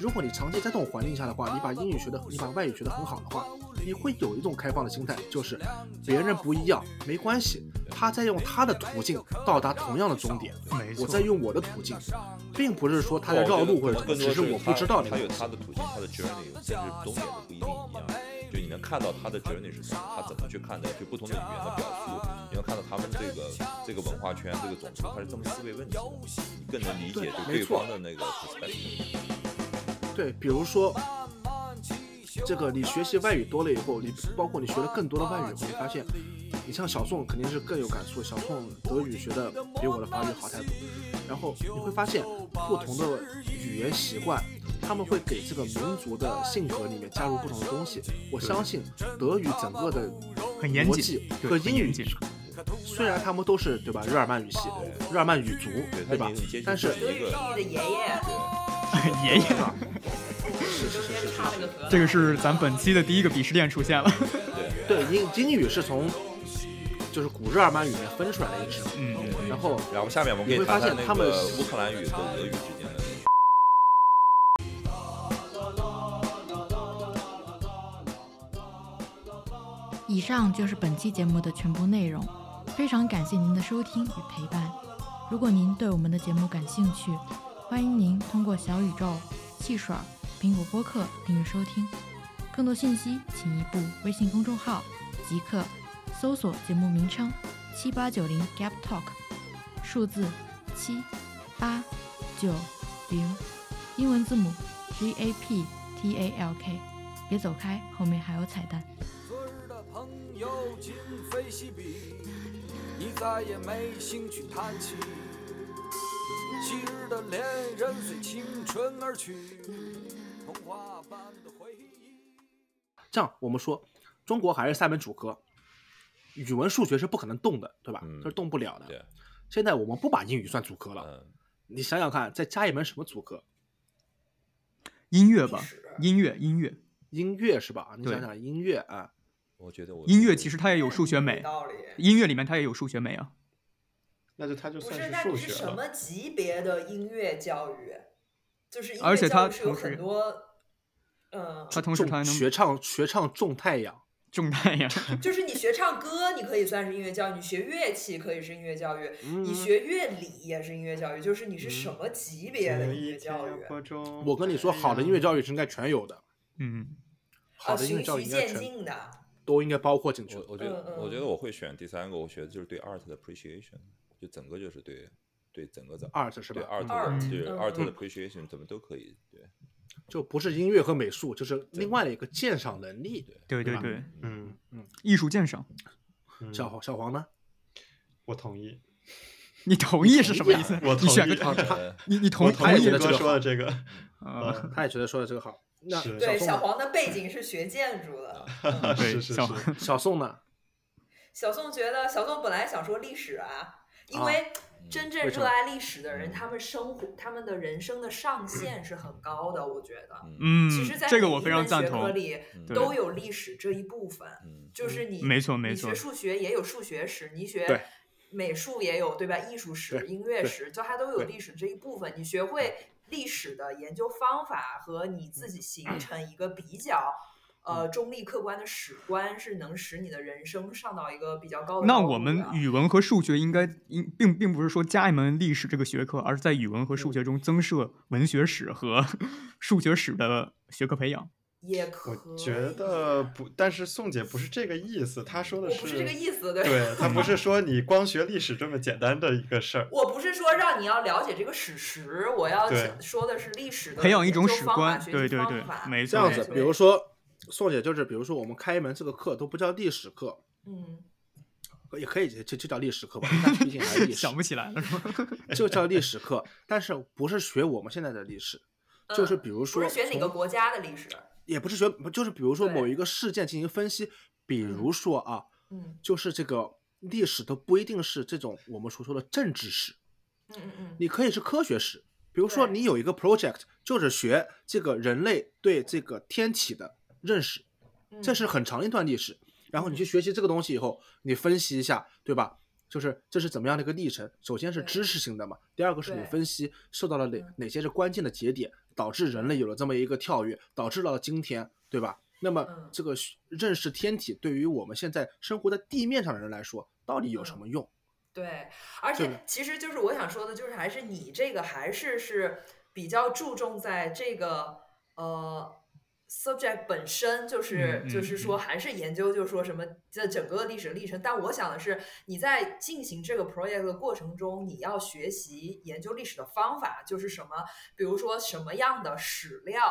如果你长期在这种环境下的话，你把英语学的，你把外语学的很好的话，你会有一种开放的心态，就是别人不一样没关系，他在用他的途径到达同样的终点，没错，我在用我的途径，并不是说他他在绕路或者什么，哦更多只是是我不知道那他个有东西他。的途径，他的 journey，甚至终点都不一定一样。就你能看到他的 journey 是什么，他怎么去看待对不同的语言的表述，你能看到他们这个这个文化圈、这个种族，他是这么思维问题的，你更能理解对对没对错方的那个 perspective。对，比如说，这个你学习外语多了以后，你包括你学了更多的外语以后，你发现，你像小宋肯定是更有感触，小宋德语学的比我的法语好太多。然后你会发现，不同的语言习惯，他们会给这个民族的性格里面加入不同的东西。我相信德语整个的很严逻谨辑，对和很英严语 谨虽然他们都是对吧日耳曼语系、日耳曼语族对，他对已吧经你接？触但是一德语个地域的爷爷爷爷，是是是是是。插了个核这个是咱本期的第一个鄙视链出现了。对，英英语是从就是古日耳曼语里面分出来的一个支嗯，然后然后下面我们可你以会发谈现谈那他们个乌克兰语和俄语之间的那个。以上就是本期节目的全部内容，非常感谢您的收听与陪伴。如果您对我们的节目感兴趣，欢迎您通过小宇宙、汽水、苹果播客订阅收听。更多信息，请移步微信公众号“即刻”，搜索节目名称“七八九零 Gap Talk”，数字七八九零，英文字母 G A P T A L K。别走开，后面还有彩蛋。朋友今非昔比，你再也没兴趣谈起。昔日的恋人随青春而去，童话般的回忆。这样我们说，中国还是三门主科，语文、数学是不可能动的，对吧？嗯这是动不了的。对，现在我们不把英语算主科了，嗯，你想想看，再加一门什么主科？音乐吧，音乐，音乐，音乐是吧？你对想想音乐啊，我觉得我音乐，其实它也有数学美，道理。音乐里面它也有数学美啊。那就它就不算是，那数你是学什了。么级别的音乐教育？就是音而且乐它教育是有同时很多，嗯，它同时它还能学唱学唱种太阳，种太阳，就是你学唱歌，你可以算是音乐教育；你学乐器可以是音乐教育；嗯你学乐理也是音乐教育。就是你是什么级别的音乐 教育？啊嗯我跟你说，好的音乐教育是应该全有的，嗯，好啊，的音乐哦循教育序应该渐全进的。都应该包括进去我。我觉得、嗯嗯我觉得我会选第三个，我学的就是对 art 的 appreciation，就整个就是对对整个的 art 是吧对 art 的 Art，对嗯 art 的嗯 appreciation 怎么都可以，对就不是音乐和美术，就是另外的一个鉴赏能力。对对吧对，嗯，艺术鉴赏，嗯小黄小黄呢？我同意。你同意是什么意思？我你选个同同意， 呃你你同我同同意意的哥这个说的这个，啊？他也觉得说的这个好。那是对，宋小呢黄的背景是学建筑的。对， 是是像是 小宋呢？小宋觉得，小宋本来想说历史啊，因为真正为什热么爱历史的人，他们生活他们的人生的上限是很高的，我觉得。嗯其实，在这个每我一非常门赞学科同。里对都有历史这一部分，嗯就是你没错没你学错数学也有数学史，你学对美术也有对吧？艺术史、对音乐对史，就它都有对历史这一部分。你学会历史的研究方法和你自嗯己形成一个比 较。呃，中立客观的史观是能使你的人生上到一个比较高的那高我度们的语文和数学应该应并并不是说加一门历史这个学科，而是在语文和嗯数学中增设文学史和 数学史的学科培养。也可我觉以得呃不，但是宋姐不是这个意思，她说的我不是这个意思，对吧对，她不是说你光学历史这么简单的一个事儿。我不是说让你要了解这个史实，我要对讲说的是历史的培养一研种究史方法观，学对习对方对法，没对这样子，对比如说宋姐就是，比如说我们开一门这个课都不叫历史课，嗯，也可以就就就叫历史课吧，但毕竟还是历 史想，不起来了是吧？ 就叫历史课，但是不是学我们现在的历史，就是嗯比如不说是学哪从个国家的历史，也不是学，就是比如说对某一个事件进行分析，比如说啊，嗯就是这个历史都不一定是这种我们所说的政治史，嗯嗯嗯，你可以是科学史。比如说，对你有一个 project，就是学这个人类对这个天体的认识，嗯这是很长一段历史。然后你去学习这个东西以后，你分析一下，对吧？就是这是怎么样的一个历程？首先是对知识性的嘛，第二个是你对分析受到了哪嗯哪些是关键的节点，导致人类有了这么一个跳跃，导致到了今天，对吧？那么嗯这个学认识天体对于我们现在生活在地面上的人来说，到底有什嗯么用？对，而对且其实就是我想说的，就是还是你这个还是是比较注重在这个呃 subject 本身，就是、嗯就嗯是说还是研究，就是说什么这整个历史历程。但我想的是，你在进行这个 project 的过程中，你要学习研究历史的方法，就是什么，比如说什么样的史料。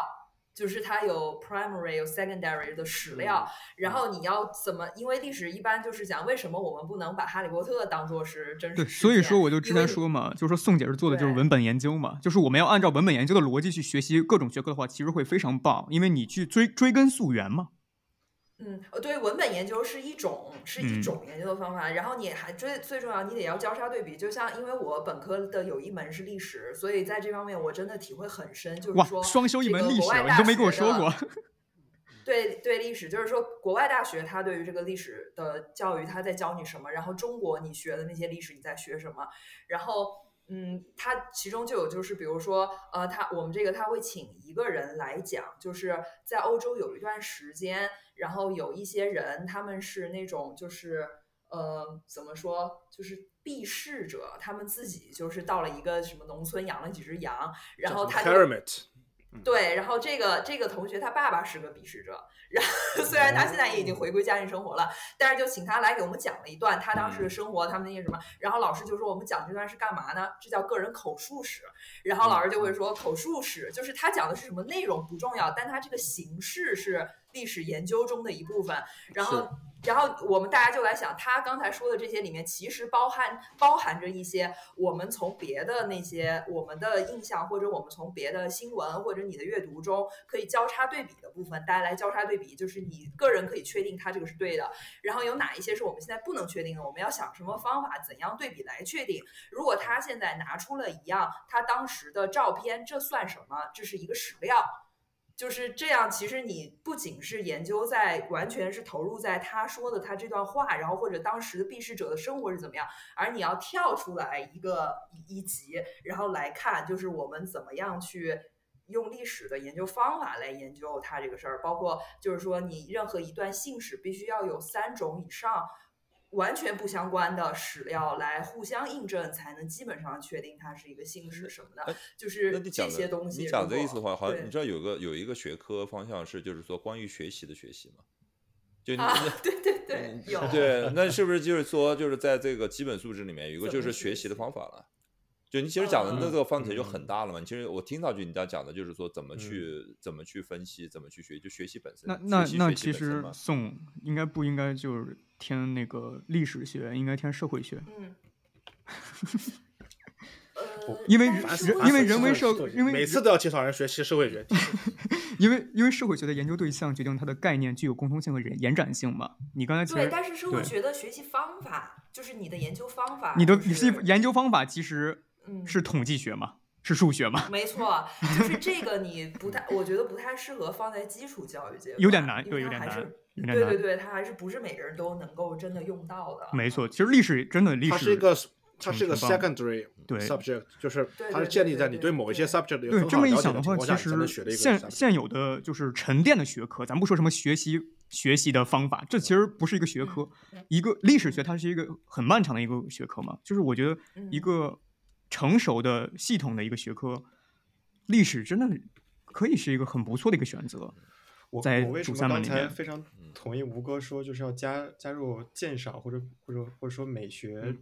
就是它有 primary 有 secondary 的史嗯料，然后你要怎么？因为历史一般就是讲为什么我们不能把《哈利波特》当做是真实对，事所以件说我就因之为前你说嘛，就是说宋姐是做的就是对文本研究嘛，就是我们要按照文本研究的逻辑去学习各种学科的话，其实会非常棒，因为你去追追根溯源嘛。嗯，呃，对，文本研究是一种是一嗯种研究的方法，然后你还最最重要，你得要交叉对比。就像因为我本科的有一门是历史，所以在这方面我真的体会很深，就是哇说，双修一这门个历史，国啊外你大都没跟我学说的过。 对对历史，就是说国外大学它对于这个历史的教育，它在教你什么，然后中国你学的那些历史你在学什么，然后嗯，它其中就有就是比如说呃，他我们这个他会请一个人来讲，就是在欧洲有一段时间，然后有一些人他们是那种就是呃怎么说就是。避世者，他们自己就是到了一个什么农村养了几只羊，然后他就 pyramid 对，然后这个这个同学他爸爸是个鄙视者，然后虽然他现在也已经回归家庭生活了，但是就请他来给我们讲了一段他当时的生活，他们那些什么，然后老师就说我们讲这段是干嘛呢？这叫个人口述史，然后老师就会说口述史就是他讲的是什么内容不重要，但他这个形式是历史研究中的一部分，然后。然后我们大家就来想，他刚才说的这些里面，其实包含包含着一些我们从别的那些我们的印象，或者我们从别的新闻或者你的阅读中可以交叉对比的部分。大家来交叉对比，就是你个人可以确定它这个是对的，然后有哪一些是我们现在不能确定的，我们要想什么方法，怎样对比来确定。如果他现在拿出了一样他当时的照片，这算什么？这是一个史料。就是这样，其实你不仅是研究在，完全是投入在他说的他这段话，然后或者当时的避世者的生活是怎么样，而你要跳出来一个一一集，然后来看，就是我们怎么样去用历史的研究方法来研究它这个事儿，包括就是说你任何一段信史必须要有三种以上完全不相关的史料来互相印证，才能基本上确定它是一个信史什么的哎，就是那你这讲些的，东西。你讲这意思的话，好对像你知道有个有一个学科方向是，就是说关于学习的学习嘛，就你、啊，对对嗯对， 有对，那是不是就是说，就是在这个基本素质里面有一个怎就么是学学习的习方法了？就你其实讲的那嗯嗯这个范畴就很大了嘛。你其实我听到就你在讲的就是说怎么去怎么去分析，怎么去学，就学习本身。那那学习那学习其本身实嘛宋应该不应该就是填那个历史学，应该填社会学， 嗯。呃，因为但人是人我因为觉人为得社因为每次都要介绍人学习社会学，因为因为社会学的研究对象决定它的概念具有共通性和延延展性嘛。你刚才其对，实但是社会对学的学习方法就是你的研究方法，你的就你是研究方法其实嗯是统计学嘛，是数学嘛，没错，就是这个你不太，我觉得不太适合放在基础教育阶段，有点难，因对，为有它点还难是，有点对对难。对，它还是不是每个人都能够真的用到的。没错，其实历史真的历它是一史，个，它是一个挺棒 secondary 对 subject，就是对它是对建立对在你对对某一些对 subject 有对很这好么一了解想的话，情况其下，你才能学实的一个现 subject 现有的就是沉淀的学科，咱不说什么学习学习的方法，这其实不是一个学科，一个历史学它是一个很漫长的一个学科嘛，就是我觉得一嗯个成熟的系统的一个学科，历史真的可以是一个很不错的一个选择。我在我为什主么三门刚里才面非常嗯同意吴哥说，就是要加加入鉴赏或者或者或者说美学嗯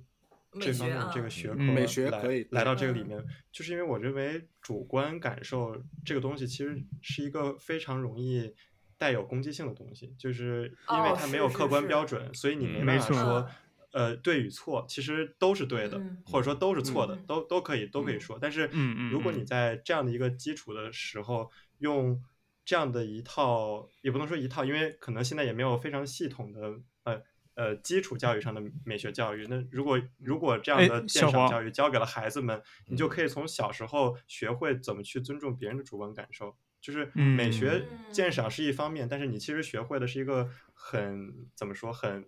美这方学面啊嗯这个学科嗯来，美学可以来到这个对里面，就是因为我认为主观感受这个东西其实是一个非常容易。带有攻击性的东西，就是因为哦它是没有是客观是标准，所以你嗯没办没法错说，呃，对与错，其实都是对的，嗯或者说都是错的，嗯都都可以都可以嗯说。但是嗯嗯如果嗯你在这样的一个基础的时候，用这样的一套，也不能说一套，因为可能现在也没有非常系统的呃呃基础教育上的美学教育。那如果如果这样哎的小鉴赏黄教育教给了孩子们，你就可以从小时候学会怎么去尊重别人的主观感受。就是美学嗯鉴赏是一方面，但是你其实学会的是一个很怎么说很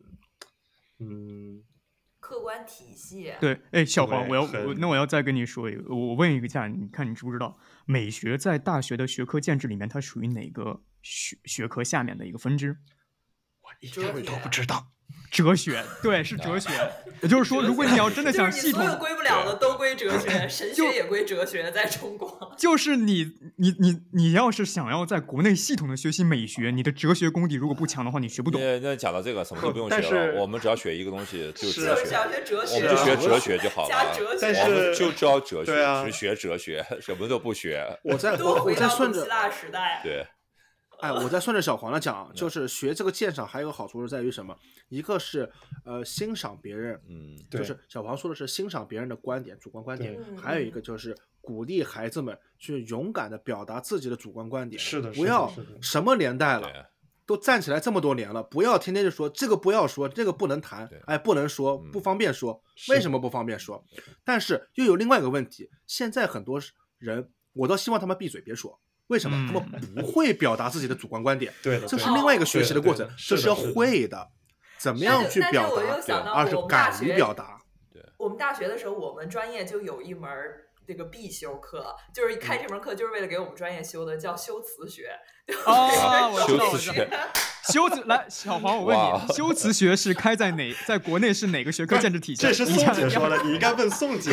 嗯客观体系，对，哎，小黄，对我要很我那我要再跟你说一个，我问一个下，你看你知不知道，美学在大学的学科建制里面，它属于哪个学学科下面的一个分支？哲学知道。哲学，对，是哲学。也就是说， 如果你要真的 就想是系你所统，有归不了的都归哲学， 神学也归哲学，在中国。就是你你你你要是想要在国内系统的学习美学，你的哲学功底如果不强的话，你学不懂。那那讲到这个，什么都 不用学但是了，我们只要学一个东西，就是啊哲学，就是想学哲学，我们就学啊 哲学就好了加。哲学，但我们是就知道哲对啊学，只学哲学，什么都不学。我在都我我回在到顺古希着腊时代。对，哎，我再顺着小黄的讲 啊，就是学这个鉴赏还有个好处是在于什么？一个是呃欣赏别人，嗯，对就是小黄说的是欣赏别人的观点、主观观点对嗯，还有一个就是鼓励孩子们去勇敢的表达自己的主观观点。是的是不的要是的什么年代了对。都站起来这么多年了，不要天天就说这个不要说，这个不能谈对，哎，不能说，嗯不方便说。是为什么不方便说？但是又有另外一个问题，现在很多人，我倒希望他们闭嘴别说。为什么？他们不会表达自己的主观观点，对的，这对是的另外一个学习的过程对的，是这的是要是的会的。怎么样去表但是我又达想？到二是我们大敢学于表达。我们大学的时候，我们专业就有一门儿这个必修课，就是开嗯这门课就是为了给我们专业修的，叫修辞学。哦，我知修道，我辞知道。学，修辞来，小黄，我问哇你，修辞学是开在哪，在国内是哪个学科建制体系？这是你宋想姐说的，你应该问宋姐。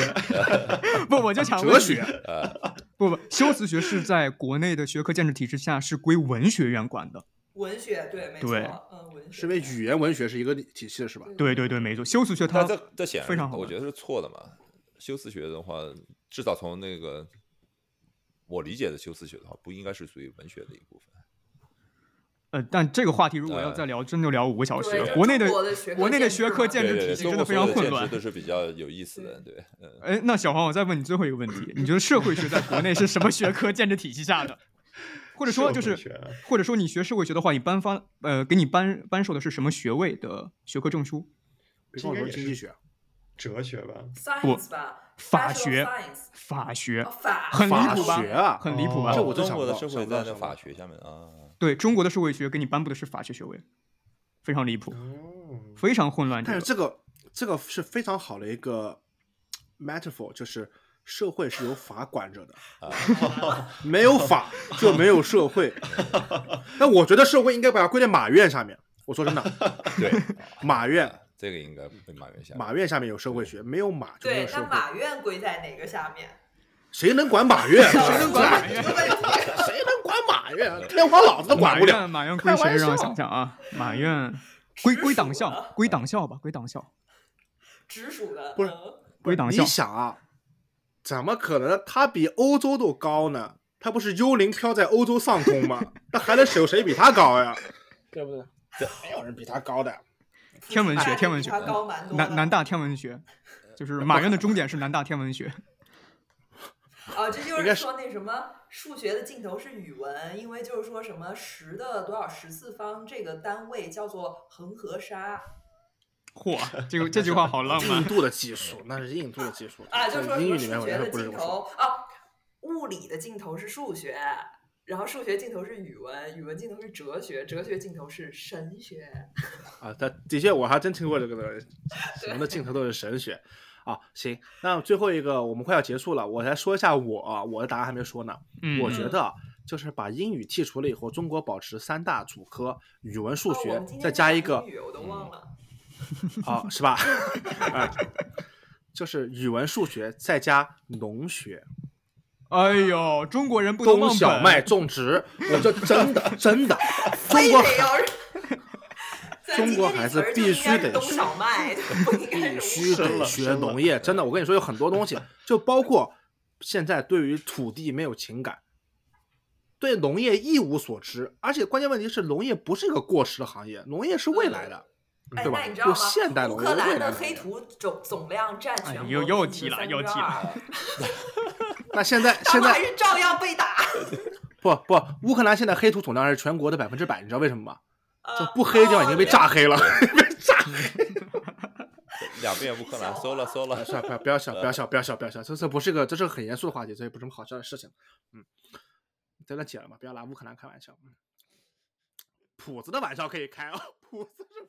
不，我就想哲问你学不不，修辞学是在国内的学科建制体制下是归文学院管的。 文学对，没错，对嗯，文学嗯是因为语言文学是一个体系的，是吧？对对对，没错，修辞学它但这这显然非常好我玩觉得是错的嘛。修辞学的话，至少从那个我理解的修辞学的话，不应该是属于文学的一部分。呃，但这个话题如果要呃再聊，真就聊五个小时对。国内中的国的学科国内的建制学科嘛建制对对体对系中真的国所非有常的混建制乱都。是比较有意思的，对，嗯，哎，那小黄，我再问你最后一个问题，你觉得社会学在国内是什么学科建制体系下的？或者 说就社会是学，或者说你学社会学的话，你颁发呃给你颁颁授的是什么学位的学科证书？别跟我说经济学，哲学吧， science 吧，法 Bachelor of 学 science，法学哦，法很法离谱吧学啊，很离谱吧？这我就中想国的不到社会想不到在那想不到法学下面啊，对中国的社会学给你颁布的是法学学位，非常离谱，哦，非常混乱。但是这这个这个是非常好的一个 metaphor，就是社会是由法管着的， 没有法就没有社会。那我觉得社会应该把它归在马院下面。我说真的，对，马院这个应该被埋怨下来。马院下面有社会学，没有马就没对有，社那会。马院归在哪个下 面？谁能管马院？谁能管马 院？谁能管马院？啊天皇老子都管马不了院。马院开归谁？玩让我笑想想啊，马院归直归属党的校，归党校吧，归党校， 直属的，不是嗯归党你校。想啊，怎么可能他比欧洲都高呢？他不是幽灵飘在欧洲上空吗？那还能有谁比他高 呀？对 不对？没有人比他高的。天文大学，家天比文学，他哎高蛮多的。南南大天文学，就是马院的终点是南大天文学。 哦，这就应该是是说那什么数学的尽头是语文，因为就是说什么十的多少十次方这个单位叫做恒河沙，嚯，这个这句话好浪漫印。度的技术，那是印度的技术啊，就说英什语里么数面我学觉的得不是尽这么说。头啊，物理的尽头是数学，然后数学尽头是语文，语文尽头是哲学，哲学尽头是神学。啊，但的确我还真听过这个东西，什么的镜头都是神学啊。行，那最后一个我们快要结束了，我来说一下我啊我的答案还没说呢。嗯，我觉得啊就是把英语剔除了以后，中国保持三大主科：语文、数哦我学们今，天再没加讲一个嗯英语，我都忘了。啊，是吧？ 啊，就是语文、数学，再加农学。哎呦，中国人不能冬忘小本麦种植，我这真的真的，中非国得要是在中今国天这孩词子儿就必应须该是得冬学小麦，不应该必是须深得了学深了农业，真的，我跟你说，有很多东西，就包括现在对于土地没有情感，对农业一无所知，而且关键问题是，农业不是一个过时的行业，农业是未来的，哎，对吧那你知道吗？就现代乌农业克兰未来的农业黑土总总量占哎全国又又提了又提了了，那现在他现们还在是照样被打。不不，乌克兰现在黑土总量是全国的百分之百，你知道为什么吗？呃这不黑的地方已经被炸黑了，被炸黑了。两遍乌克兰，搜了搜了，是啊，不要不要笑，不要笑，不要笑，不要笑，这这不是个，这是个很严肃的话题，这也不是什么好笑的事情。嗯，在那解了嘛，不要拿乌克兰开玩笑。嗯，谱子的玩笑可以开啊、谱子是。